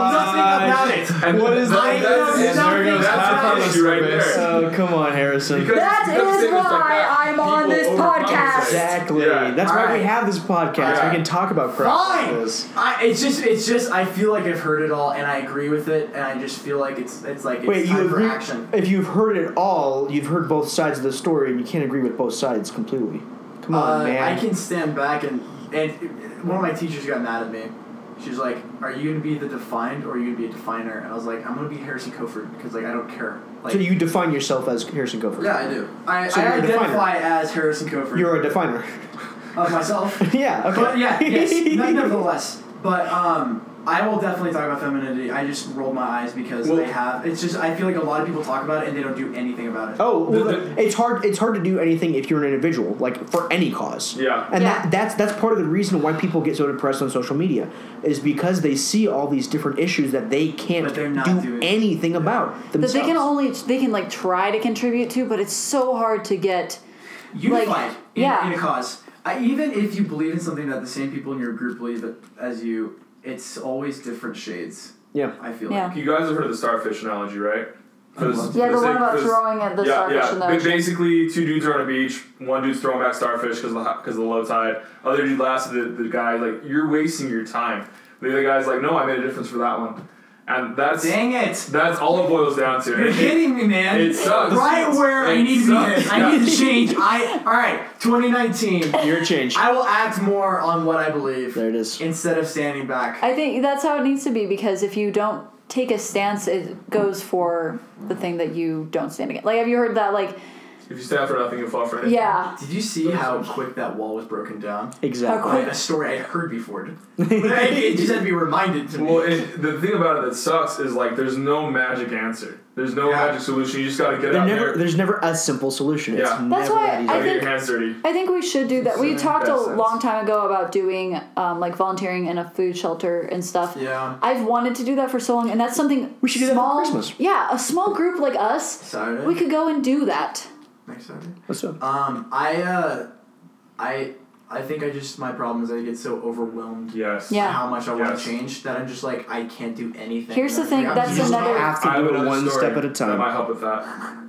god. nothing about it. And What is that? that? That's, Nothing. that's, Nothing. the issue right there. Oh, come on, Harrison. Because That stuff is statements like why that, I'm on people this overcompensate. podcast. Exactly. Yeah. That's why Alright. we have this podcast. Alright. We can talk about Fine. crosses. I, it's just, it's just. I feel like I've heard it all, and I agree with it, and I just feel like it's, it's like it's Wait, time you for agree? action. If you've heard it all, you've heard both sides of the story, and you can't agree with both sides completely. Come on, uh, man. I can stand back and and one of my teachers got mad at me. She's like, "Are you gonna be the defined or are you gonna be a definer?" And I was like, "I'm gonna be Harrison Koford because like I don't care." Like, so you define yourself as Harrison Gopher. yeah, I do. I, So I you're a definer. identify as Harrison Koford You're a definer. of myself. yeah. Okay. But yeah, yes, n- nevertheless. But um, I will definitely talk about femininity. I just rolled my eyes because Well- they have. It's just I feel like a lot of people talk about it and they don't do anything about it. Oh, well, The- the- it's hard. It's hard to do anything if you're an individual, like for any cause. Yeah. and Yeah. That, that's that's part of the reason why people get so depressed on social media is because they see all these different issues that they can't But they're not do doing it. anything about that themselves. they can only they can like try to contribute to, but it's so hard to get. Unified like, in, yeah. in a cause. I, even if you believe in something that the same people in your group believe that as you, it's always different shades. yeah. I feel Yeah. like. You guys have heard of the starfish analogy, right? yeah, the one about throwing at the yeah, starfish yeah. in Ba- the ocean. Basically, two dudes are on a beach. One dude's throwing back starfish because of, the hi- 'cause of the low tide. Other dude laughs at the, the guy like, "You're wasting your time." The other guy's like, "No, I made a difference for that one," and that's Dang it! that's all it boils down to. You're kidding me, man. It sucks. Right where I It need to be. sucks. hit. I need to change. I all right. 2019. Your change. I will act more on what I believe. There it is. Instead of standing back. I think that's how it needs to be because if you don't take a stance, it goes for the thing that you don't stand against. Like, have you heard that? Like, If you stand for nothing, you fall for anything. yeah, Did you see how quick that wall was broken down? Exactly. How By a story I heard before. But I- it just had to be reminded to me. Well, and the thing about it that sucks is like there's no magic answer. There's no Yeah. magic solution. You just gotta get There out never, there. there's never a simple solution. It's Yeah. That's never why that easy. I Gotta get think- your hands dirty. I think we should do that. We Makes talked a sense. long time ago about doing um, like volunteering in a food shelter and stuff. Yeah. I've wanted to do that for so long, and that's something We should do that for small, Christmas. Yeah, a small group like us, Saturday. we could go and do that. Next Saturday. What's up? Um, I, uh, I, I think I just my problem is I get so overwhelmed. Yes. Yeah. by How much I want Yes. to change that I'm just like I can't do anything. Here's the Like, thing, I'm that's just- another- have I to have do it another one story step at a That might time. help with that.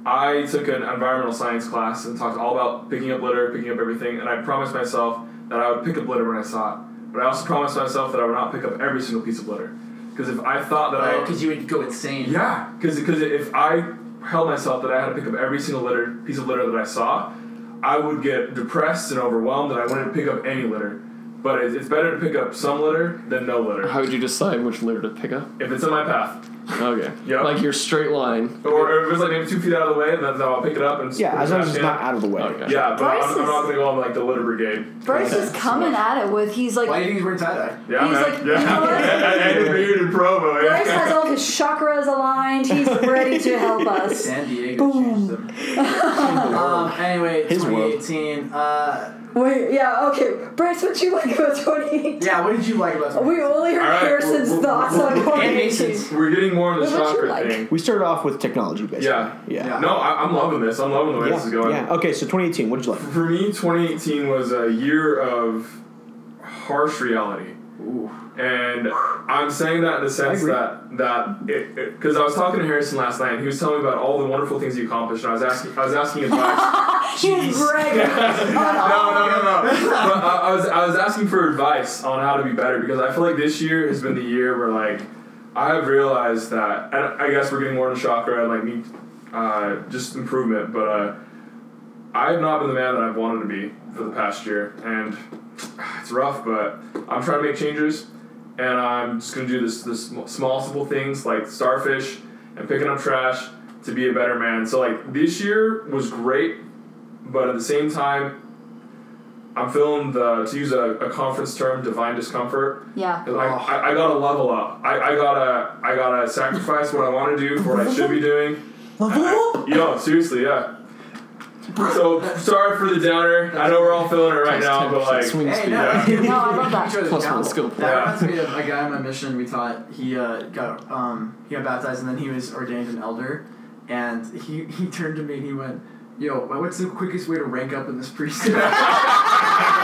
I took an environmental science class and talked all about picking up litter, picking up everything, and I promised myself that I would pick up litter when I saw it. But I also promised myself that I would not pick up every single piece of litter. Because if I thought that Oh, I because you would go insane. Yeah, because if I held myself that I had to pick up every single litter piece of litter that I saw, I would get depressed and overwhelmed, and I wouldn't pick up any litter. But it's, it's better to pick up some litter than no Uh-huh. litter. How would you decide which litter to pick up? If it's in my path, Okay. Yep. Like your straight line. or if it's like maybe two feet out of the way, then, then I'll pick it up and Yeah, put as it long as back it's in. not out of the way. Okay. Yeah, but I'm, Bryce I'm not is- gonna go on like the litter brigade. Bryce is coming at it with he's like Why do you think he's wearing tie dye? Yeah, He's man. like, yeah. you know what? and, and a beard in Provo. yeah. Bryce has all of his chakras aligned. He's ready to help us. San Diego changed them. um, anyway, His world. 2018. Uh, Wait, yeah, okay. Bryce, what you like about 2018? yeah, what did you like about We only heard All right, Harrison's we're- we're- thoughts on And 2018. Mason's. We're getting more on the What would you chakra like? thing. We started off with technology, basically. Yeah. Yeah. Yeah. No, I, I'm loving this. I'm loving the way this is Yeah. going. yeah. Okay, so 2018, what did you like? For me, 2018 was a year of harsh reality. And I'm saying that in the sense agree. that that it because I was talking to Harrison last night and he was telling me about all the wonderful things he accomplished and I was asking I was asking advice. He was bragging on no, all no, no, no. but I, I was I was asking for advice on how to be better because I feel like this year has been the year where like I have realized that and I guess we're getting more into chakra and like me uh, just improvement, but uh, I have not been the man that I've wanted to be for the past year, and it's rough. But I'm trying to make changes, and I'm just gonna do this this sm- small simple things like starfish and picking up trash to be a better man. So like this year was great, but at the same time. I'm feeling the to use a, a conference term, divine discomfort. yeah. I, I, I gotta level up. I, I gotta I gotta sacrifice what I want to do for what I should be doing. Level Yo, seriously, yeah. So sorry for the downer. I know we're all feeling it right now, but like, Swing Hey, speed. no, Yeah. No, I love that. Each other's Plus one accountable. skill That point. reminds me of a guy on my mission. We taught he uh, got um, he got baptized and then he was ordained an elder, and he he turned to me and he went, "Yo, what's the quickest way to rank up in this priesthood?" and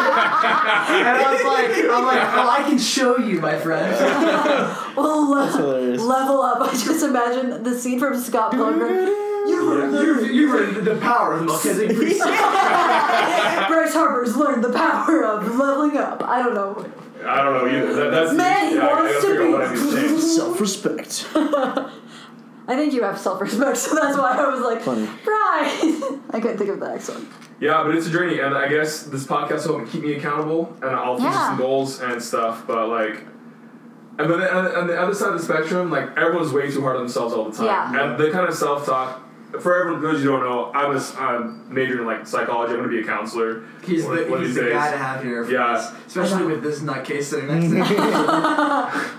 I was like, "I'm like, well, I can show you, my friend." Well, Oh, le- hilarious. level up. I just imagine the scene from Scott Pilgrim. you you were the power of the Melchizedek priesthood. Bryce Harper's learned the power of leveling up. I don't know. I don't know either. That, that's Man, he yeah, I- I, wants gotta to figure out be- what I need to change. Self respect. I think you have self-respect, so that's why I was like, Funny. Bryce. I couldn't think of the next one. Yeah, but it's a journey, and I guess this podcast will keep me accountable, and I'll fix Yeah. some goals and stuff. But like, and then on on the other side of the spectrum, like everyone's way too hard on themselves all the time, Yeah. and the kind of self talk. For everyone those you don't know, I'm a s- I'm majoring in like psychology. I'm gonna be a counselor. He's one- the, one of he's these the days. guy to have here, for Yeah. us, especially with this nutcase sitting next to him.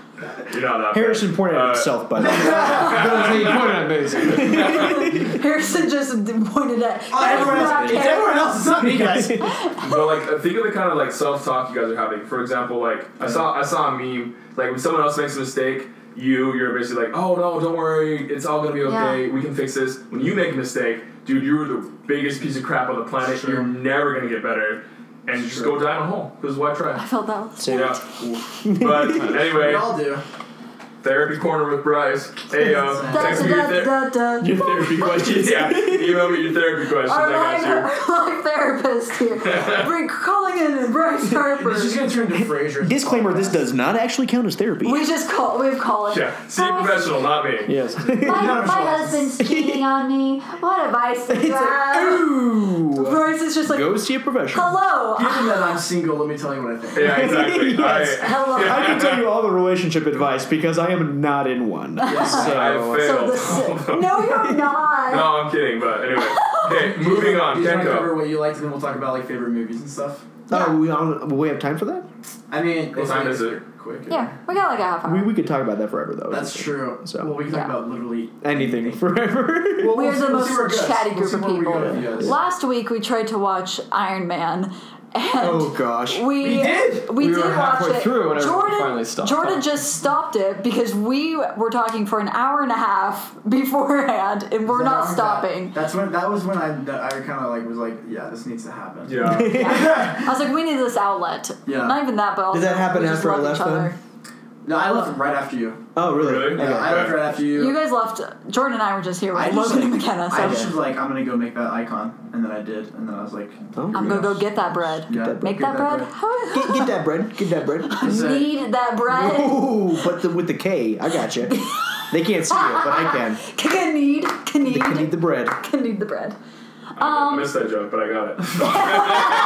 You're not that. bad. Harrison pointed at Uh, himself, by the way. That's what you point at, basically. Harrison just d- pointed at Oh, everyone else, Not it's Harrison. everyone else, it's not me, guys. But like, uh, think of the kind of like self talk you guys are having. For example, like I saw I saw a meme like when someone else makes a mistake, you you're basically like, oh no, don't worry, it's all gonna be okay. We can fix this. When you make a mistake, dude, you're the biggest piece of crap on the planet. Sure. You're never gonna get better, and you just Sure. go down a hole because why try? I felt that. one. Yeah. but We anyway, all do. therapy corner with Bryce. Hey yo, Da, text Da, me your, da, ther- da, da, da. your therapy questions. yeah, email me your therapy questions. uh, Our I live, got you. our live therapist here. We're calling in Bryce Harper. She's gonna turn to Frasier. Disclaimer this does not actually count as therapy. We just call. We've called. Yeah, see a professional, not me. Yes. My, None of my us. husband's cheating on me. What advice do you have? Ooh. Bryce is just like, Go see a professional. hello. Given that I'm single, let me tell you what I think. Yeah, exactly. Yes. I, Hello. I can tell you all the relationship advice because I am not in one. I So, So failed. the si- no, you're not. No, I'm kidding, but anyway. Okay, moving on. You just want to cover Kenko. what you liked, and then we'll talk about like favorite movies and stuff. oh, we, on, will we have time for that? I mean, What it's time like- is it? Quick. Yeah, we got like a half hour. We, we could talk about that forever, though. That's true. So- well, we can Yeah. talk about literally. Anything forever. Well, We are we'll the see- we'll see where it most goes. chatty We'll group see of where we go people. with you guys. Last week we tried to watch Iron Man, and oh, gosh. we, We did! we, We did were watch halfway it. through when everyone Jordan finally stopped Jordan talking. just stopped it because we were talking for an hour and a half beforehand, and we're not That- stopping. That's when. That was when I. That I kind of like was like, yeah, this needs to happen. Yeah. I was like, we need this outlet. Yeah. Not even that, but also, that happen we just after I love left each other. then? No, I left right after you. Oh, really? Really? Yeah, I left right after you. You guys left. Jordan and I were just here with I just- Logan and McKenna, I so just was like, I'm gonna go make that icon, and then I did, and then I was like, Oh, I'm gonna go get that bread. yeah, Make that, get bread. get, get that bread. Get that bread. Need that bread. Ooh, but the, with the K, I got you. They can't see it, but I can. Can need, can need, They can eat the bread. can need the bread. Um, I missed that joke, but I got it.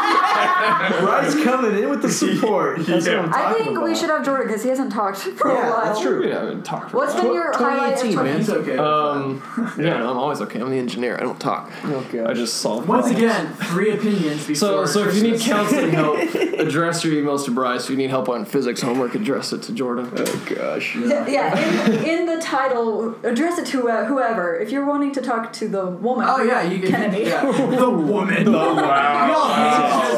Rod's coming in with the support. That's what I'm Yeah. talking I think about. we should have Jordan because he hasn't talked for a Yeah, while. that's true. We haven't talked for What's a while. been your highlight of 2018, man. 2018? It's okay. Um, yeah, I'm always okay. I'm the engineer. I don't talk. Okay. I just solve. Once problems. again, three opinions So, before so if you need Christmas. counseling help, address your emails to Bryce. If you need help on physics homework, address it to Jordan. Oh gosh. Yeah, yeah in, in the title, address it to whoe- whoever. If you're wanting to talk to the woman. Oh yeah, you can. Kennedy. Yeah. the woman. wow. wow.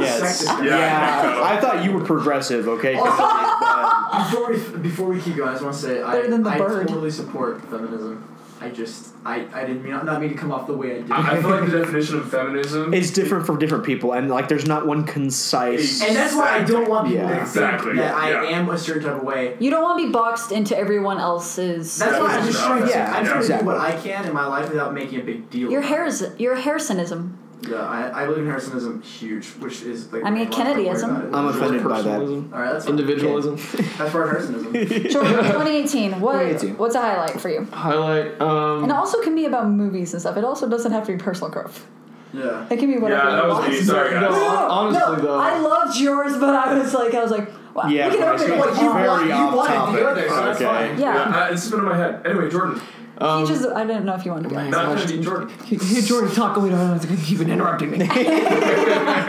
Yes. Yeah. Yeah. I thought you were progressive. Okay. Oh. 'Cause I- Before we before we keep going, I just want to say I, Better than the I bird. totally support feminism. I just I, I didn't mean not mean to come off the way I did. I, I feel like the definition of feminism. it's different for different people, and like, there's not one concise. and that's why I don't want people Yeah. to Exactly, think that I yeah. am a certain type of way. You don't want to be boxed into everyone else's. That's why I'm That's just not- trying to yeah, I'm trying exactly. to do what I can in my life without making a big deal. your hairs, your Harrisonism. Yeah, I, I believe in Harrisonism huge, which is like. I mean, why I'm not worried Kennedyism. about it. I'm offended by that. Personalism, All right, that's fine. individualism. That's part of Harrisonism. Jordan, 2018. What 2018. what's a highlight for you? Highlight. Um, And it also can be about movies and stuff. It also doesn't have to be personal growth. yeah. It can be whatever. Yeah, that you was want. me. Sorry, No, guys. hon- honestly no, though, I loved yours, but I was like, I was like, wow, Yeah, we can Bryce, open it. that's What you very want. you off wanted the topic. other, uh, so that's okay. fine. Yeah. I, uh, it's been in my head. Anyway, Jordan. Um, he just, I didn't know if you wanted to go. Man. Not Kennedy, Jordan. hey, hey, Jordan, talk. Oh, wait, I don't have to keep interrupting me.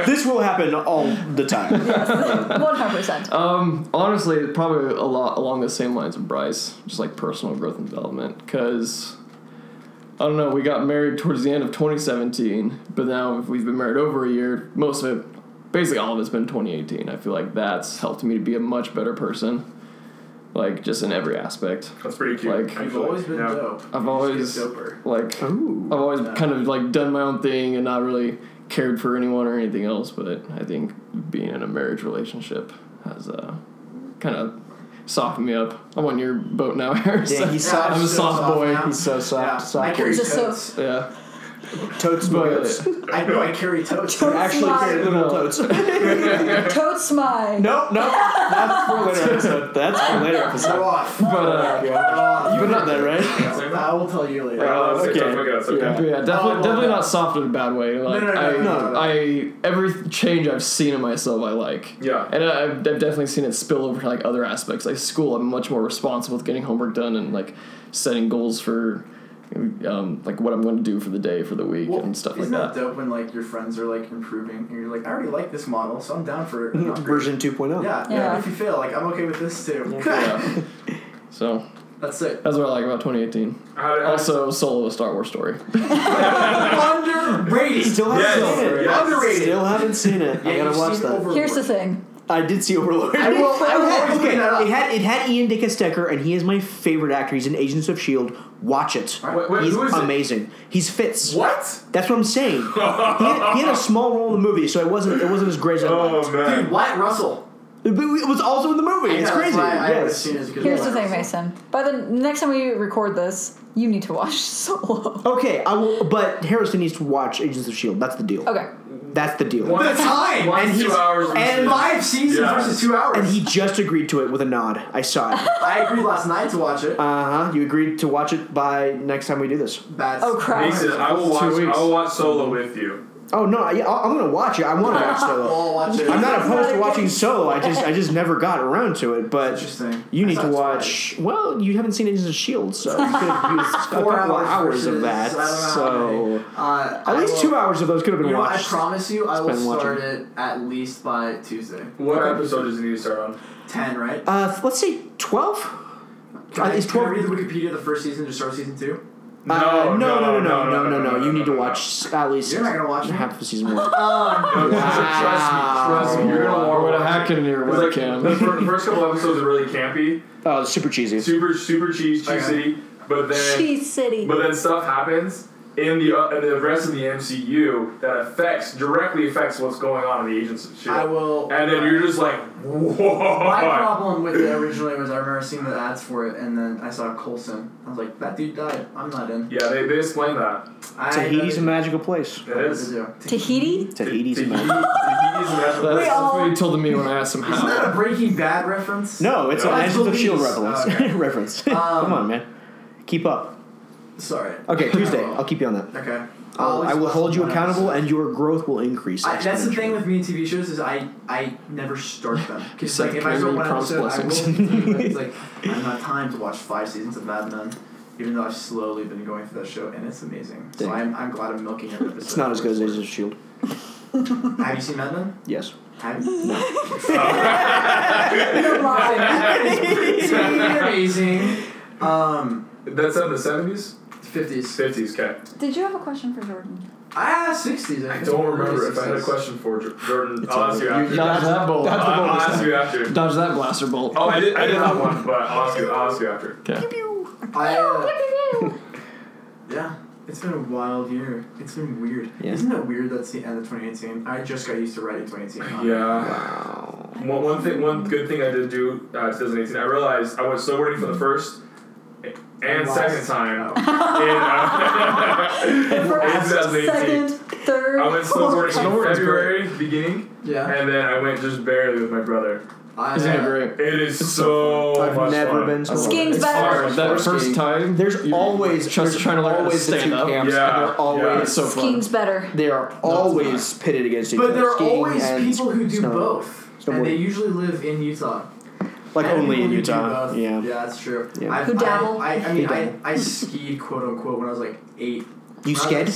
This will happen all the time. One hundred percent. Um, honestly, probably a lot along the same lines of Bryce, just like personal growth and development. Because I don't know, we got married towards the end of 2017, but now we've been married over a year. Most of it, basically all of it's been 2018. I feel like that's helped me to be a much better person, like just in every aspect. That's pretty cute. Like- actually. You've always been yeah. dope. I've You always just get doper. like Ooh. I've always kind of like done my own thing and not really cared for anyone or anything else. But I think being in a marriage relationship has uh, kind of softened me up. I'm on your boat now, Harris. Yeah, he's soft. I'm a so soft, soft boy. now. He's so Yeah, soft. I soft. carry Just so- totes. Yeah, Totes but totes. I know I carry totes. Actually, carry little totes. Totes my. No, no, that's for later episode. That's for later episode. Go off. but uh, Go You know that, right? off. I will tell you later. Yeah, that's Okay. okay. That's okay. but Yeah. yeah, I definitely love definitely that. not soft in a bad way. Like no, no, I, no, no, no. I every change I've seen in myself, I like. Yeah. and I, I've, I've definitely seen it spill over to like other aspects. Like school, I'm much more responsible with getting homework done and like setting goals for um, like what I'm going to do for the day, for the week, Well, and stuff like isn't that. dope when like your friends are like improving and you're like, I already like this model, so I'm down for an upgrade. Version oh. 2.0. Yeah, Yeah. If you fail, like I'm okay with this too. Yeah. so That's it. that's what I like about 2018. How did- Also, solo a Star Wars story. Underrated. Still haven't Yes, seen it. yes. Underrated. Still haven't seen it. I Yeah, gotta you've watch seen that. Overlord. Here's the thing. I did see Overlord. I will. I will always okay, bring that up. it had it had Ian Dickenstecker, and he is my favorite actor. He's in Agents of Shield. E Watch it. Wait, wait, He's who is it? amazing. He's Fitz. What? That's what I'm saying. he, had, he had a small role in the movie, so it wasn't it wasn't as great as I Oh liked. man. Dude, Wyatt Russell. But it was also in the movie. It's Yeah, that's crazy. why I haven't yes. seen it as good as Here's the Wyatt thing, Russell. Mason. By the next time we record this, you need to watch Solo. Okay, I will. But Harrison needs to watch Agents of Shield. E That's the deal. Okay. That's the deal. One- The time! One, And two he's- hours. and Five seasons Yeah. versus two hours. And he just agreed to it with a nod. I saw it. I agreed last night to watch it. Uh huh. You agreed to watch it by next time we do this. That's Oh crap. Mason, I will Two watch. I weeks. will watch Solo with you. Oh no! I, I- I'm gonna watch it. I want to watch We'll Solo. all watch it. I'm not opposed to Not watching again. Solo. I just I just never got around to it. But Interesting. you I need saw to it watch. Well, you haven't seen Agents of Shield, E so you could have used a Four couple hours hours of versus- that. I don't know how So many. Uh, at least two hours of those could have been You know, I watched. promise you, I will been watching. start it at least by Tuesday. What episode does it need to start on? Ten, right? uh, let's say twelve. Can I, it's can I 12 read the Wikipedia of the first season to start season two? Uh, no, No, no, no, no, no, no, no, You no, need to no, watch at least You're not gonna watch it. half of season one. No, Trust me, trust me. You're gonna Or want what to a watch hack it. in your It's like the webcam. fir- first couple episodes are really campy, Oh, it's super cheesy. super super cheese, cheesy, but then Cheese City. But then stuff happens in the uh, the rest of the MCU that affects directly affects what's going on in the Agents of Shield. I will- And then you're just like, whoa. My problem with it originally was I remember seeing the ads for it, and then I saw Colson. I was like, that dude died. I'm not in. Yeah, they, they explain that. I Tahiti's a magical place. It is. Is Tahiti? Tahiti's a magical. Tahiti- Tahiti's a magical That's place. that's what he told me when I asked him Isn't how. that a Breaking Bad reference? No, it's an Yeah. Agents of Shield Please. Um, reference. Okay. reference. Come on, man. Keep up. Sorry. Oh. Oh. Okay, Tuesday. I'll keep you on that. Uh, Okay. I'll I will hold you explain what accountable, else. and your growth will increase. I, that's the exponentially. thing with me and TV shows is I I never start them because Said like if I start Carrie one promised episode, I will. blessings. continue, but it's like I don't have time to watch five seasons of Mad Men, even though I've slowly been going through that show and it's amazing. So Thank you. I'm, I'm glad I'm milking every episode. It's not as good as Agents of Shield. Have you seen Mad Men? E Yes. Have you? You're lying. It's pretty amazing. Um, That's out of the seventies, fifties. fifties. Okay. Did you have a question for Jordan? Ah, sixties. I don't remember if I had a question for Jor- Jordan. I'll ask you You after. dodge that bolt. I'll, I'll ask you after. Dodge that blaster bolt. Oh, I did. I did have one, but I'll ask you. I'll ask you after. Okay. I, uh, yeah, it's been a wild year. It's been weird. Yeah. Isn't it weird that's the end of 2018? I just got used to writing 2018. Yeah. One, one thing, one good thing I did do uh, 2018. I realized I was snowboarding for the first and Last- second time Oh. in, uh, in First, 2018. second, third. I went snowboarding Snowboarding's in February beginning, Yeah. and then I went just barely with my brother. I, Isn't it uh, great? It is so I've much never fun. been. Skiing's It's better. hard. That Skiing. first time, There's you're always just there's trying to learn how to always the stand two up. camps, Yeah, and they're always it's so fun. Skiing's better. they are always pitted against each other. But there are skiing always and people who do snow- both, and they snowboarding. usually live in Utah. Like I know only people in who do Utah. both. Yeah. yeah, that's true. Yeah. I've- Who dabble. I, I, I mean, Who I, dabble. I skied quote unquote when I was like eight. You when I was, like, sked?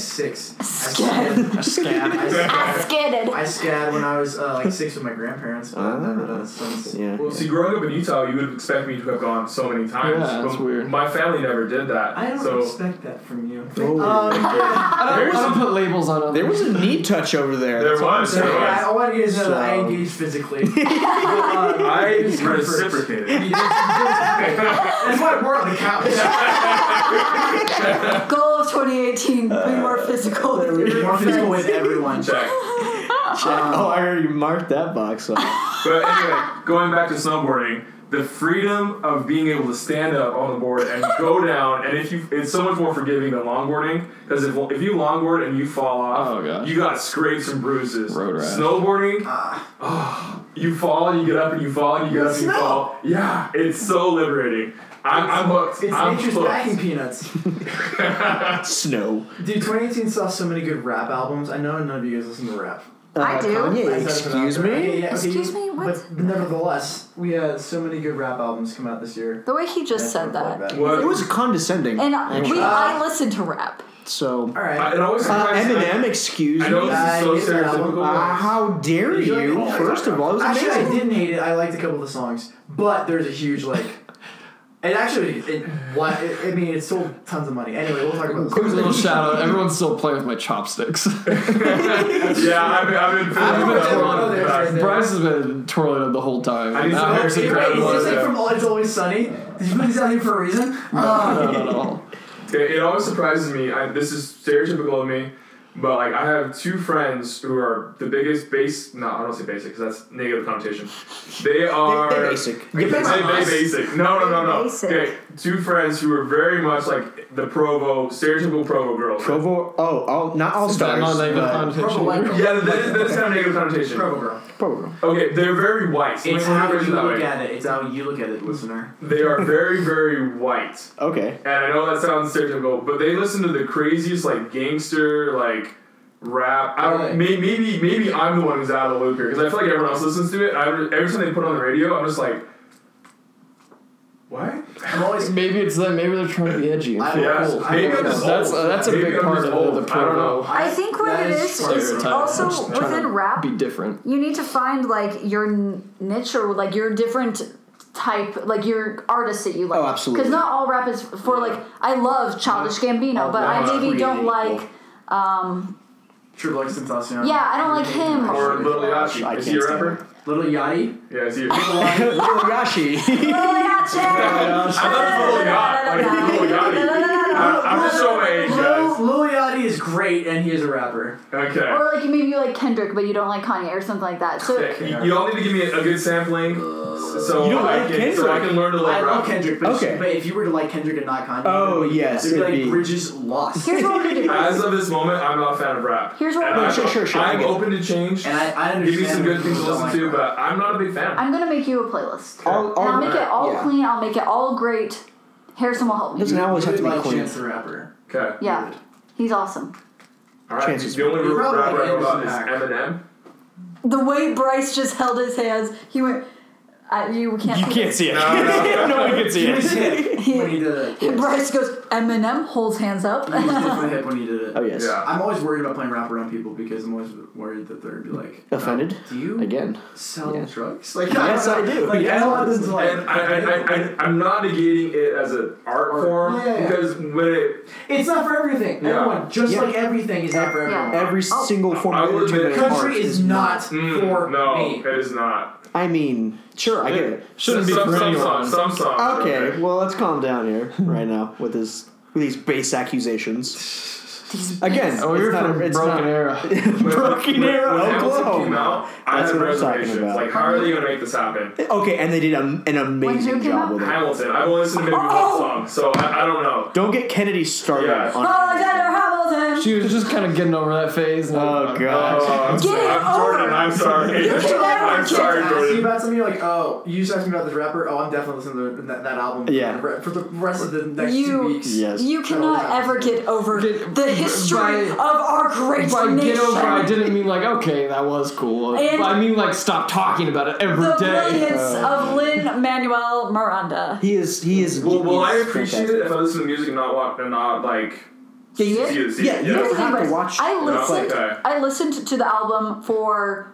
six. I Sked. sked. I Scab. sked. I skidded. I scad when I was uh, like six with my grandparents, but I've never done it since. Ah, Yeah. Well, see, growing up in Utah, you would expect me to have gone so many times. Yeah, that's but weird. My family never did that. I don't so expect that from you. Uh, Oh. I don't, I There's- don't put labels on it. there was a knee touch over there. there That's all I'm was. So, There saying. yeah, was. I want you to know that I So- engaged physically. But, uh, I It's comfort. reciprocated. that's why we're on the couch. Goal of 2018: be more physical. with your More physical friends. with everyone. Check. Um, oh, I already marked that box off. But anyway, going back to snowboarding, the freedom of being able to stand up on the board and go down, and if you, it's so much more forgiving than longboarding because if, if you longboard and you fall off, Oh, gosh. you got scrapes and bruises. Road rash. Snowboarding, oh, you fall and you get up and you fall and you get up and you Ah. Snow. fall. Yeah, it's so liberating. I'm, I'm hooked. It's I'm nature's hooked. packing peanuts. Snow. Dude, 2018 saw so many good rap albums. I know none of you guys listen to rap. Uh, I do. Kanye, I said it out excuse there. Okay, me. yeah, okay, Excuse you- me, what? But nevertheless, we had so many good rap albums come out this year. The way he just said that. What? It was condescending. And uh, actually. we, I listen to rap. so All I- right. it always uh, surprises me. Eminem, excuse I know me. this Uh, is so here's that album. stereotypical. Uh, Uh-huh. how dare You like you? all that First of all, it was Actually, I amazing. didn't hate it. I liked a couple of the songs, but there's a huge like. It actually, it, what, it, I mean, it sold tons of money. Anyway, we'll talk about this. Quick little shout out. Everyone's still playing with my chopsticks. yeah, I've, I've been feeling don't that know one. if I know this. Bryce has been twirling it the whole time. I need Now some Oh, help. Harrison wait, Grab wait, grabbed is one. this like yeah. from All It's Always Sunny? Did you put this out here for a reason? No, Uh, not at all. It, it always surprises me. I, this is stereotypical of me, but like I have two friends who are the biggest base. No, I don't say basic because that's negative connotation. They are they're basic. They, Depends they- on they us. basic. No, no, no, no. Basic. Okay, two friends who are very much like the Provo stereotypical Provo girls. Provo. Oh, all, not all Not stars. negative but- connotation. Purple White Girl. Yeah, that, that is, that is kind of negative connotation. Provo Girl. Provo. Okay, they're very white. Let me- It's let me how phrase it you that look way. at it. It's how you look at it, listener. They are very, very white. Okay. And I know that sounds stereotypical, but they listen to the craziest like gangster like rap. I Really? don't may, maybe maybe I'm the one who's out of the loop here because I feel like everyone else listens to it. I, every time they put it on the radio, I'm just like, what? I'm always. Maybe it's that. Maybe they're trying to be edgy. I- Yeah, old. maybe I'm just That's old. uh, that's a Maybe big I'm part just of old. the, the I promo. don't know. I think what that it is is is stereotype. I'm also just trying within to rap, Be different. you need to find like your n- niche or like your different type, like your artist that you like. Oh, absolutely. Because not all rap is for like I love Childish Gambino, but rap I is maybe created don't equal. like. Um, True Black Sensacion. yeah, I don't like him. Or Little I Yachty. Is he can't a stand rapper? Little Yachty. Yeah, is he a Lil Yachty. I thought it was Lil Yacht. Like, Lil Yachty. I- I'm just showing my age, Lil, guys. Lil Yachty is great, and he is a rapper. Okay. Or like maybe you like Kendrick, but you don't like Kanye or something like that. So Okay, You, you all need to give me a, a good sampling so, You don't I like can, so I Kendrick? can learn to like I rap. love Kendrick, but, Okay. but if you were to like Kendrick and not Kanye, Oh, it'd be- yes, it'd be it'd like be- bridges lost. here's what we're gonna As do. of this moment, I'm not a fan of rap. Here's what And we're I'm- gonna Sure, sure, sure, I I'm get it. open to change. And I, I understand. Give me some good things to people don't listen like to, rap. but I'm not a big fan. I'm gonna make you a playlist. and All- I'll all- make it all yeah. clean. I'll make it all great. Harrison will help me. Doesn't always have to Really be like clean. Chance the Rapper. okay. Yeah, he's awesome. All right. Chances The only are- rapper Probably I know is about is back. Eminem. The way Bryce just held his hands, he went. I, you can't. You see can't it. see it. No, no. no one can see it. when he did it. Bryce goes. Eminem holds hands up. He was definitely hip when he did it. Oh yes. Yeah. I'm always worried about playing rap around people because I'm always worried that they're gonna be like, Offended "Do you again. sell Yeah. drugs?" Like, Yes, I do. Like, Yes. I don't- this is like- And I, I, I, I, I'm not negating it as an art form Yeah, yeah, yeah. because when it, it's not for everything. Yeah. Everyone, just Yeah. like everything, is not for Yeah. everyone. Every Oh. single form I of will admit- entertainment and Country art is not mm, for no, me. it is not. I mean, sure, I get it. Shouldn't be some, some perennial. songs. Some songs. Okay, well, let's calm down here right now with this with these base accusations. Again, Oh, it's you're not a- from it's Broken not- Era. When- Broken when- Arrow, when Hamilton Oklahoma. came out, I That's had what I'm talking reservations. about. Like, how are they gonna make this happen? Okay, and they did an, an When amazing who came job out? with it. Hamilton. I've only listened to maybe Oh! one song, so I, I don't know. Don't get Kennedy started Yeah. on. Alexander Hamilton. She was just kind of getting over that phase. and- Oh god. Oh, I'm, Get sorry. it I'm Jordan. over. I'm sorry. You can never I'm get sorry, Ask you Jordan. about something you're like, oh, you just asked me about this rapper. Oh, I'm definitely listening to that, that album. for Yeah. the re- for the rest of the next two You, weeks. Yes. you cannot ever get over Get- the history by- of our great By nation. get over, I didn't mean like okay, that was cool. And- I mean like stop talking about it every the day. brilliance Uh, of Lin Manuel Miranda. He is. He is. Well, well, I he's appreciate it fantastic. if I listen to music and not watch and not like. Yeah, you, See it, see yeah, it, you yeah. don't have to Anyways, watch. I listened. okay. I listened to the album for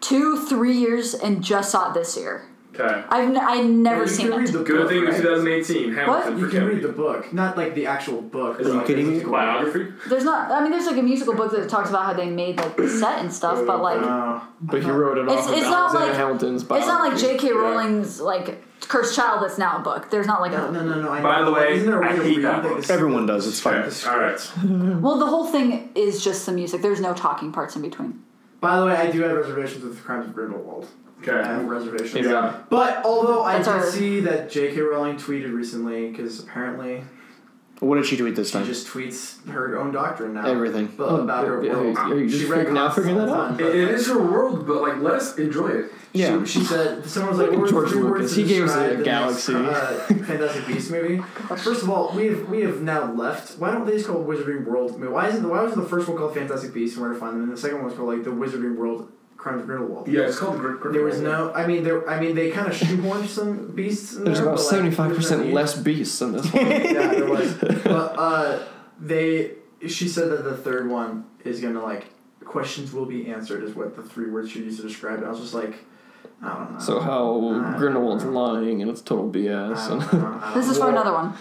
two, three years, and just saw it this year. Okay. I've n- I never You seen can read it. the book. Good thing in right? 2018, Hamilton What? for You can read Kennedy. the book, not like the actual book. Is it like, kidding it's me? just a- Biography? There's not. I mean, there's like a musical book that talks about how they made like the set and stuff, but like No. but he wrote it It's- off of it's not Alexander like- Hamilton's it's not like biography. J.K. Rowling's like Cursed Child that's now a book. There's not like No, a no, no, no. I By know. the way, isn't there a I way to hate read that it? book. Everyone does. It's fine. Okay. All right. well. The whole thing is just the music. There's no talking parts in between. By the way, I do have reservations with the Crimes of Grindelwald. I have Okay. reservations. Yeah. But although I That's did our- see that J.K. Rowling tweeted recently, because apparently What did she tweet this she time? just tweets her own doctrine now. Everything. But Oh, about her yeah, world. yeah, you're she just read figuring- now Constance figuring that all the out. time, It, but, it like, is your world, but like let us enjoy it. Yeah. She, she said someone was Look like, at "What are George three words Lucas. to He gave us describe a the next, galaxy." uh, Fantastic Beasts movie. First of all, we have we have now left. Why don't they just call it Wizarding World? I mean, why isn't why was the first one called Fantastic Beasts and where to find them, and the second one was called like the Wizarding World Crimes of Grindelwald? Yeah, it's called Gr- Gr- There was no. I mean, there. I mean, they kind of shoehorned some beasts. In There's there, about but, like, seventy five percent there's no less beasts in this one. need. Yeah, there was. But uh, they. She said that the third one is gonna like questions will be answered is what the three words she used to describe it. I was just like, I don't know. so how Grindelwald's lying and it's total I BS. don't And know, I don't This is for Well, another one.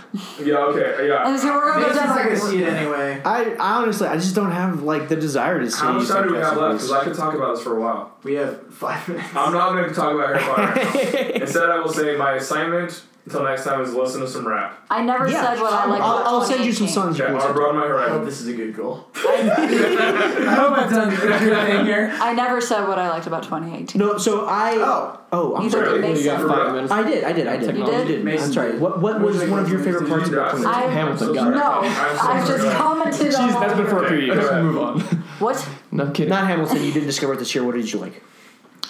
Yeah. Okay. And Yeah. it's- we're know. gonna go Mason's down not gonna the- see it anyway. I, I honestly, I just don't have like the desire to see. How much time do we have left? Because Fantastic I could talk about this for a while. We have five minutes. I'm not going to talk about Harry Potter. right now. Instead, I will say my assignment until next time is listen to some rap. I never Beasts. said what I like. I'll, I'll send you some songs. Okay. you can I listen broaden my I hope horizon. Oh, this is a good goal. I hope I've done a good thing here. I never said what I liked about to. 2018. No, so I. Oh. oh, I'm You sorry. don't sorry. get you got Mason. five minutes. I did, I did, I did. You did? I'm Mason sorry. did. What What What was was one of your it? favorite parts Did you about ask? 2018? I Hamilton I'm got no. it. I'm so I've just sorry. commented on. Jeez, that's been for a few Okay. years. Move on. What? no kidding. Not Hamilton. You didn't discover it this year. What did you like?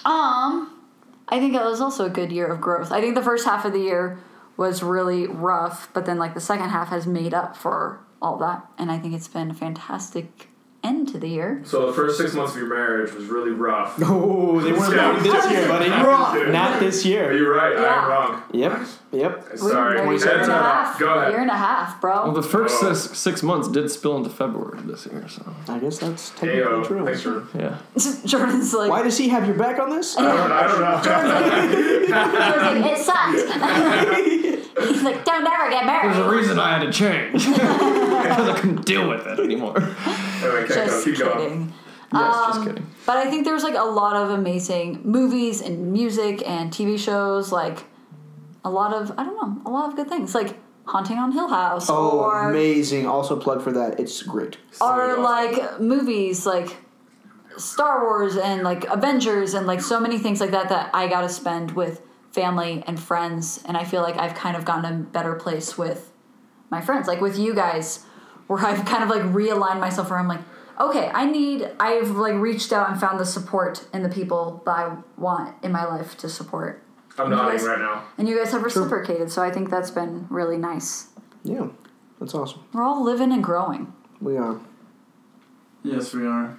Um, I think it was also a good year of growth. I think the first half of the year was really rough, but then like the second half has made up for all that, and I think it's been a fantastic end to the year. So the first six months of your marriage was really rough. Oh, they weren't Yeah. married this year, buddy. Wrong. Not this year. You're right. Yeah. I'm wrong. Yep. Yep. We've Sorry. been married a year and a half. Go A year ahead. and a half, bro. Well, the first Oh. six, six months did spill into February this year, so I guess that's technically Ayo. uh, Thanks true. for. yeah. Jordan's like, Why does he have your back on this? I don't, I don't know. Jordan's like, it sucked. He's like, don't ever get married. There's a reason I had to change because I couldn't deal with it anymore. Anyway, okay, Just go, keep kidding. going. Yes, just Um, kidding. But I think there's like a lot of amazing movies and music and TV shows, like a lot of I don't know, a lot of good things, like Haunting on Hill House, Oh, or amazing! Also, plug for that. It's great. or like movies like Star Wars and like Avengers and like so many things like that that I got to spend with family and friends, and I feel like I've kind of gotten a better place with my friends, like with you guys, where I've kind of like realigned myself where I'm like, okay, I need, I've like reached out and found the support and the people that I want in my life to support. I'm nodding right now. And you guys have reciprocated, so I think that's been really nice. Yeah, that's awesome. uh, Oh, We're all living and growing. We are. Yes, we are.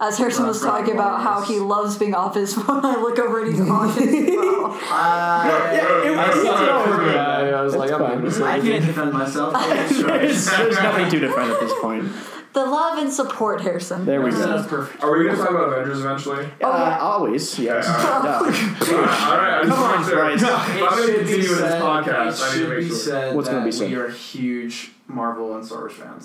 As Harrison was talking about how he loves being off his phone, I look over and he's on his phone. Yeah, yeah, I was like, I'm fine. not I can't defend myself. That's right. There's, there's nothing to defend at this point. The love and support, Harrison. There we go. That's perfect. Are we gonna talk about Avengers eventually? Uh, Uh, always, yes. Uh, Duh. All right, I just Come on, want to. Bryce. If I'm gonna should be continue with this said- podcast. I It need to should make be sure. said What's gonna that be said? we are huge Marvel and Star Wars fans. and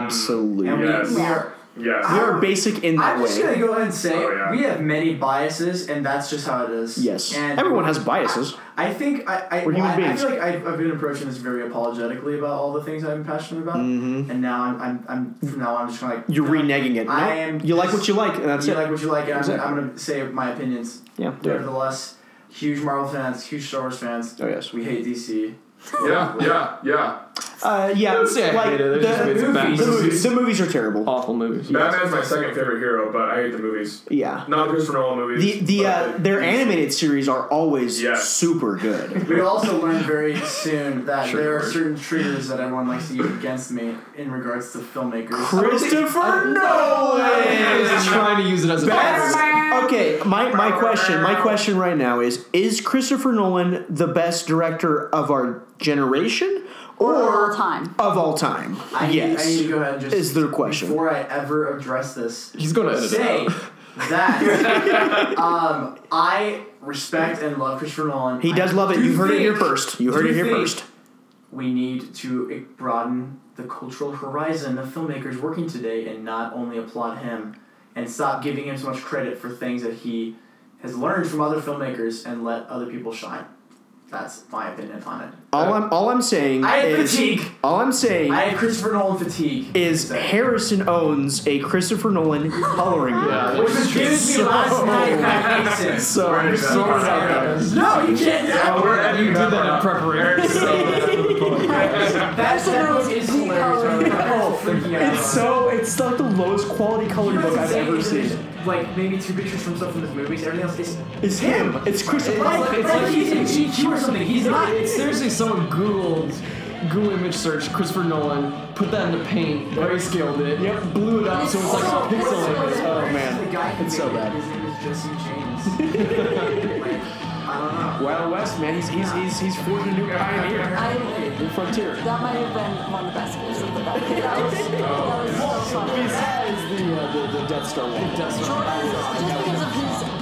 we, Absolutely. Yes. we are. Yes. We are basic in that I'm just gonna way. go ahead and say Oh, yeah. we have many biases, and that's just how it is. Yes. And Everyone has biases. I think I I, We're well, human I, I beings. feel like I've, I've been approaching this very apologetically about all the things I've been passionate about, Mm-hmm. and now I'm, I'm I'm from now on I'm just gonna like You're reneging it. No, I am you like just- what you like, and that's you it. like what you like, and Exactly. I'm, I'm gonna say my opinions. yeah, do it. Nevertheless, huge Marvel fans, huge Star Wars fans. Oh, yes. We hate DC. Yeah. Yeah. Yeah. Uh, yeah, I would say I like, hate it. It just made the, some bad the, movies, movies. the movies are terrible. Awful movies. Batman's my second favorite hero, but I hate the movies. Yeah. Not the Christopher Nolan The movies. the but uh, their animated series are always Yes. super good. We also learned very soon that Sure. there are certain triggers that everyone likes to use against me in regards to filmmakers. Christopher I Nolan. was just trying to use it as a Okay, my, my question my question right now is is Christopher Nolan the best director of our generation or Or all time. Of all time. I, need- yes. I need to go ahead and just is their question. before I ever address this He's gonna edit it say that um, I respect and love Christopher Nolan. he I does love it. do You heard it here think- first. You heard do it here think first. We need to broaden the cultural horizon of filmmakers working today and not only applaud him and stop giving him so much credit for things that he has learned from other filmmakers and let other people shine. That's my opinion on it. All I'm all I'm saying I have is fatigue. all I'm saying I have Christopher Nolan fatigue. is Exactly. Harrison owns a Christopher Nolan coloring book. Yeah. Which was given to me last night by Mason. So, Right, so exactly. No, you can't. Oh, we're editing you did that that in part out. preparation. That book is hilarious. Oh, freaking out. So it's like the lowest quality coloring book I've ever There's, seen. Like maybe two pictures from stuff from his movies. Everything else is. It's him. It's Christopher. Like, it's like like- he's in GQ or something. He's not. It's seriously someone Googled Google image search Christopher Nolan, put that into paint, grayscaled it, yep. blew it up so it's like Also, pixelated. also, Oh, man. the guy who It's made so it, bad. His name is Jesse James. like, I Wild West, man. He's he's he's, he's forging a new pioneer, I, new frontier. that might have been one of the best gifts of the back. That was, that was so fun. Besides the, uh, the the Death Star one. Jordan, just because of his